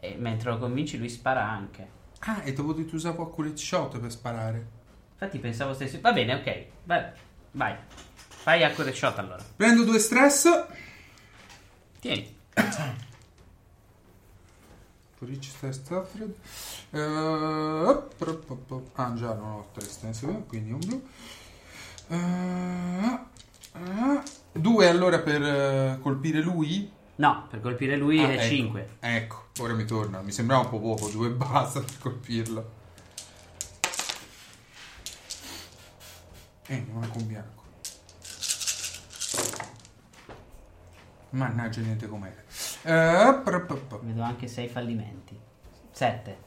e mentre lo convinci lui spara anche. Ah, e dopo ti usavo accurate shot per sparare. Infatti pensavo stessi... Va bene, ok. Vai. Vai. Fai accurate shot allora. Prendo due stress. Tieni. For each stress suffered. Eh, pro- pro- pro- ah, già non ho tre stress, quindi un blu. Eh, eh, due allora per eh, colpire lui. No, per colpire lui Ah, è ecco. 5. Ecco, ora mi torna. Mi sembrava un po' poco, due e basta per colpirlo. Eh, non è con bianco. Mannaggia, niente com'era. Eh, pro- pro- pro- Vedo anche 6 fallimenti. 7.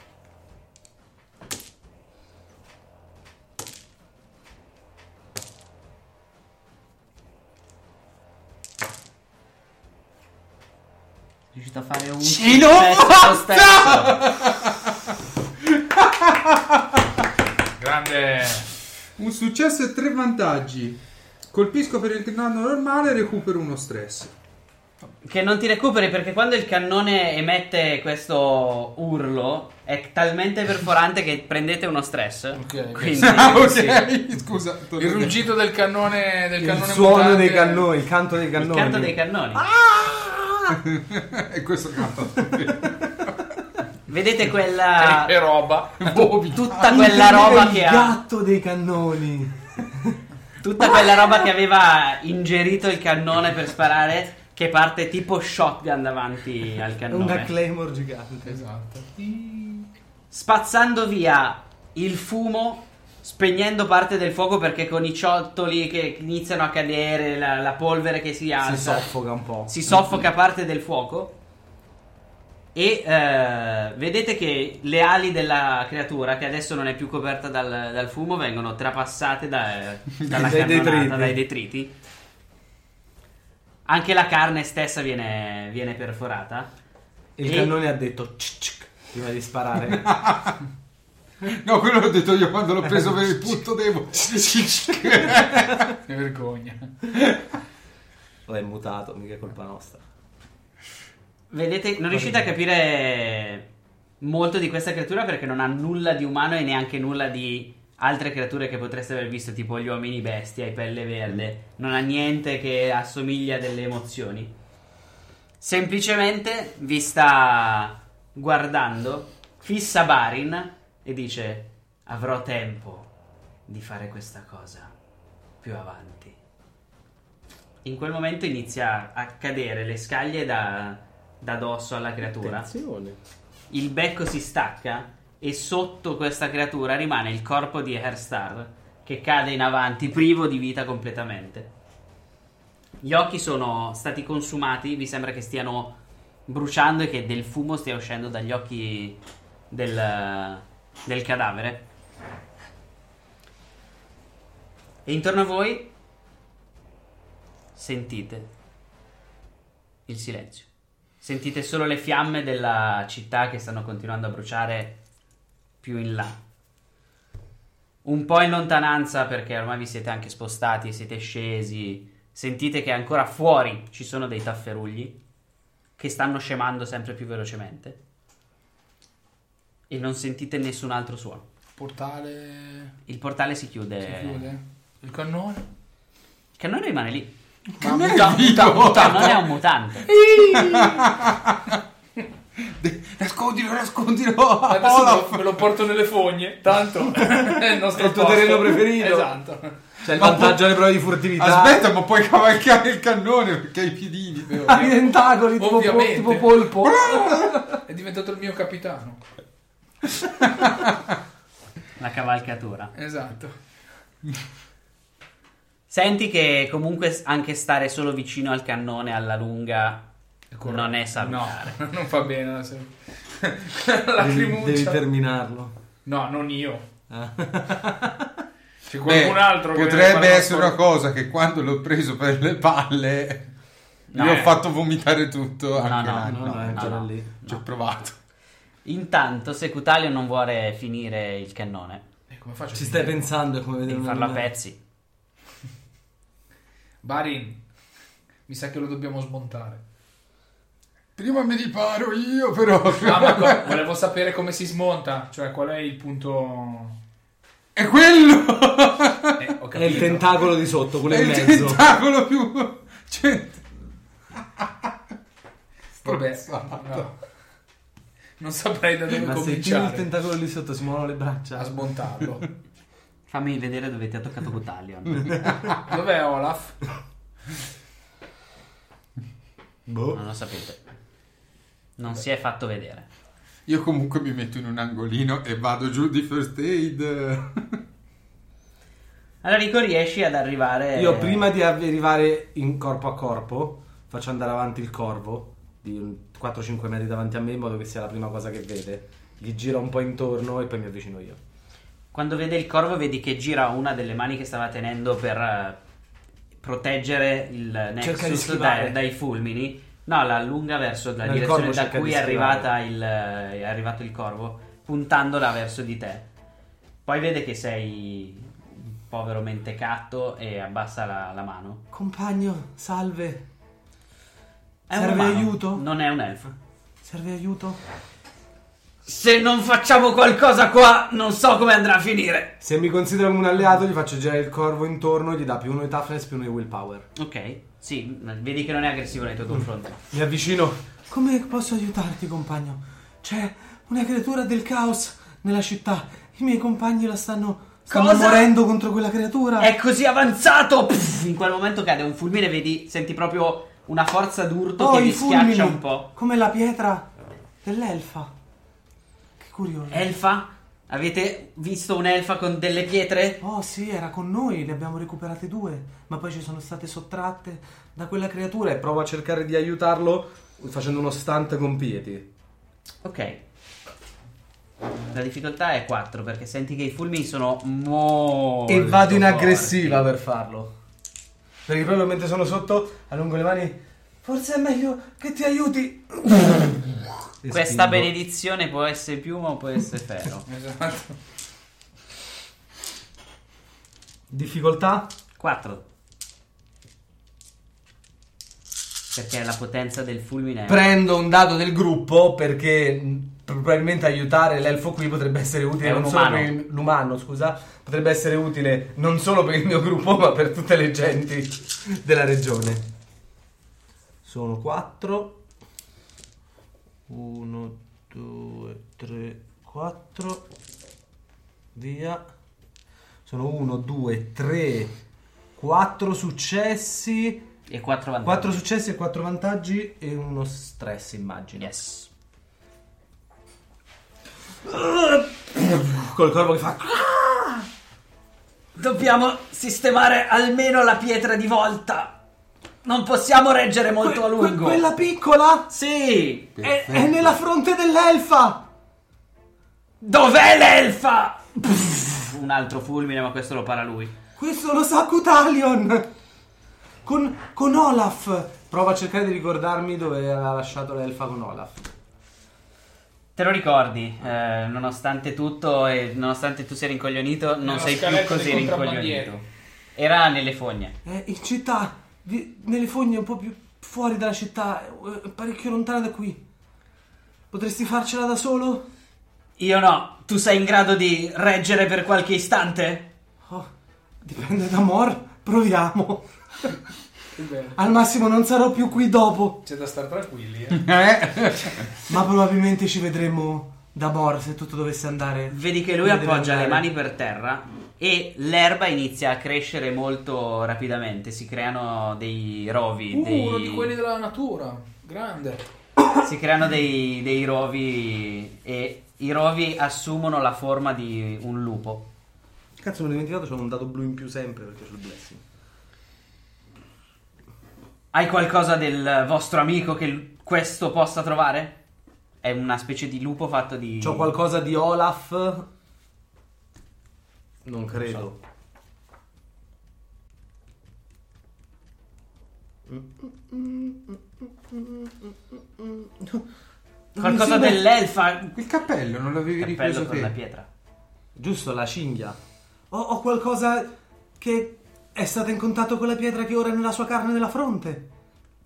Riuscito a fare un Ci non successo stesso. Grande. Un successo e tre vantaggi. Colpisco per il danno normale e recupero uno stress. Che non ti recuperi perché quando il cannone emette questo urlo è talmente perforante che prendete uno stress. Ok, Quindi Ah, ok, scusa. torno Il indietro. ruggito del cannone del Il cannone suono mutante. dei cannoni, il canto dei il cannoni. canto dei cannoni. E questo canto. Vedete quella È roba. tutta quella roba che il ha gatto dei cannoni. Tutta quella roba che aveva ingerito il cannone per sparare, che parte tipo shotgun davanti al Una cannone. claymore gigante. Esatto. Spazzando via il fumo, spegnendo parte del fuoco perché con i ciottoli che iniziano a cadere, la, la polvere che si Si alza, soffoca un po'. si soffoca parte del fuoco. E eh, vedete che le ali della creatura, che adesso non è più coperta dal, dal fumo, vengono trapassate da- dalla Dai cannonata, detriti. dai detriti. Anche la carne stessa viene, viene perforata. Il E- cannone ha detto "Cic, cic", prima di sparare. No, quello l'ho detto io quando l'ho preso per il punto debole. Che vergogna. Vabbè, è mutato, mica è colpa nostra. Vedete, non riuscite a capire molto di questa creatura perché non ha nulla di umano e neanche nulla di altre creature che potreste aver visto, tipo gli uomini bestia, i pelle verde. Non ha niente che assomiglia a delle emozioni. Semplicemente vi sta guardando, fissa Barin e dice: Avrò tempo di fare questa cosa più avanti. In quel momento inizia a cadere le scaglie da, da dosso alla creatura. Attenzione. Il becco si stacca e sotto questa creatura rimane il corpo di Herstar che cade in avanti, privo di vita completamente. Gli occhi sono stati consumati, vi sembra che stiano bruciando e che del fumo stia uscendo dagli occhi del, del cadavere. E intorno a voi sentite il silenzio. Sentite solo le fiamme della città che stanno continuando a bruciare più in là. Un po' in lontananza perché ormai vi siete anche spostati, siete scesi. Sentite che ancora fuori ci sono dei tafferugli che stanno scemando sempre più velocemente. E non sentite nessun altro suono. Portale. Il portale si chiude. Si chiude. Eh. Il cannone. Il cannone rimane lì. Ma muta, muta, Il cannone è un mutante. De- nascondilo, nascondilo! Adesso me Olaf! lo- me lo porto nelle fogne. Tanto è il nostro È il tuo posto. terreno preferito. Esatto. C'è il vantaggio alle prove di furtività. Aspetta, ma puoi cavalcare il cannone perché hai i piedini. però. Ha i tentacoli tipo, po- Ovviamente. tipo polpo. Ah, È diventato il mio capitano. La cavalcatura. Esatto. Senti che comunque s- anche stare solo vicino al cannone alla lunga non è Ah, No, salutare. non fa bene. la se- La Devi, devi lacrimuccia. terminarlo. No, non io. Ah. C'è Beh, qualcun altro che potrebbe deve essere una fare- cosa che quando l'ho preso per le palle No, gli ho eh. fatto vomitare tutto. No, anche no, là. no, No, no, è no, già no. lì. Ci ho provato. Intanto Secutalio non vuole finire il cannone. Eh, come faccio? Ci stai pensando è come vedere Devi una farlo a luna. pezzi. Barin, mi sa che lo dobbiamo smontare. Prima mi riparo io, però. Ah, ma co- volevo sapere come si smonta, cioè qual è il punto... È quello! Eh, ho È il capito. tentacolo di sotto, quello è in il mezzo. tentacolo più. Cioè, Vabbè, no. Non saprei da dove Ma se tiri il cominciare tentacolo lì sotto si muovono le a braccia. smontarlo. Fammi vedere dove ti ha toccato Cutalion. Dov'è Olaf? Boh. non lo sapete. Non si è fatto vedere. Io comunque mi metto in un angolino e vado giù di first aid. Allora Rico riesci ad arrivare. Io prima di arrivare in corpo a corpo faccio andare avanti il corvo di un 4-5 metri davanti a me in modo che sia la prima cosa che vede. Gli gira un po' intorno e poi mi avvicino io. Quando vede il corvo vedi che gira una delle mani che stava tenendo per eh, proteggere il Cerca di Nexus schivare. dai- dai fulmini. No, la allunga verso la No, il direzione corvo da cerca di cui è, schivare. arrivata il, eh, è arrivato il corvo, puntandola verso di te. Poi vede che sei un povero mentecatto e abbassa la, la mano. Compagno, salve. È un Serve umano, aiuto? Non è un elfo. Serve aiuto? Se non facciamo qualcosa qua, non so come andrà a finire. Se mi considera come un alleato gli faccio girare il corvo intorno e gli dà più uno di toughness più uno di willpower. Ok, sì, vedi che non è aggressivo nei tuoi confronti. Mi avvicino. Come posso aiutarti, compagno? C'è una creatura del caos nella città. I miei compagni la stanno... Stanno Cosa? morendo contro quella creatura. È così avanzato! Pff, in quel momento cade un fulmine, vedi, senti proprio una forza d'urto che Oh, i vi fulmini, schiaccia un po'. Come la pietra dell'elfa. Che curioso. Eh. Elfa? Avete visto un'elfa con delle pietre? Oh sì, era con noi, ne abbiamo recuperate due, ma poi ci sono state sottratte da quella creatura e provo a cercare di aiutarlo facendo uno stunt con piedi. Ok. La difficoltà è 4 perché senti che i fulmini sono molto E vado in forti. aggressiva per farlo. Perché proprio mentre sono sotto, allungo le mani. Forse è meglio che ti aiuti. E Questa spingo. benedizione può essere piuma o può essere ferro. Esatto. Difficoltà? 4. Perché è la potenza del fulmine. Prendo un dado del gruppo perché mh, probabilmente aiutare l'elfo qui potrebbe essere utile È un non solo umano. per il- l'umano, scusa, potrebbe essere utile non solo per il mio gruppo, ma per tutte le genti della regione. Sono 4 1 2 3 4 via sono 1 2 3 4 successi e 4 vantaggi. 4 successi e 4 vantaggi e uno stress, immagino. Yes. Col corvo che fa. Dobbiamo sistemare almeno la pietra di volta. Non possiamo reggere molto a "Que- lungo. quella piccola Sì. è, è nella fronte dell'elfa. Dov'è l'elfa? Un altro fulmine, ma questo lo para lui. Questo lo sa Cutalion. Con, con Olaf. Prova a cercare di ricordarmi dove aveva lasciato l'elfa con Olaf. Te lo ricordi, eh, nonostante tutto e nonostante tu sia rincoglionito, non Nella sei più scaletta così dei contrabbandieri. rincoglionito. Era nelle fogne. Eh, in città, vi- nelle fogne un po' più fuori dalla città, eh, parecchio lontana da qui. Potresti farcela da solo? Io no. Tu sei in grado di reggere per qualche istante? Oh, dipende da Mor, proviamo. Al massimo non sarò più qui dopo, C'è da stare tranquilli. Eh. ma probabilmente ci vedremo da Mor se tutto dovesse andare. Vedi che lui Come deve appoggia le andare. mani per terra e l'erba inizia a crescere molto rapidamente. Si creano dei rovi. Uh, dei... uno di quelli della natura. Grande. si creano dei, dei rovi e i rovi assumono la forma di un lupo. Cazzo, mi ho dimenticato, c'ho un dato blu in più sempre perché c'ho il blessing. Hai qualcosa del vostro amico che l- questo possa trovare? È una specie di lupo fatto di... C'ho qualcosa di Olaf? Non credo. Mm. Qualcosa Mi sembra- dell'elfa. Il cappello non l'avevi Cappello ripreso con la te. pietra. Giusto, la cinghia. Ho, ho qualcosa che è stata in contatto con la pietra che ora è nella sua carne della fronte.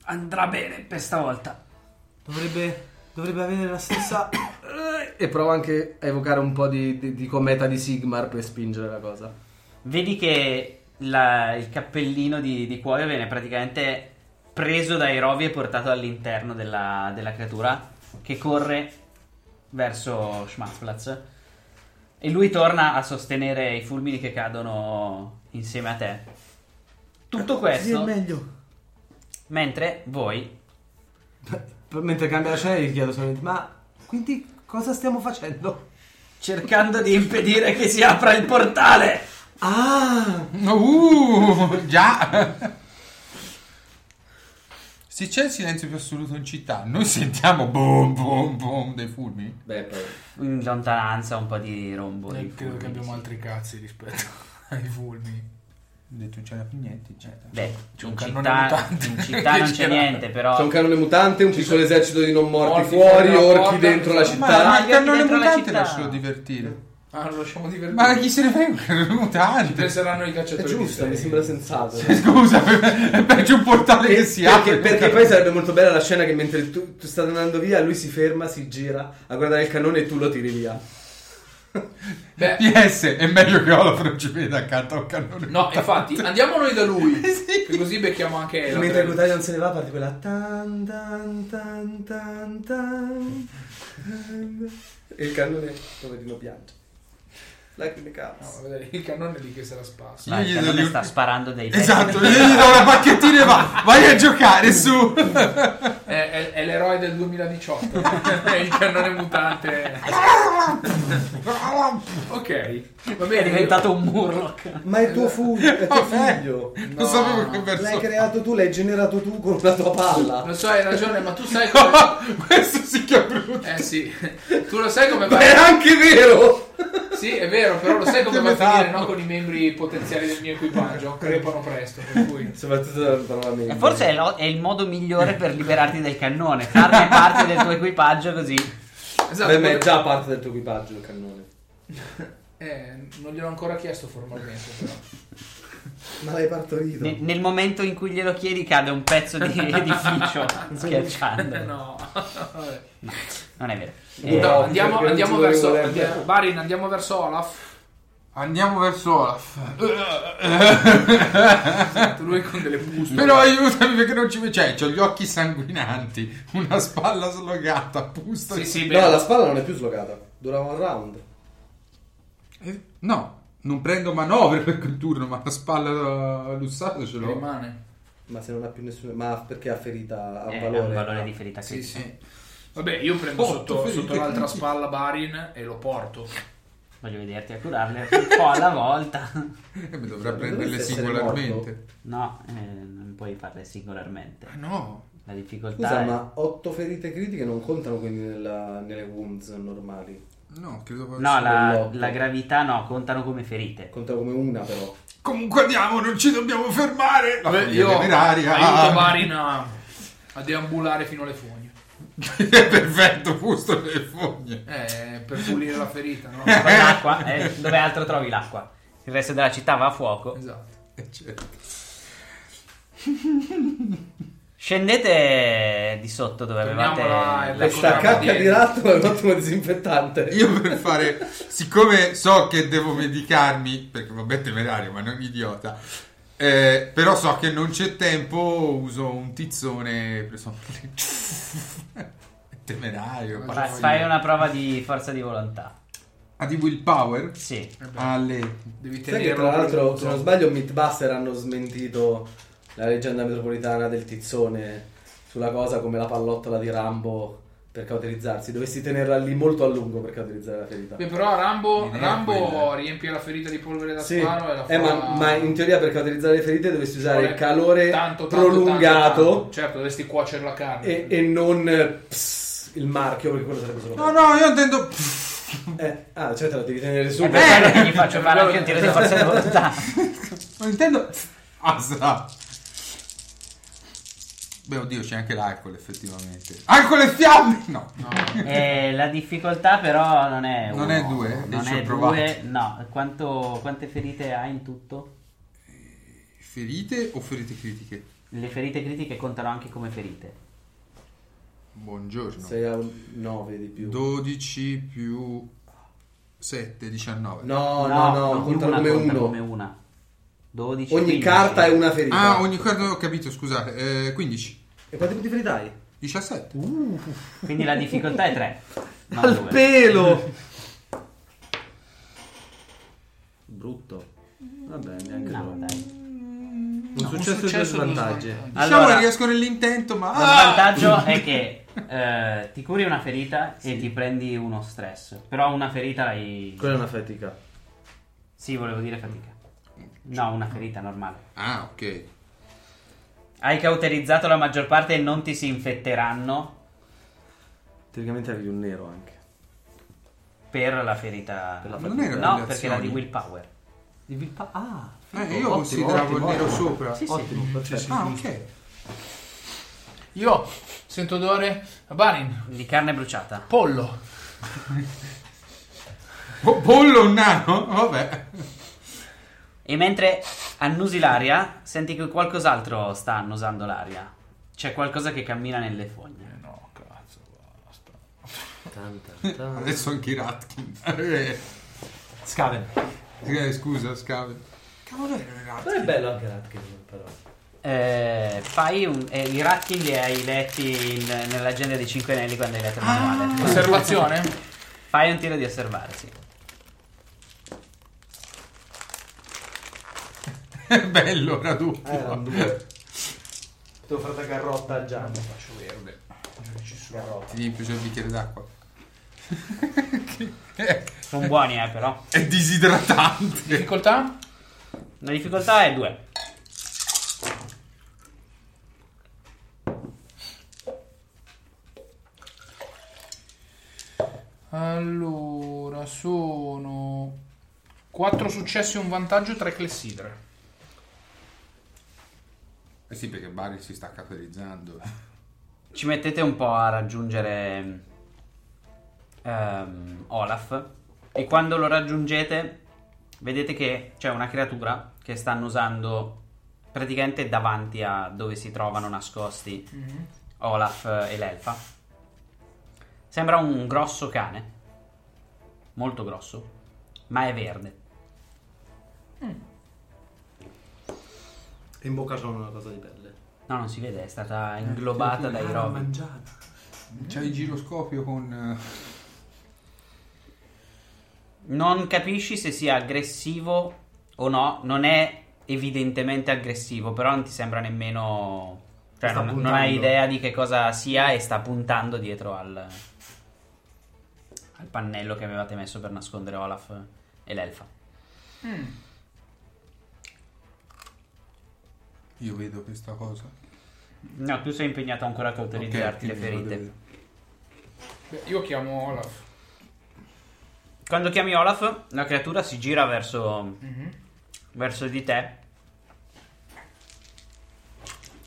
Andrà bene per stavolta. Dovrebbe, dovrebbe avere la stessa... e provo anche a evocare un po' di, di- di cometa di Sigmar per spingere la cosa. Vedi che la- il cappellino di, di cuoio viene praticamente preso dai rovi e portato all'interno della, della creatura che corre verso Schmatzplatz. E lui torna a sostenere i fulmini che cadono insieme a te. Tutto Sì, è questo meglio. mentre voi Mentre cambia la scena gli chiedo solamente, ma quindi cosa stiamo facendo? Cercando di impedire che si apra il portale. Ah! Uh, già. Se c'è il silenzio più assoluto in città, noi sentiamo boom boom boom dei fulmini. Beh, in lontananza un po' di rombo. Eh, di credo che fulmini. abbiamo altri cazzi rispetto ai fulmini. Ho detto non c'era più niente, eccetera. Beh, C'è un in cannone città, mutante in città non c'è che niente, però... C'è un canone mutante, un piccolo esercito di non morti, Morti fuori fuori, dalla orchi porta, dentro la Ma, città. ma il Tagliati cannone dentro la mutante città. lascialo divertire. Ah, lo lasciamo divertire. Ma chi se ne frega il cannone Ci mutante? penseranno i È cacciatori giusto, di mi streghe. sembra sensato. Scusa, è peggio un portale che si apre. Perché, perché poi sarebbe molto bella la scena che mentre tu, tu stai andando via, lui si ferma, si gira a guardare il cannone e tu lo tiri via. Beh, PS, è meglio che Olaf non ci veda accanto a un cannone. no, infatti, andiamo noi da lui. Che così becchiamo Eh, anche la mentre tre- Gutai non se ne va, parte quella tan tan tan tan tan. E il cannone, poverino, piange. Lacrime No, cazzo. ma vedere, il cannone lì che se la spassa. No, il Io gli do cannone gli- sta sparando dei pezzi. Esatto, io gli do una pacchettina e va. Vai a giocare su. È, è- è l'eroe del 2018. è il cannone mutante. ok, va bene. È diventato un murloc. Ma è tuo, fu- è tuo Vabbè. figlio. Non sapevo che L'hai persona. creato tu, l'hai generato tu con la tua palla. Lo so, hai ragione, ma tu sai come. Questo sì che è brutto. Eh sì, tu lo sai come È va. anche vero! Sì, è vero, però lo sai come va a Metà. finire no, con i membri potenziali del mio equipaggio. Crepano presto, per cui. Soprattutto la parola E meglio. Forse è, lo- è il modo migliore per liberarti del cannone, farne parte del tuo equipaggio così. Esatto, Per me è già parte del tuo equipaggio il cannone. eh, non gliel'ho ancora chiesto formalmente, però. Ma l'hai partorito. Ne- nel momento in cui glielo chiedi cade un pezzo di edificio schiacciando. No. Vabbè. Non è vero. No, Eh, perché andiamo, non andiamo ci verso volevo andiamo, Barin, andiamo verso Olaf. Andiamo verso Olaf. Esatto, Lui con delle pustole. Però aiutami perché non ci vedo. Cioè, ho gli occhi sanguinanti, una spalla slogata, pusta. Sì, sì, No, beh. la spalla non è più slogata. Durava un round. Eh, no, non prendo manovre per quel turno, ma la spalla eh, lussata ce l'ho. Rimane. Ma se non ha più nessuno. Ma perché ha ferita. Ha eh, un ha valore. Ah. un valore di ferita Sì, critica. sì. Vabbè, io prendo Oh, sotto, tu fai- sotto l'altra spalla Barin e lo porto. Voglio vederti a curarle un po' alla volta. E Eh, mi dovrà Dovresti prenderle essere singolarmente. No, eh, non puoi farle singolarmente. Ah, no. La difficoltà Scusa, è... ma 8 ferite critiche non contano quindi nella- nelle wounds normali. No, credo che No, la, sull'otto. la gravità no, contano come ferite. Conta come una però. Eh, Comunque andiamo, non ci dobbiamo fermare. La Vabbè, io foglia temeraria. aiuto Barin a, a deambulare fino alle fogne. Perfetto, fusto le fogne. Eh, per pulire la ferita, no? Con L'acqua, eh, dove altro trovi l'acqua? Il resto della città va a fuoco. Esatto. Eh, certo. Scendete di sotto dove Torniamo là, avevate... la- e ecco la Questa cacca di bandiera. ratto è un ottimo disinfettante. Io per fare, siccome so che devo medicarmi, perché vabbè temerario, ma non idiota, eh, però so che non c'è tempo, uso un tizzone preso... temerario. Fa- Fai una prova di forza di volontà. Ah, di willpower? Sì. Ale. Devi Sai che tenere tra l'altro, se non sbaglio, Mythbuster hanno smentito la leggenda metropolitana del tizzone sulla cosa come la pallottola di Rambo per cauterizzarsi. Dovresti tenerla lì molto a lungo per cauterizzare la ferita. Beh, però Rambo, L'idea è Rambo quella. riempie la ferita di polvere da Sì. sparo e la fa. Eh, ma, ma in teoria per cauterizzare le ferite dovresti usare vuole il calore tanto, tanto, prolungato tanto, tanto. Certo, dovresti cuocere la carne. E, e non eh, pss, il marchio, perché quello sarebbe solo. No, no, io intendo... Eh, ah, cioè te la devi tenere su. Eh, È per quello che gli faccio fare anche un tiro di forza di volontà. Non intendo... Asa. Beh, oddio, c'è anche l'alcol, effettivamente. Alcol e fiamme! No. Eh, la difficoltà però non è Non uno, è due? non Ci ho è provato. due, no. Quanto- quante ferite ha in tutto? Ferite o ferite critiche? Le ferite critiche contano anche come ferite. Buongiorno. Sei a 9 di più. 12 più 7, 19. No, no, no, ognuna contano come conta uno. come una. 12, Ogni 15. carta è una ferita. Ah, ogni quarto ho capito, scusate. Eh, 15, E quanti punti ferita hai? 17. Quindi la difficoltà è 3. Al pelo! Brutto. Vabbè, neanche No, un dai. Mm. successo, e due svantaggi. Diciamo Allora, che riesco nell'intento, ma... il Ah! vantaggio è che eh, ti curi una ferita e ti prendi uno stress. Però una ferita l'hai... Quella è una fatica. Sì, volevo dire fatica. No, una ferita normale. Ah, ok. Hai cauterizzato la maggior parte e non ti si infetteranno Teoricamente avevi un nero anche. per la ferita. Per la Non era no, per le perché era di azioni. willpower. Di Vilpa- Ah, Eh, io consideravo il nero sopra. Sì, sì. ottimo, perfetto. Ah, ok. Io sento odore. Barin, Di carne bruciata. pollo. Bo- Bollo un nano? Vabbè. E mentre annusi l'aria, senti che qualcos'altro sta annusando l'aria. C'è qualcosa che cammina nelle fogne. Eh, No, cazzo, basta. Tan, tan, tan. Adesso anche i Ratkin. Eh, Scaven. eh, scusa, scave. Cavolo, era il Ratkin. Però è bello anche Ratkin però. Eh, fai un. eh, I ratti li hai letti in- nell'agenda dei 5 anelli quando hai letto il manuale. Osservazione? Fai un tiro di osservare, sì. È bello, era doppio. Eh, era un due. Devo fare da carrotta a Gianni. Faccio verde. Ci sono. Ti riempio il bicchiere d'acqua. Sono buoni, eh, però. È disidratante. Difficoltà? La difficoltà è 2. Allora, sono 4 successi e un vantaggio, 3 clessidre. Eh sì, perché Bari si sta caterizzando. Ci mettete un po' a raggiungere ehm, Olaf e quando lo raggiungete vedete che c'è una creatura che stanno usando praticamente davanti a dove si trovano nascosti Olaf e l'elfa. Sembra un grosso cane, molto grosso, ma è verde. E in bocca solo una cosa di pelle. No, non si vede, è stata Ah, inglobata dai rovi. C'è il giroscopio con... eh, Non capisci se sia aggressivo o no, non è evidentemente aggressivo, però non ti sembra nemmeno... Cioè, Sta non, non puntando. hai idea di che cosa sia e sta puntando dietro al, al pannello che avevate messo per nascondere Olaf e l'elfa. eh, Io vedo questa cosa. No, tu sei impegnato ancora a cauterizzarti Ok, le ferite. vedo. Beh, io chiamo Olaf. Quando chiami Olaf, la creatura si gira verso, verso di te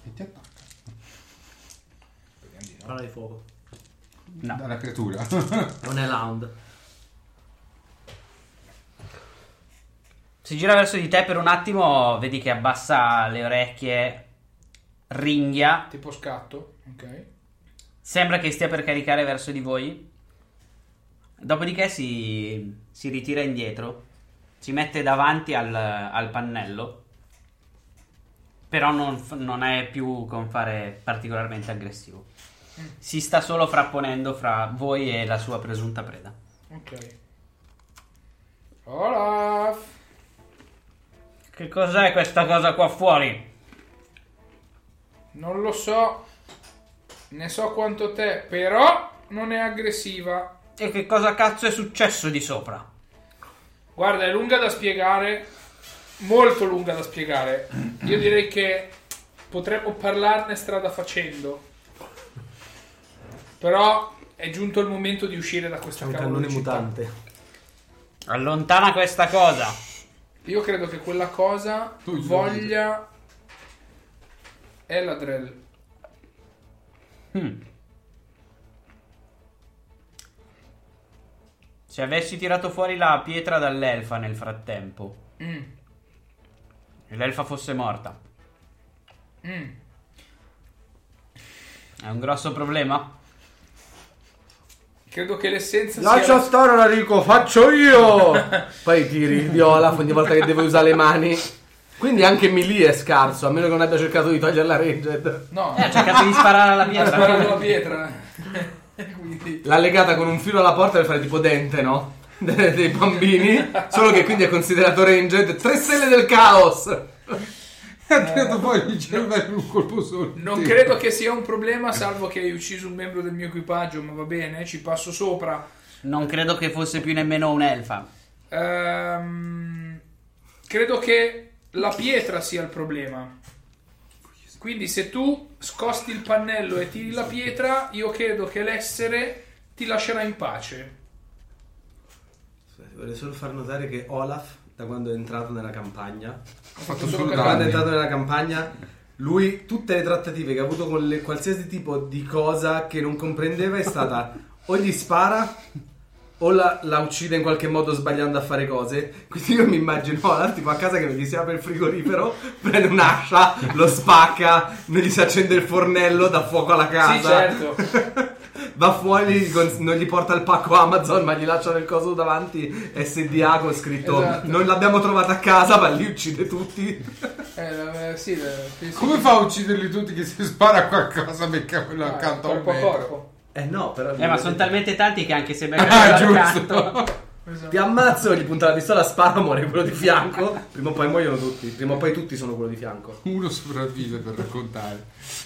E ti attacca. Vediamo di no. Parla di fuoco. No. Dalla creatura. Non è l'hound. Si gira verso di te per un attimo, vedi che abbassa le orecchie, ringhia, Tipo scatto, ok. sembra che stia per caricare verso di voi. Dopodiché si, si ritira indietro, si mette davanti al, al pannello, però non, f- non è più con fare particolarmente aggressivo. Si sta solo frapponendo fra voi e la sua presunta preda. Ok. Olaf! Che cos'è questa cosa qua fuori? Non lo so, ne so quanto te, però non è aggressiva. E che cosa cazzo è successo di sopra? Guarda, è lunga da spiegare, molto lunga da spiegare. Io direi che potremmo parlarne strada facendo. Però è giunto il momento di uscire da C'è questa un cavolo di cannone città. mutante. Allontana questa cosa. Io credo che quella cosa Tu gli voglia Eladrel. Hmm. Se avessi tirato fuori la pietra dall'elfa nel frattempo Mm, e l'elfa fosse morta, mm. è un grosso problema? Credo che l'essenza Lascia sia... stare Enrico, faccio io! Poi tiri il viola ogni volta che devo usare le mani. Quindi anche Melee è scarso, a meno che non abbia cercato di togliere la ranged. No, Eh, ha cercato di sparare alla ha sparato la pietra. pietra. Quindi... L'ha legata con un filo alla porta per fare tipo dente, no? De- dei bambini. Solo che quindi è considerato ranged. Tre stelle del caos! Ha tirato fuori il cervello in un colpo solo. Non credo che sia un problema, salvo che hai ucciso un membro del mio equipaggio, ma va bene, ci passo sopra. Non credo che fosse più nemmeno un'elfa. Ehm, credo che la pietra sia il problema. Quindi se tu scosti il pannello e tiri la pietra, io credo che l'essere ti lascerà in pace. Vorrei solo far notare che Olaf, da quando è entrato nella campagna, Ha fatto Solo solo che quando è danni. entrato nella campagna, lui tutte le trattative che ha avuto con le- qualsiasi tipo di cosa che non comprendeva è stata o gli spara o la, la uccide in qualche modo sbagliando a fare cose. Quindi io mi immagino Olaf tipo a casa che non gli si apre il frigorifero, prende un'ascia, lo spacca, non gli si accende il fornello, dà fuoco alla casa. Sì, certo. Va fuori, gli cons- non gli porta il pacco Amazon, ma gli lasciano il coso davanti SDA con scritto Esatto. Non l'abbiamo trovata a casa, ma li uccide tutti. Eh, eh, sì, eh, penso- Come fa a ucciderli tutti che si spara qualcosa perché quello Ah, accanto a un corpo a metro? corpo. Eh no, però. Eh, ma sono talmente tanti che anche se Ah, beccano l'accanto. giusto. Esatto. Ti ammazzo, gli punta la pistola, spara, muore quello di fianco. Prima o poi muoiono tutti. Prima o poi tutti sono quello di fianco. Uno sopravvive per raccontare.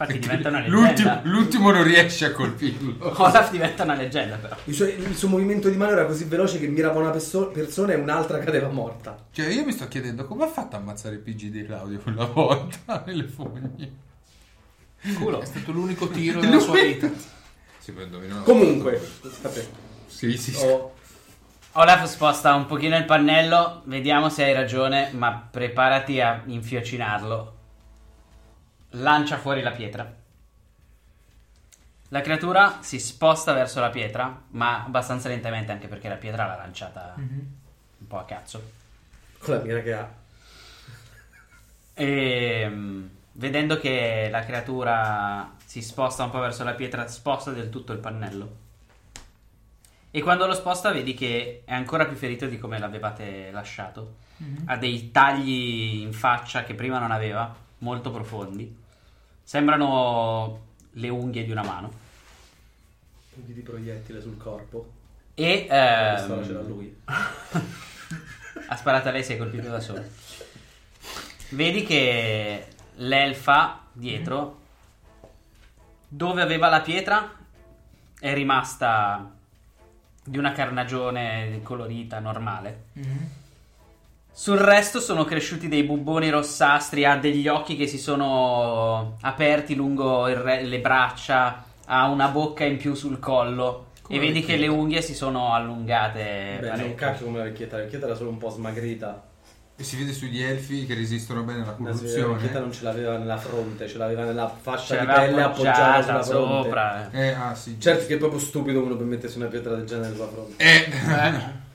Infatti diventa una L'ultimo, leggenda. l'ultimo non riesce a colpirlo. Olaf diventa una leggenda però. Il suo, il suo movimento di mano era così veloce che mirava una perso- persona e un'altra cadeva morta. Cioè, io mi sto chiedendo come ha fatto a ammazzare il PG di Claudio quella volta nelle fogne. Culo. È stato l'unico tiro della sua vita. Sì, per indovinare. Comunque, vabbè. Sì, sì, sì. Oh, Olaf sposta un pochino il pannello, vediamo se hai ragione, ma preparati a infiocinarlo. Lancia fuori la pietra. La creatura si sposta verso la pietra, ma abbastanza lentamente anche perché la pietra l'ha lanciata un po' a cazzo. Con la mira che ha. E mm, vedendo che la creatura si sposta un po' verso la pietra, sposta del tutto il pannello. E quando lo sposta vedi che è ancora più ferito di come l'avevate lasciato. Ha dei tagli in faccia che prima non aveva, molto profondi. Sembrano le unghie di una mano. Punti di proiettile sul corpo. E Questa ce l'ha ehm, lui. ha sparato a lei, si è colpito da solo. Vedi che l'elfa dietro, dove aveva la pietra, è rimasta di una carnagione colorita normale. Sul resto sono cresciuti dei bubboni rossastri, ha degli occhi che si sono aperti lungo il re- le braccia, ha una bocca in più sul collo. Come e vedi che vecchietta. le unghie si sono allungate. Beh, non parecchio. cacchio come la vecchietta, la vecchietta era solo un po' smagrita. E si vede sugli elfi che resistono bene alla La vecchietta non corruzione. ce l'aveva nella fronte, ce l'aveva nella Ce fascia di pelle l'aveva appoggiata sulla Cioè, appoggiata fronte. sopra. Eh, ah, sì. Certo che è proprio stupido uno per mettersi una pietra del genere sulla fronte. Eh, Eh,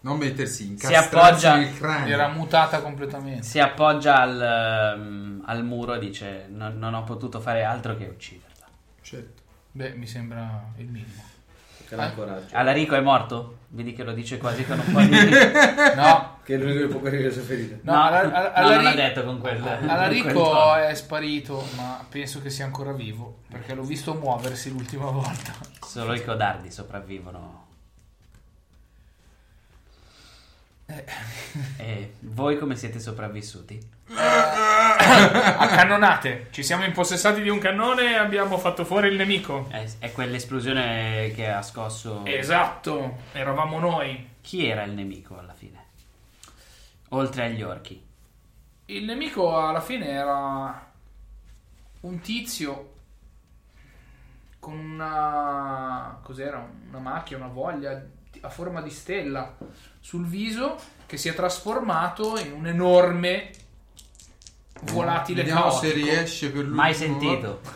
non mettersi in Si appoggia- nel era cranio. mutata completamente. Si appoggia al, ehm, al muro e dice: "Non- Non ho potuto fare altro che ucciderla. Certo. Beh, mi sembra il minimo. Che non Eh? Ah. coraggio. Alarico è morto? Vedi che lo dice quasi con un po' di. No, Che è l'unico che può guarire le sue ferite. no, No, alla- no, alla- non alla- l'ha detto con quel- con quel Alarico tono. è sparito, ma penso che sia ancora vivo, perché l'ho visto muoversi l'ultima volta. Solo i codardi sopravvivono. Eh. E voi come siete sopravvissuti? A cannonate, ci siamo impossessati di un cannone e abbiamo fatto fuori il nemico. È, è quell'esplosione che ha scosso. Esatto, eravamo noi. Chi era il nemico alla fine? Oltre agli orchi. Il nemico alla fine era un tizio con una cos'era? Una macchia, una voglia a forma di stella sul viso che si è trasformato in un enorme volatile Vediamo se caotico. riesce per lui. Mai sentito.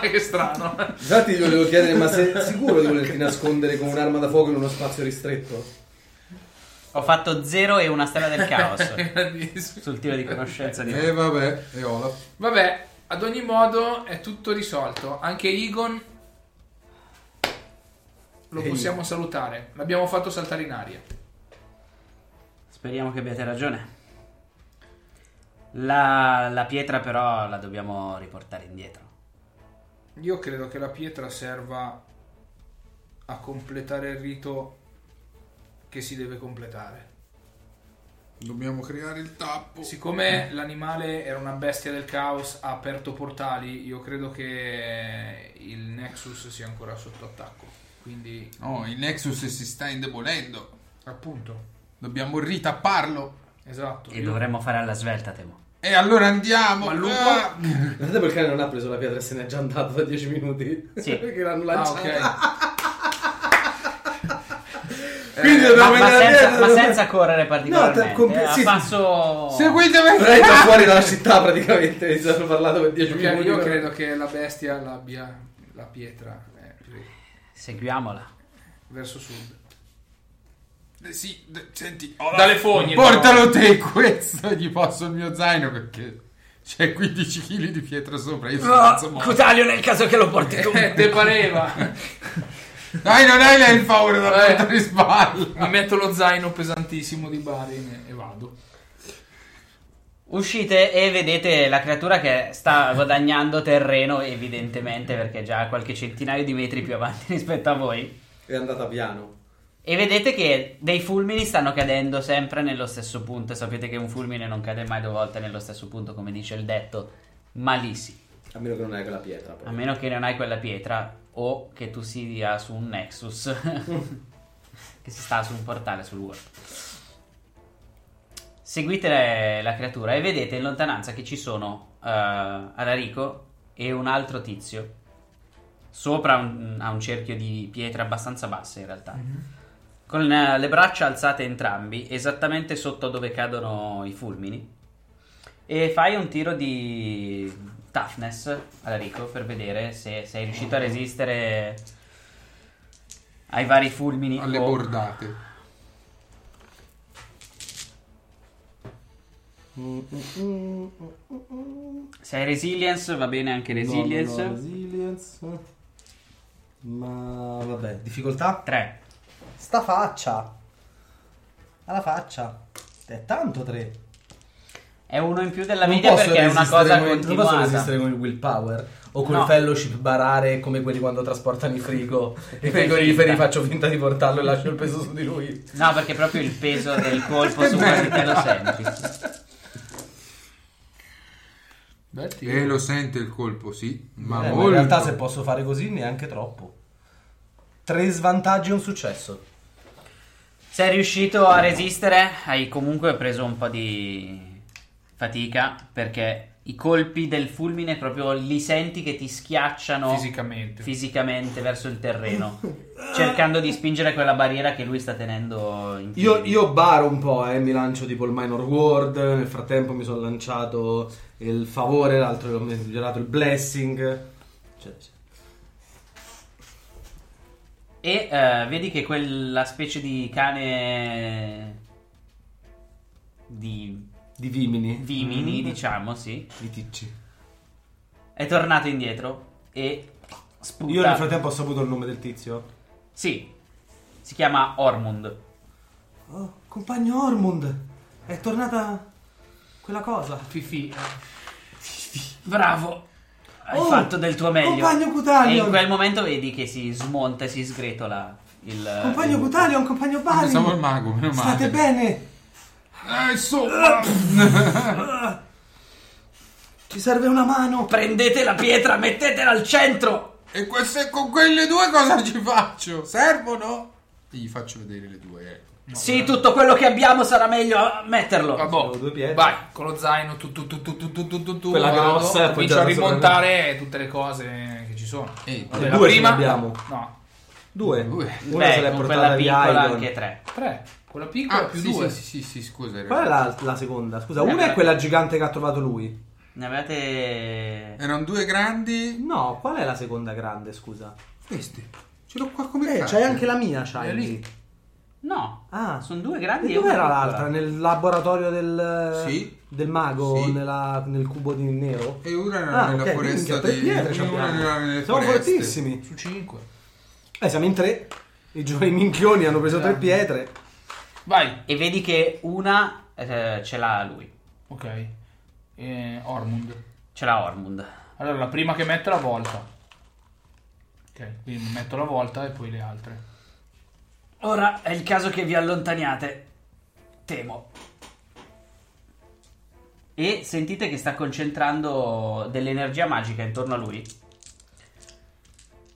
che strano. Infatti io volevo chiedere, ma sei sicuro di volerti nascondere con un'arma da fuoco in uno spazio ristretto? Ho fatto 0 e una stella del caos Grandissimo. sul tiro di conoscenza di E Eh, vabbè, e Olaf. Vabbè, ad ogni modo è tutto risolto. Anche Igon lo Ehi. possiamo salutare. L'abbiamo fatto saltare in aria. Speriamo che abbiate ragione. La, la pietra però la dobbiamo riportare indietro. Io credo che la pietra serva a completare il rito che si deve completare. Dobbiamo creare il Oh. tappo. Siccome l'animale era una bestia del caos, ha aperto portali, io credo che il Nexus sia ancora sotto attacco. Quindi, No, il Nexus si sta indebolendo. appunto, Dobbiamo ritapparlo. esatto. E io- dovremmo fare alla svelta, temo. E allora andiamo. Ma lui- Ah! Guardate perché non ha preso la pietra e se n'è già andato da 10 minuti. Sì. perché l'hanno Ah, lanciata. ok. Quindi Ma, Eh, dobbiamo Eh, ma andare senza, dietro, ma dobbiamo- senza correre particolarmente. eh, No, te- compl- a sì. passo... Seguitemi. Però è già fuori dalla città praticamente, ci hanno parlato per 10 Perché minuti. io credo che la bestia l'abbia la pietra eh, Seguiamola. verso sud. Eh, Sì, d- senti, Olaf, Dalle fogne, Portalo te questo, gli passo il mio zaino perché c'è 15 kg di pietra sopra. Io sono Ah, mezzo morto. Cutaglio nel caso che lo porti tu. Eh, te pareva? Dai, non hai lei il favore da Eh. portare in spalla. Mi metto lo zaino pesantissimo di Barin e vado. Uscite e vedete la creatura che sta guadagnando terreno, evidentemente, perché è già qualche centinaio di metri più avanti rispetto a voi. È andata piano. E vedete che dei fulmini stanno cadendo sempre nello stesso punto. E sapete che un fulmine non cade mai due volte nello stesso punto, come dice il detto. Ma lì sì. A meno che non hai quella pietra. poi. A meno che non hai quella pietra o che tu sia su un Nexus che si sta su un portale sul World. Seguite le- la creatura e vedete in lontananza che ci sono eh, Alarico e un altro tizio sopra un, a un cerchio di pietre abbastanza basse in realtà. Con eh, le braccia alzate entrambi, esattamente sotto dove cadono i fulmini. E fai un tiro di toughness, Alarico, per vedere se sei riuscito a resistere ai vari fulmini. Oh, Alle o- bordate. Mm, Se hai resilience, va bene anche resilience. No, no, resilience. Ma vabbè, difficoltà? 3. Sta faccia. Alla faccia. È tanto tre. È uno in più della Non media posso perché è una resistere cosa con- Non posso continuata. resistere con il willpower. O col No. fellowship barare come quelli quando trasportano i frigo. I fai frigoriferi finta. faccio finta di portarlo e lascio il peso su di lui. No, perché proprio il peso del colpo su quasi te lo senti. Beh, ti- E Eh, lo sente il colpo, sì. Ma Eh, ma molto. in realtà se posso fare così neanche troppo. Tre svantaggi e un successo. Sei riuscito a resistere, hai comunque preso un po' di fatica perché i colpi del fulmine proprio li senti che ti schiacciano Fisicamente. fisicamente verso il terreno, cercando di spingere quella barriera che lui sta tenendo in piedi. Io, io baro un po', eh, mi lancio tipo il Minor World, nel frattempo mi sono lanciato il favore, l'altro ho migliorato il Blessing. Cioè, E eh, vedi che quella specie di cane di di Vimini. Mm. Mm-hmm. vimini, diciamo, sì, Di Ticci. è tornato indietro e sputa. Io nel frattempo ho saputo il nome del tizio. Sì, si chiama Ormund. Oh, compagno Ormond, è tornata quella cosa. Fifi. Bravo. Hai Oh, fatto del tuo meglio. compagno Cutalion! E in quel momento vedi che si smonta e si sgretola il Compagno il- Cutalion, compagno Bali. Ah, Pensavo al mago, meno male. State bene? Eh, insomma. Ci serve una mano. Prendete la pietra, mettetela al centro. E que- se con quelle due cosa ci faccio? Servono? E gli faccio vedere le due. eh. sì, tutto quello che abbiamo sarà meglio a metterlo. Avevo due Vabbè, pietre. Ah, boh, vai con lo zaino, tu tu tu tu tu tu tu tu tu Quella vado, grossa è comincio a appoggiata sopra rimontare tutte le cose che ci sono. E Vabbè, la due prima ce ne abbiamo. No, Due. Due. Una Beh, se l'è con portata quella via piccola Aidon. anche tre. tre. Quella piccola Ah, più sì, due. Sì, sì, sì, sì, scusa. Qual è era- la, la seconda? Scusa, Eh, una beh. è quella gigante che ha trovato lui. Ne Eh avevate Erano due grandi. No, qual è la seconda grande, scusa? Queste. Ce l'ho qua come Eh, carte. c'hai anche la mia, c'hai È lì. lì. No. Ah. Sono due grandi E e dove una era piccola. l'altra? Nel laboratorio del, Sì. del mago? Sì. nella- nel cubo di nero? E una era Ah, nella ok, minchia, foresta tre dei. pietre ci e una abbiamo. era nelle Siamo foreste. fortissimi. Su cinque. Eh, siamo in tre. I giovani minchioni hanno preso Esatto. tre pietre. Vai. E vedi che una eh, ce l'ha lui. Ok. Eh, Ormund. Ce l'ha Ormund. Allora, la prima che metto è la volta. Ok, quindi metto la volta e poi le altre. Ora è il caso che vi allontaniate. Temo. E sentite che sta concentrando dell'energia magica intorno a lui.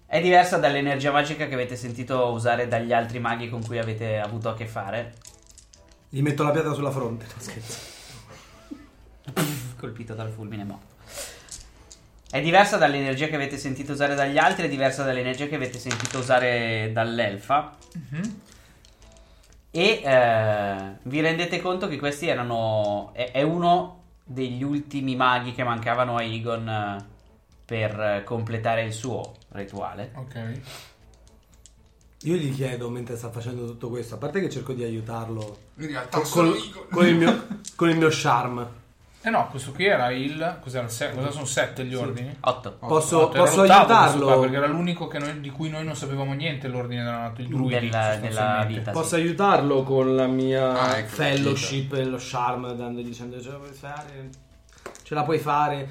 È diversa dall'energia magica che avete sentito usare dagli altri maghi con cui avete avuto a che fare. Gli metto la pietra sulla fronte. No, scherzo. Colpito dal fulmine morto. È diversa dall'energia che avete sentito usare dagli altri, è diversa dall'energia che avete sentito usare dall'elfa. E eh, vi rendete conto che questi erano. È, è uno degli ultimi maghi che mancavano a Igon eh, per eh, completare il suo rituale. Ok. Io gli chiedo mentre sta facendo tutto questo, a parte che cerco di aiutarlo In realtà con, sono con- io. con il mio, con il mio charm. Eh no, questo qui era il... Cos'era? il se- cosa sono sette gli ordini? 8. Posso, Otto, era posso l'ottavo questo qua, aiutarlo? perché era l'unico che noi- di cui noi non sapevamo niente l'ordine della natura, il druidi, Della, della sostanzialmente. vita. sì. Posso aiutarlo con la mia Ah, ecco, fellowship e lo charm, dandogli dicendo ce la puoi fare, ce la puoi fare.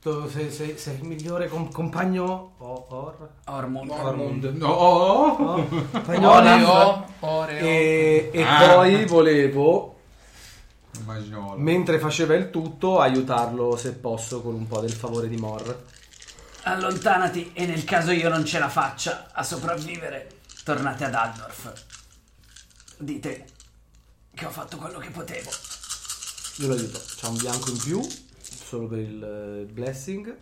Tu sei, sei- sei il migliore com- compagno. O- or? Ormond. No, oh, oh. O- compagno Oreo, Oreo. E, e Ah. poi volevo, Immagino. mentre faceva il tutto, aiutarlo se posso con un po' del favore di Mor. Allontanati e nel caso io non ce la faccia a sopravvivere, tornate ad Aldorf. Dite che ho fatto quello che potevo. Io lo aiuto. C'ha un bianco in più, solo per il eh, blessing.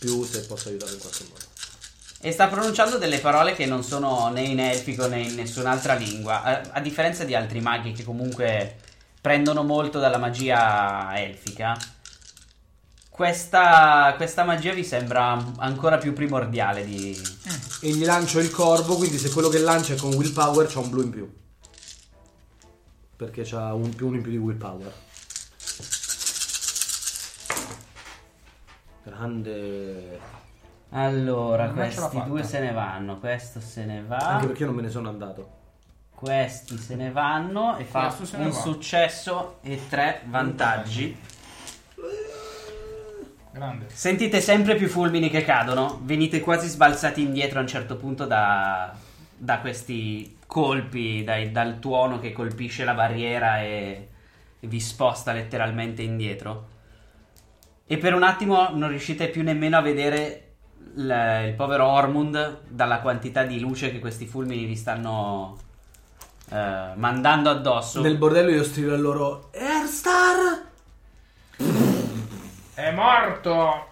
Più se posso aiutarlo in qualche modo. E sta pronunciando delle parole che non sono né in elfico né in nessun'altra lingua, a, a differenza di altri maghi che comunque prendono molto dalla magia elfica. Questa, questa magia vi sembra ancora più primordiale di... E gli lancio il corvo, quindi se quello che lancia è con willpower c'ha un blu in più. Perché c'ha un più uno in più di willpower. Grande. Allora, Non ce l'ho questi fatta. due se ne vanno. Questo se ne Ah. va. Anche perché io non me ne sono andato. Questi se ne vanno e fa Questo se ne un va. successo e tre vantaggi. Grande. Sentite sempre più fulmini che cadono, venite quasi sbalzati indietro a un certo punto da, da questi colpi, dai- dal tuono che colpisce la barriera e, e vi sposta letteralmente indietro. E per un attimo non riuscite più nemmeno a vedere l- il povero Ormund dalla quantità di luce che questi fulmini vi stanno eh, mandando addosso. Nel bordello io strido a loro Airstar! È morto!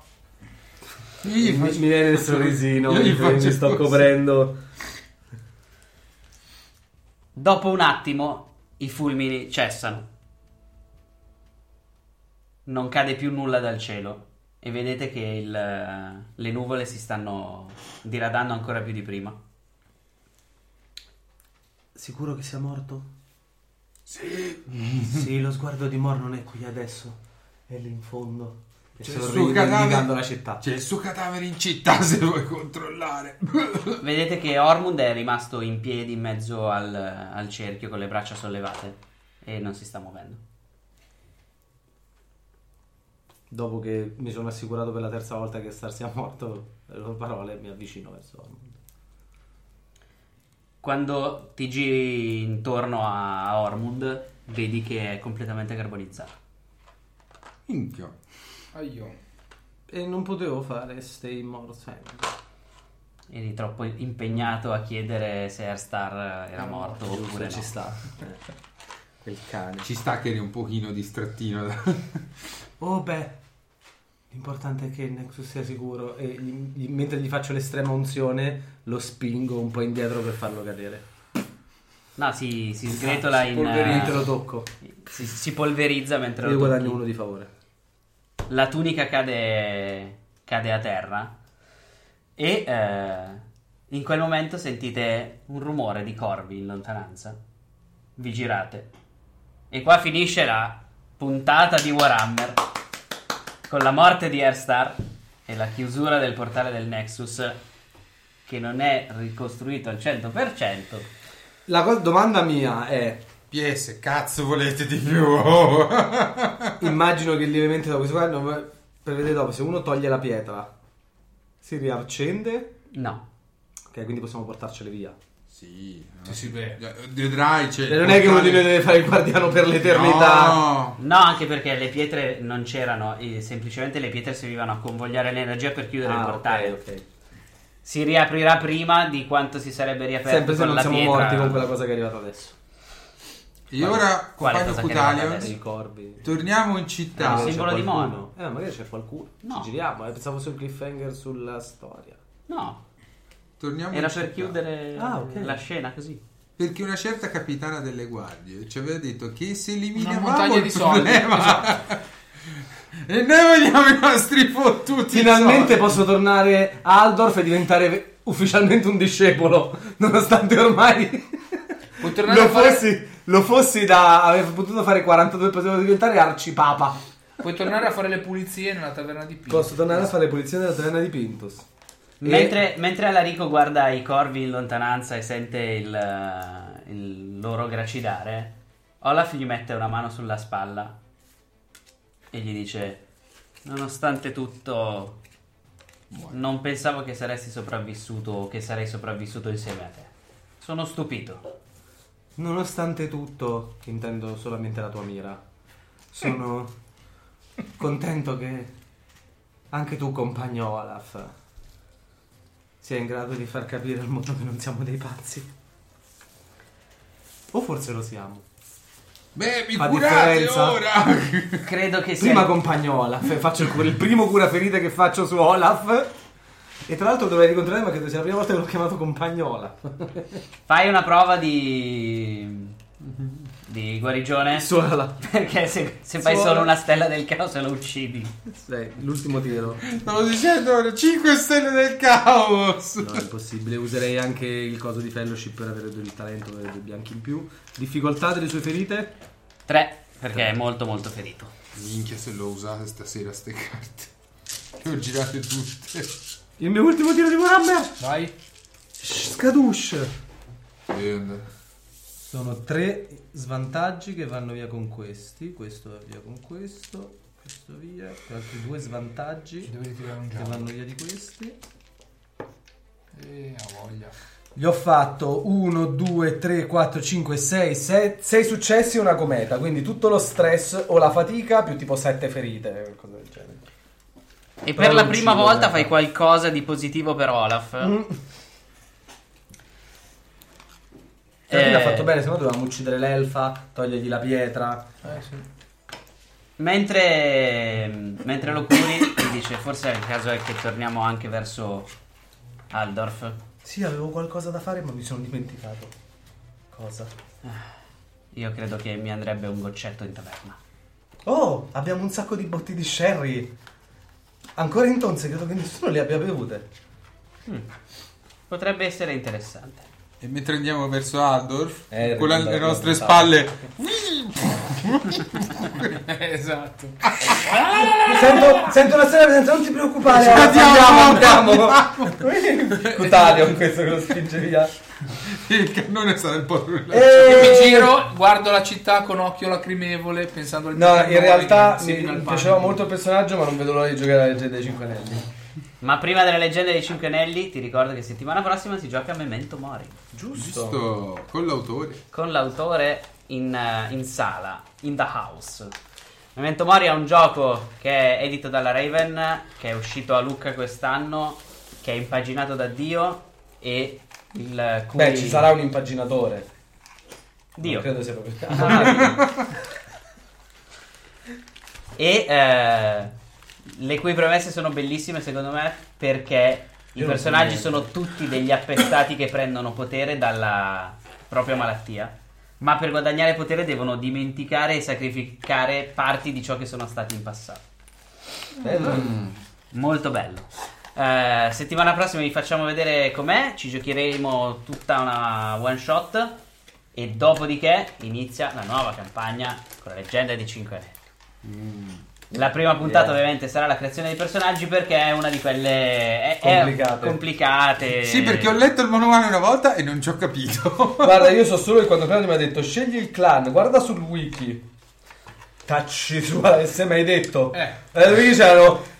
Io gli Mi, faccio- mi viene il sorrisino Io gli mentre faccio mi sto così. coprendo. Dopo un attimo i fulmini cessano. Non cade più nulla dal cielo e vedete che il- le nuvole si stanno diradando ancora più di prima. Sicuro che sia morto? Sì. sì, lo sguardo di Mor non è qui adesso, è lì in fondo. E C'è il suo sorride indicando cioè, cadavere. la città. C'è il suo cadavere in città se vuoi controllare. Vedete che Ormund è rimasto in piedi in mezzo al, al cerchio con le braccia sollevate e non si sta muovendo. Dopo che mi sono assicurato per la terza volta che Star sia morto, le loro parole mi avvicino verso Ormond. Quando ti giri intorno a Ormund vedi che è completamente carbonizzato. Minchia. Aio. E non potevo fare stay more Cioè, sempre. Eri troppo impegnato a chiedere se Airstar era morto oppure ci no. sta. Quel cane. Ci sta che eri un pochino distrattino. da- Oh beh, l'importante è che Nexus sia sicuro e gli- gli- mentre gli faccio l'estrema unzione lo spingo un po' indietro per farlo cadere. No, si, si sgretola in... eh, Polverino, te lo tocco. si, si polverizza mentre Io lo tocchi. guadagno uno di favore. La tunica cade, cade a terra e eh, in quel momento sentite un rumore di corvi in lontananza. Vi girate. E qua finisce la puntata di Warhammer. Con la morte di Airstar e la chiusura del portale del Nexus che non è ricostruito al 100%. La co- domanda mia è, PS, cazzo volete di più? immagino che lievemente dopo questo qua, non- per vedere dopo, se uno toglie la pietra, si riaccende No. Ok, quindi possiamo portarcele via. sì. Sì, sì, beh. Vedrai, c'è... E non è che uno di noi deve fare il guardiano per l'eternità. Ah, No. No, anche perché le pietre non c'erano, eh, semplicemente le pietre servivano a convogliare l'energia per chiudere il Ah, portale. ok, ok. Si riaprirà prima di quanto si sarebbe riaperto Sempre se con non la siamo pietra. morti con quella cosa che è arrivata adesso. E ora, Quale compagno cosa che non va I bene? Cutalion, corvi. torniamo in Ah, città. sì. Magari c'è simbolo di qualcuno. Mono. Eh, magari c'è qualcuno. No. Ci giriamo, eh, pensavo sul cliffhanger sulla storia. No, Torniamo era per in città. chiudere Ah, ok. la scena così. Perché una certa capitana delle guardie ci aveva detto che se Una eliminavamo montagna il di soldi, problema... e noi vogliamo i nostri fottuti Finalmente soldi. posso tornare a Aldorf e diventare ve- ufficialmente un discepolo. Nonostante ormai Puoi tornare lo a fare- fossi, lo fossi da. aver potuto fare 42 potevo diventare arcipapa. Puoi tornare a fare le pulizie nella taverna di Pino. Posso tornare a fare pulizia della taverna di Pintus. E- Mentre, mentre Alarico guarda i corvi in lontananza e sente il, eh, il loro gracidare, Olaf gli mette una mano sulla spalla e gli dice: Nonostante tutto, non pensavo che saresti sopravvissuto o che sarei sopravvissuto insieme a te. Sono stupito. Nonostante tutto, intendo solamente la tua mira. Sono contento che anche tu, compagno Olaf, sia in grado di far capire al mondo che non siamo dei pazzi. O forse lo siamo. Beh, mi Fa curate differenza? ora! Credo che sia. Prima compagno Olaf, eh, faccio il, cur- il primo cura ferite che faccio su Olaf. E tra l'altro dovrei ricontrollare, ma credo sia la prima volta che l'ho chiamato compagno Olaf. Fai una prova di. di Eh, guarigione. Su Olaf. Perché se, se fai Suola. solo una stella del caos lo uccidi. Dai, l'ultimo tiro. Stavo dicendo 5 stelle del caos! No, è impossibile. Userei anche il coso di fellowship per avere due- il talento per avere due bianchi in più. Difficoltà delle sue ferite? 3 perché è molto molto ferito. Minchia se l'ho usata stasera ste carte. Che ho girate tutte. Il mio ultimo tiro di Warhammer. Vai. Scadush. Bene. Sono tre svantaggi che vanno via con questi. Questo va via con questo. Questo via. E altri due svantaggi Devi ritirare un che giallo. vanno via di questi. Eh, ha voglia. Gli ho fatto 1, 2, 3, 4, 5, 6, 6 successi e una cometa. Quindi tutto lo stress o la fatica più tipo 7 ferite. qualcosa del genere. E Però per la non prima ci volta doveva. fai qualcosa di positivo per Olaf. Mm-hmm. Mm. Alla fine Eh. ha fatto bene, se no dovevamo uccidere l'elfa, togliergli la pietra. Eh, sì. Mentre, mentre lo curi, ti dice: Forse il caso è che torniamo anche verso Aldorf. Sì, avevo qualcosa da fare, ma mi sono dimenticato. Cosa? Io credo che mi andrebbe un goccetto in taverna. Oh, abbiamo un sacco di botti di sherry. Ancora in tonze, credo che nessuno le abbia bevute. Potrebbe essere interessante. E mentre andiamo verso Aldorf, Eh, con la- ricordo- le nostre ricordo. spalle, esatto. Eh. Sento, sento una strana presenza, non ti preoccupare. Andiamo, andiamo, andiamo. Cutalion, questo che lo spinge via. il cannone sarà un po' rullato. E Mi giro, guardo la città con occhio lacrimevole, pensando al No, in realtà che mi, semina mi il piaceva panico. molto il personaggio, ma non vedo l'ora di giocare alla leggenda dei 5 anelli. Ma prima della leggenda dei Cinque Anelli, ti ricordo che settimana prossima si gioca Memento Mori. Giusto, con l'autore. con l'autore in, eh, in sala, in the house. Memento Mori è un gioco che è edito dalla Raven, che è uscito a Lucca quest'anno, che è impaginato da Dio e il cui... Beh, ci sarà un impaginatore. Dio. Non credo sia proprio. Ah, E eh, le cui premesse sono bellissime secondo me perché i Io non so personaggi niente. sono tutti degli appestati che prendono potere dalla propria malattia. Ma per guadagnare potere devono dimenticare e sacrificare parti di ciò che sono stati in passato. Eh, Molto bello. Eh, settimana prossima vi facciamo vedere com'è. Ci giocheremo tutta una one shot. E dopodiché inizia la nuova campagna con la leggenda di 5 anelli. La prima puntata Yeah. ovviamente sarà la creazione dei personaggi perché è una di quelle è- è Complicate. complicate. Sì, perché ho letto il manuale una volta e non ci ho capito. Guarda, io so solo che quando Claudio mi ha detto scegli il clan, guarda sul wiki. Tacci sua, se mi hai detto. Eh. Eh, lì c'erano.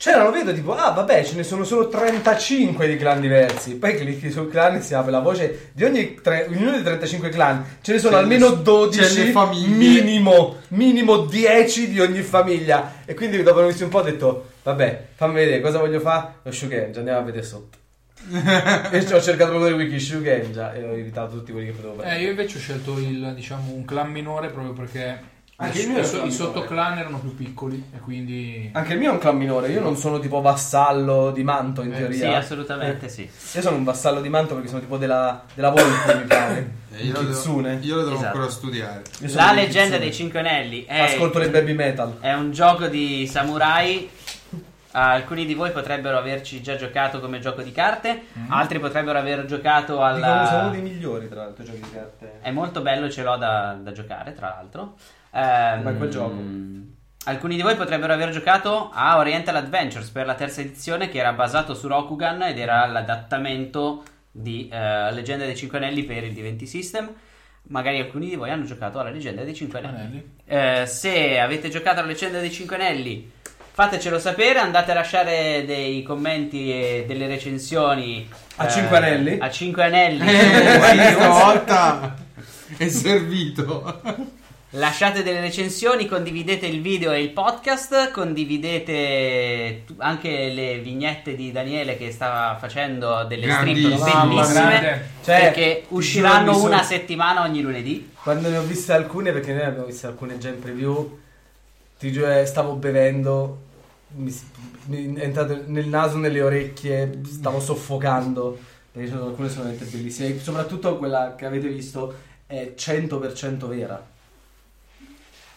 C'erano, vedo tipo, ah vabbè, ce ne sono solo 35 di clan diversi. Poi clicchi sul clan e si apre la voce di ogni tre, ognuno dei 35 clan. Ce ne sono C'è almeno le- c'è le 12 famiglie. minimo, minimo 10 di ogni famiglia. E quindi dopo aver visto un po' ho detto, vabbè, fammi vedere cosa voglio fare. Lo Shugenge, andiamo a vedere sotto. e ci ho cercato proprio il wiki Shugenge e ho evitato tutti quelli che potevo prendere. Eh, io invece ho scelto il, diciamo, un clan minore proprio perché Anche i- il mio è un i, so- clan i minore. sottoclan erano più piccoli e quindi... Anche il mio è un clan minore, io non sono tipo vassallo di manto in Eh, Sì, teoria. assolutamente sì. Io sono un vassallo di manto perché sono tipo della, della volpe, mi pare. Eh, Il io, lo devo, kitsune. io lo devo Esatto. ancora studiare. Io sono La un leggenda kitsune. dei Eh. Cinque Anelli è, Ascolto le baby metal. è un gioco di samurai. Alcuni di voi potrebbero averci già giocato come gioco di carte, altri potrebbero aver giocato Dicono sono uno alla. dei migliori, tra l'altro, giochi di carte. È molto bello, ce l'ho da, da giocare, tra l'altro. Ehm, Come quel gioco. Alcuni di voi potrebbero aver giocato a Oriental Adventures per la terza edizione, che era basato su Rokugan ed era l'adattamento di eh, Leggenda dei Cinque Anelli per il D20 System. Magari alcuni di voi hanno giocato alla Leggenda dei Cinque Anelli. Anelli. Eh, se avete giocato alla Leggenda dei Cinque Anelli, fatecelo sapere. Andate a lasciare dei commenti e delle recensioni A eh, Cinque Anelli? A 5 anelli. Eh, su iTunes. questa volta è servito. Lasciate delle recensioni, condividete il video e il podcast, condividete tu- anche le vignette di Daniele che stava facendo delle strip Grandissimo. Mamma, bellissime grande. Cioè, perché usciranno giorni sono- una settimana ogni lunedì. Quando ne ho viste alcune, perché noi ne abbiamo viste alcune già in preview, ti giuro, eh, stavo bevendo, mi, s- mi è entrato nel naso, nelle orecchie, stavo soffocando, perché ci sono alcune sono veramente bellissime, e soprattutto quella che avete visto è 100% vera.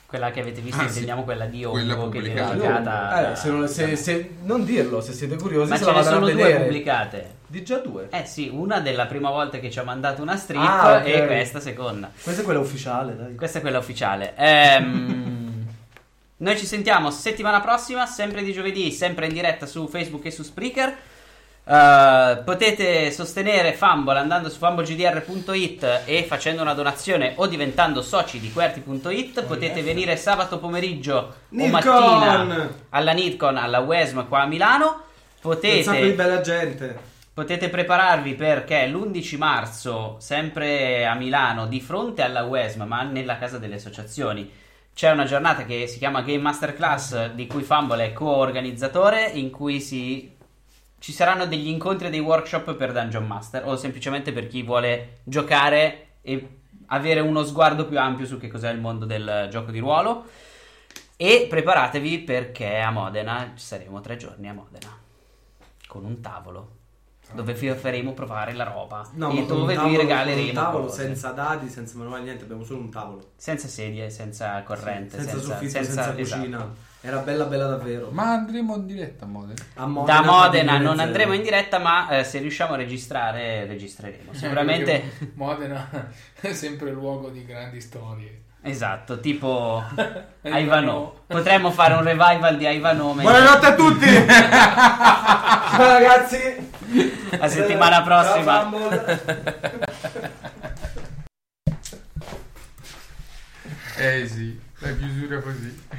Quella che avete visto, Ah, sì. intendiamo quella di Quella Ongo che viene pubblicata. pubblicata. Eh, se non, se- se- non dirlo, se siete curiosi, Ma se ce la ne vadano sono a due vedere. pubblicate. Di già due. Eh sì, una della prima volta che ci ha mandato una strip Ah, ok. e questa seconda. Questa è quella ufficiale, dai. Questa è quella ufficiale. Ehm, Noi ci sentiamo settimana prossima, sempre di giovedì, sempre in diretta su Facebook e su Spreaker. Eh, potete sostenere Fumble andando su fumblegdr.it e facendo una donazione o diventando soci di QWERTY.it. Potete venire sabato pomeriggio o mattina Nidcon! alla Nidcon, alla WESM qua a Milano. Un sacco di Potete bella gente. Potete prepararvi perché l'11 marzo, sempre a Milano, di fronte alla UESM, ma nella casa delle associazioni, c'è una giornata che si chiama Game Masterclass, di cui Fumble è co-organizzatore, in cui si... ci saranno degli incontri e dei workshop per Dungeon Master, o semplicemente per chi vuole giocare e avere uno sguardo più ampio su che cos'è il mondo del gioco di ruolo. E preparatevi perché a Modena, ci saremo tre giorni a Modena, con un tavolo. Dove vi faremo provare la roba e ma con un dove vi tavolo- regaleremo un tavolo cose. senza dadi, senza manuale, niente, abbiamo solo un tavolo. Senza sedie, senza corrente, senza, senza, soffitto, senza- senza, cucina. esatto. Era bella bella davvero. Ma andremo in diretta a Modena. A Da Modena quindi non zero. andremo in diretta, ma eh, se riusciamo a registrare, Eh, registreremo. Sicuramente, Perché Modena è sempre luogo di grandi storie. esatto, tipo Ivano. Ivano. Potremmo fare un revival di Ivano mentre- Buonanotte a tutti! Ciao ragazzi. la settimana Ciao, prossima. Fumble. eh sì, la chiusura così.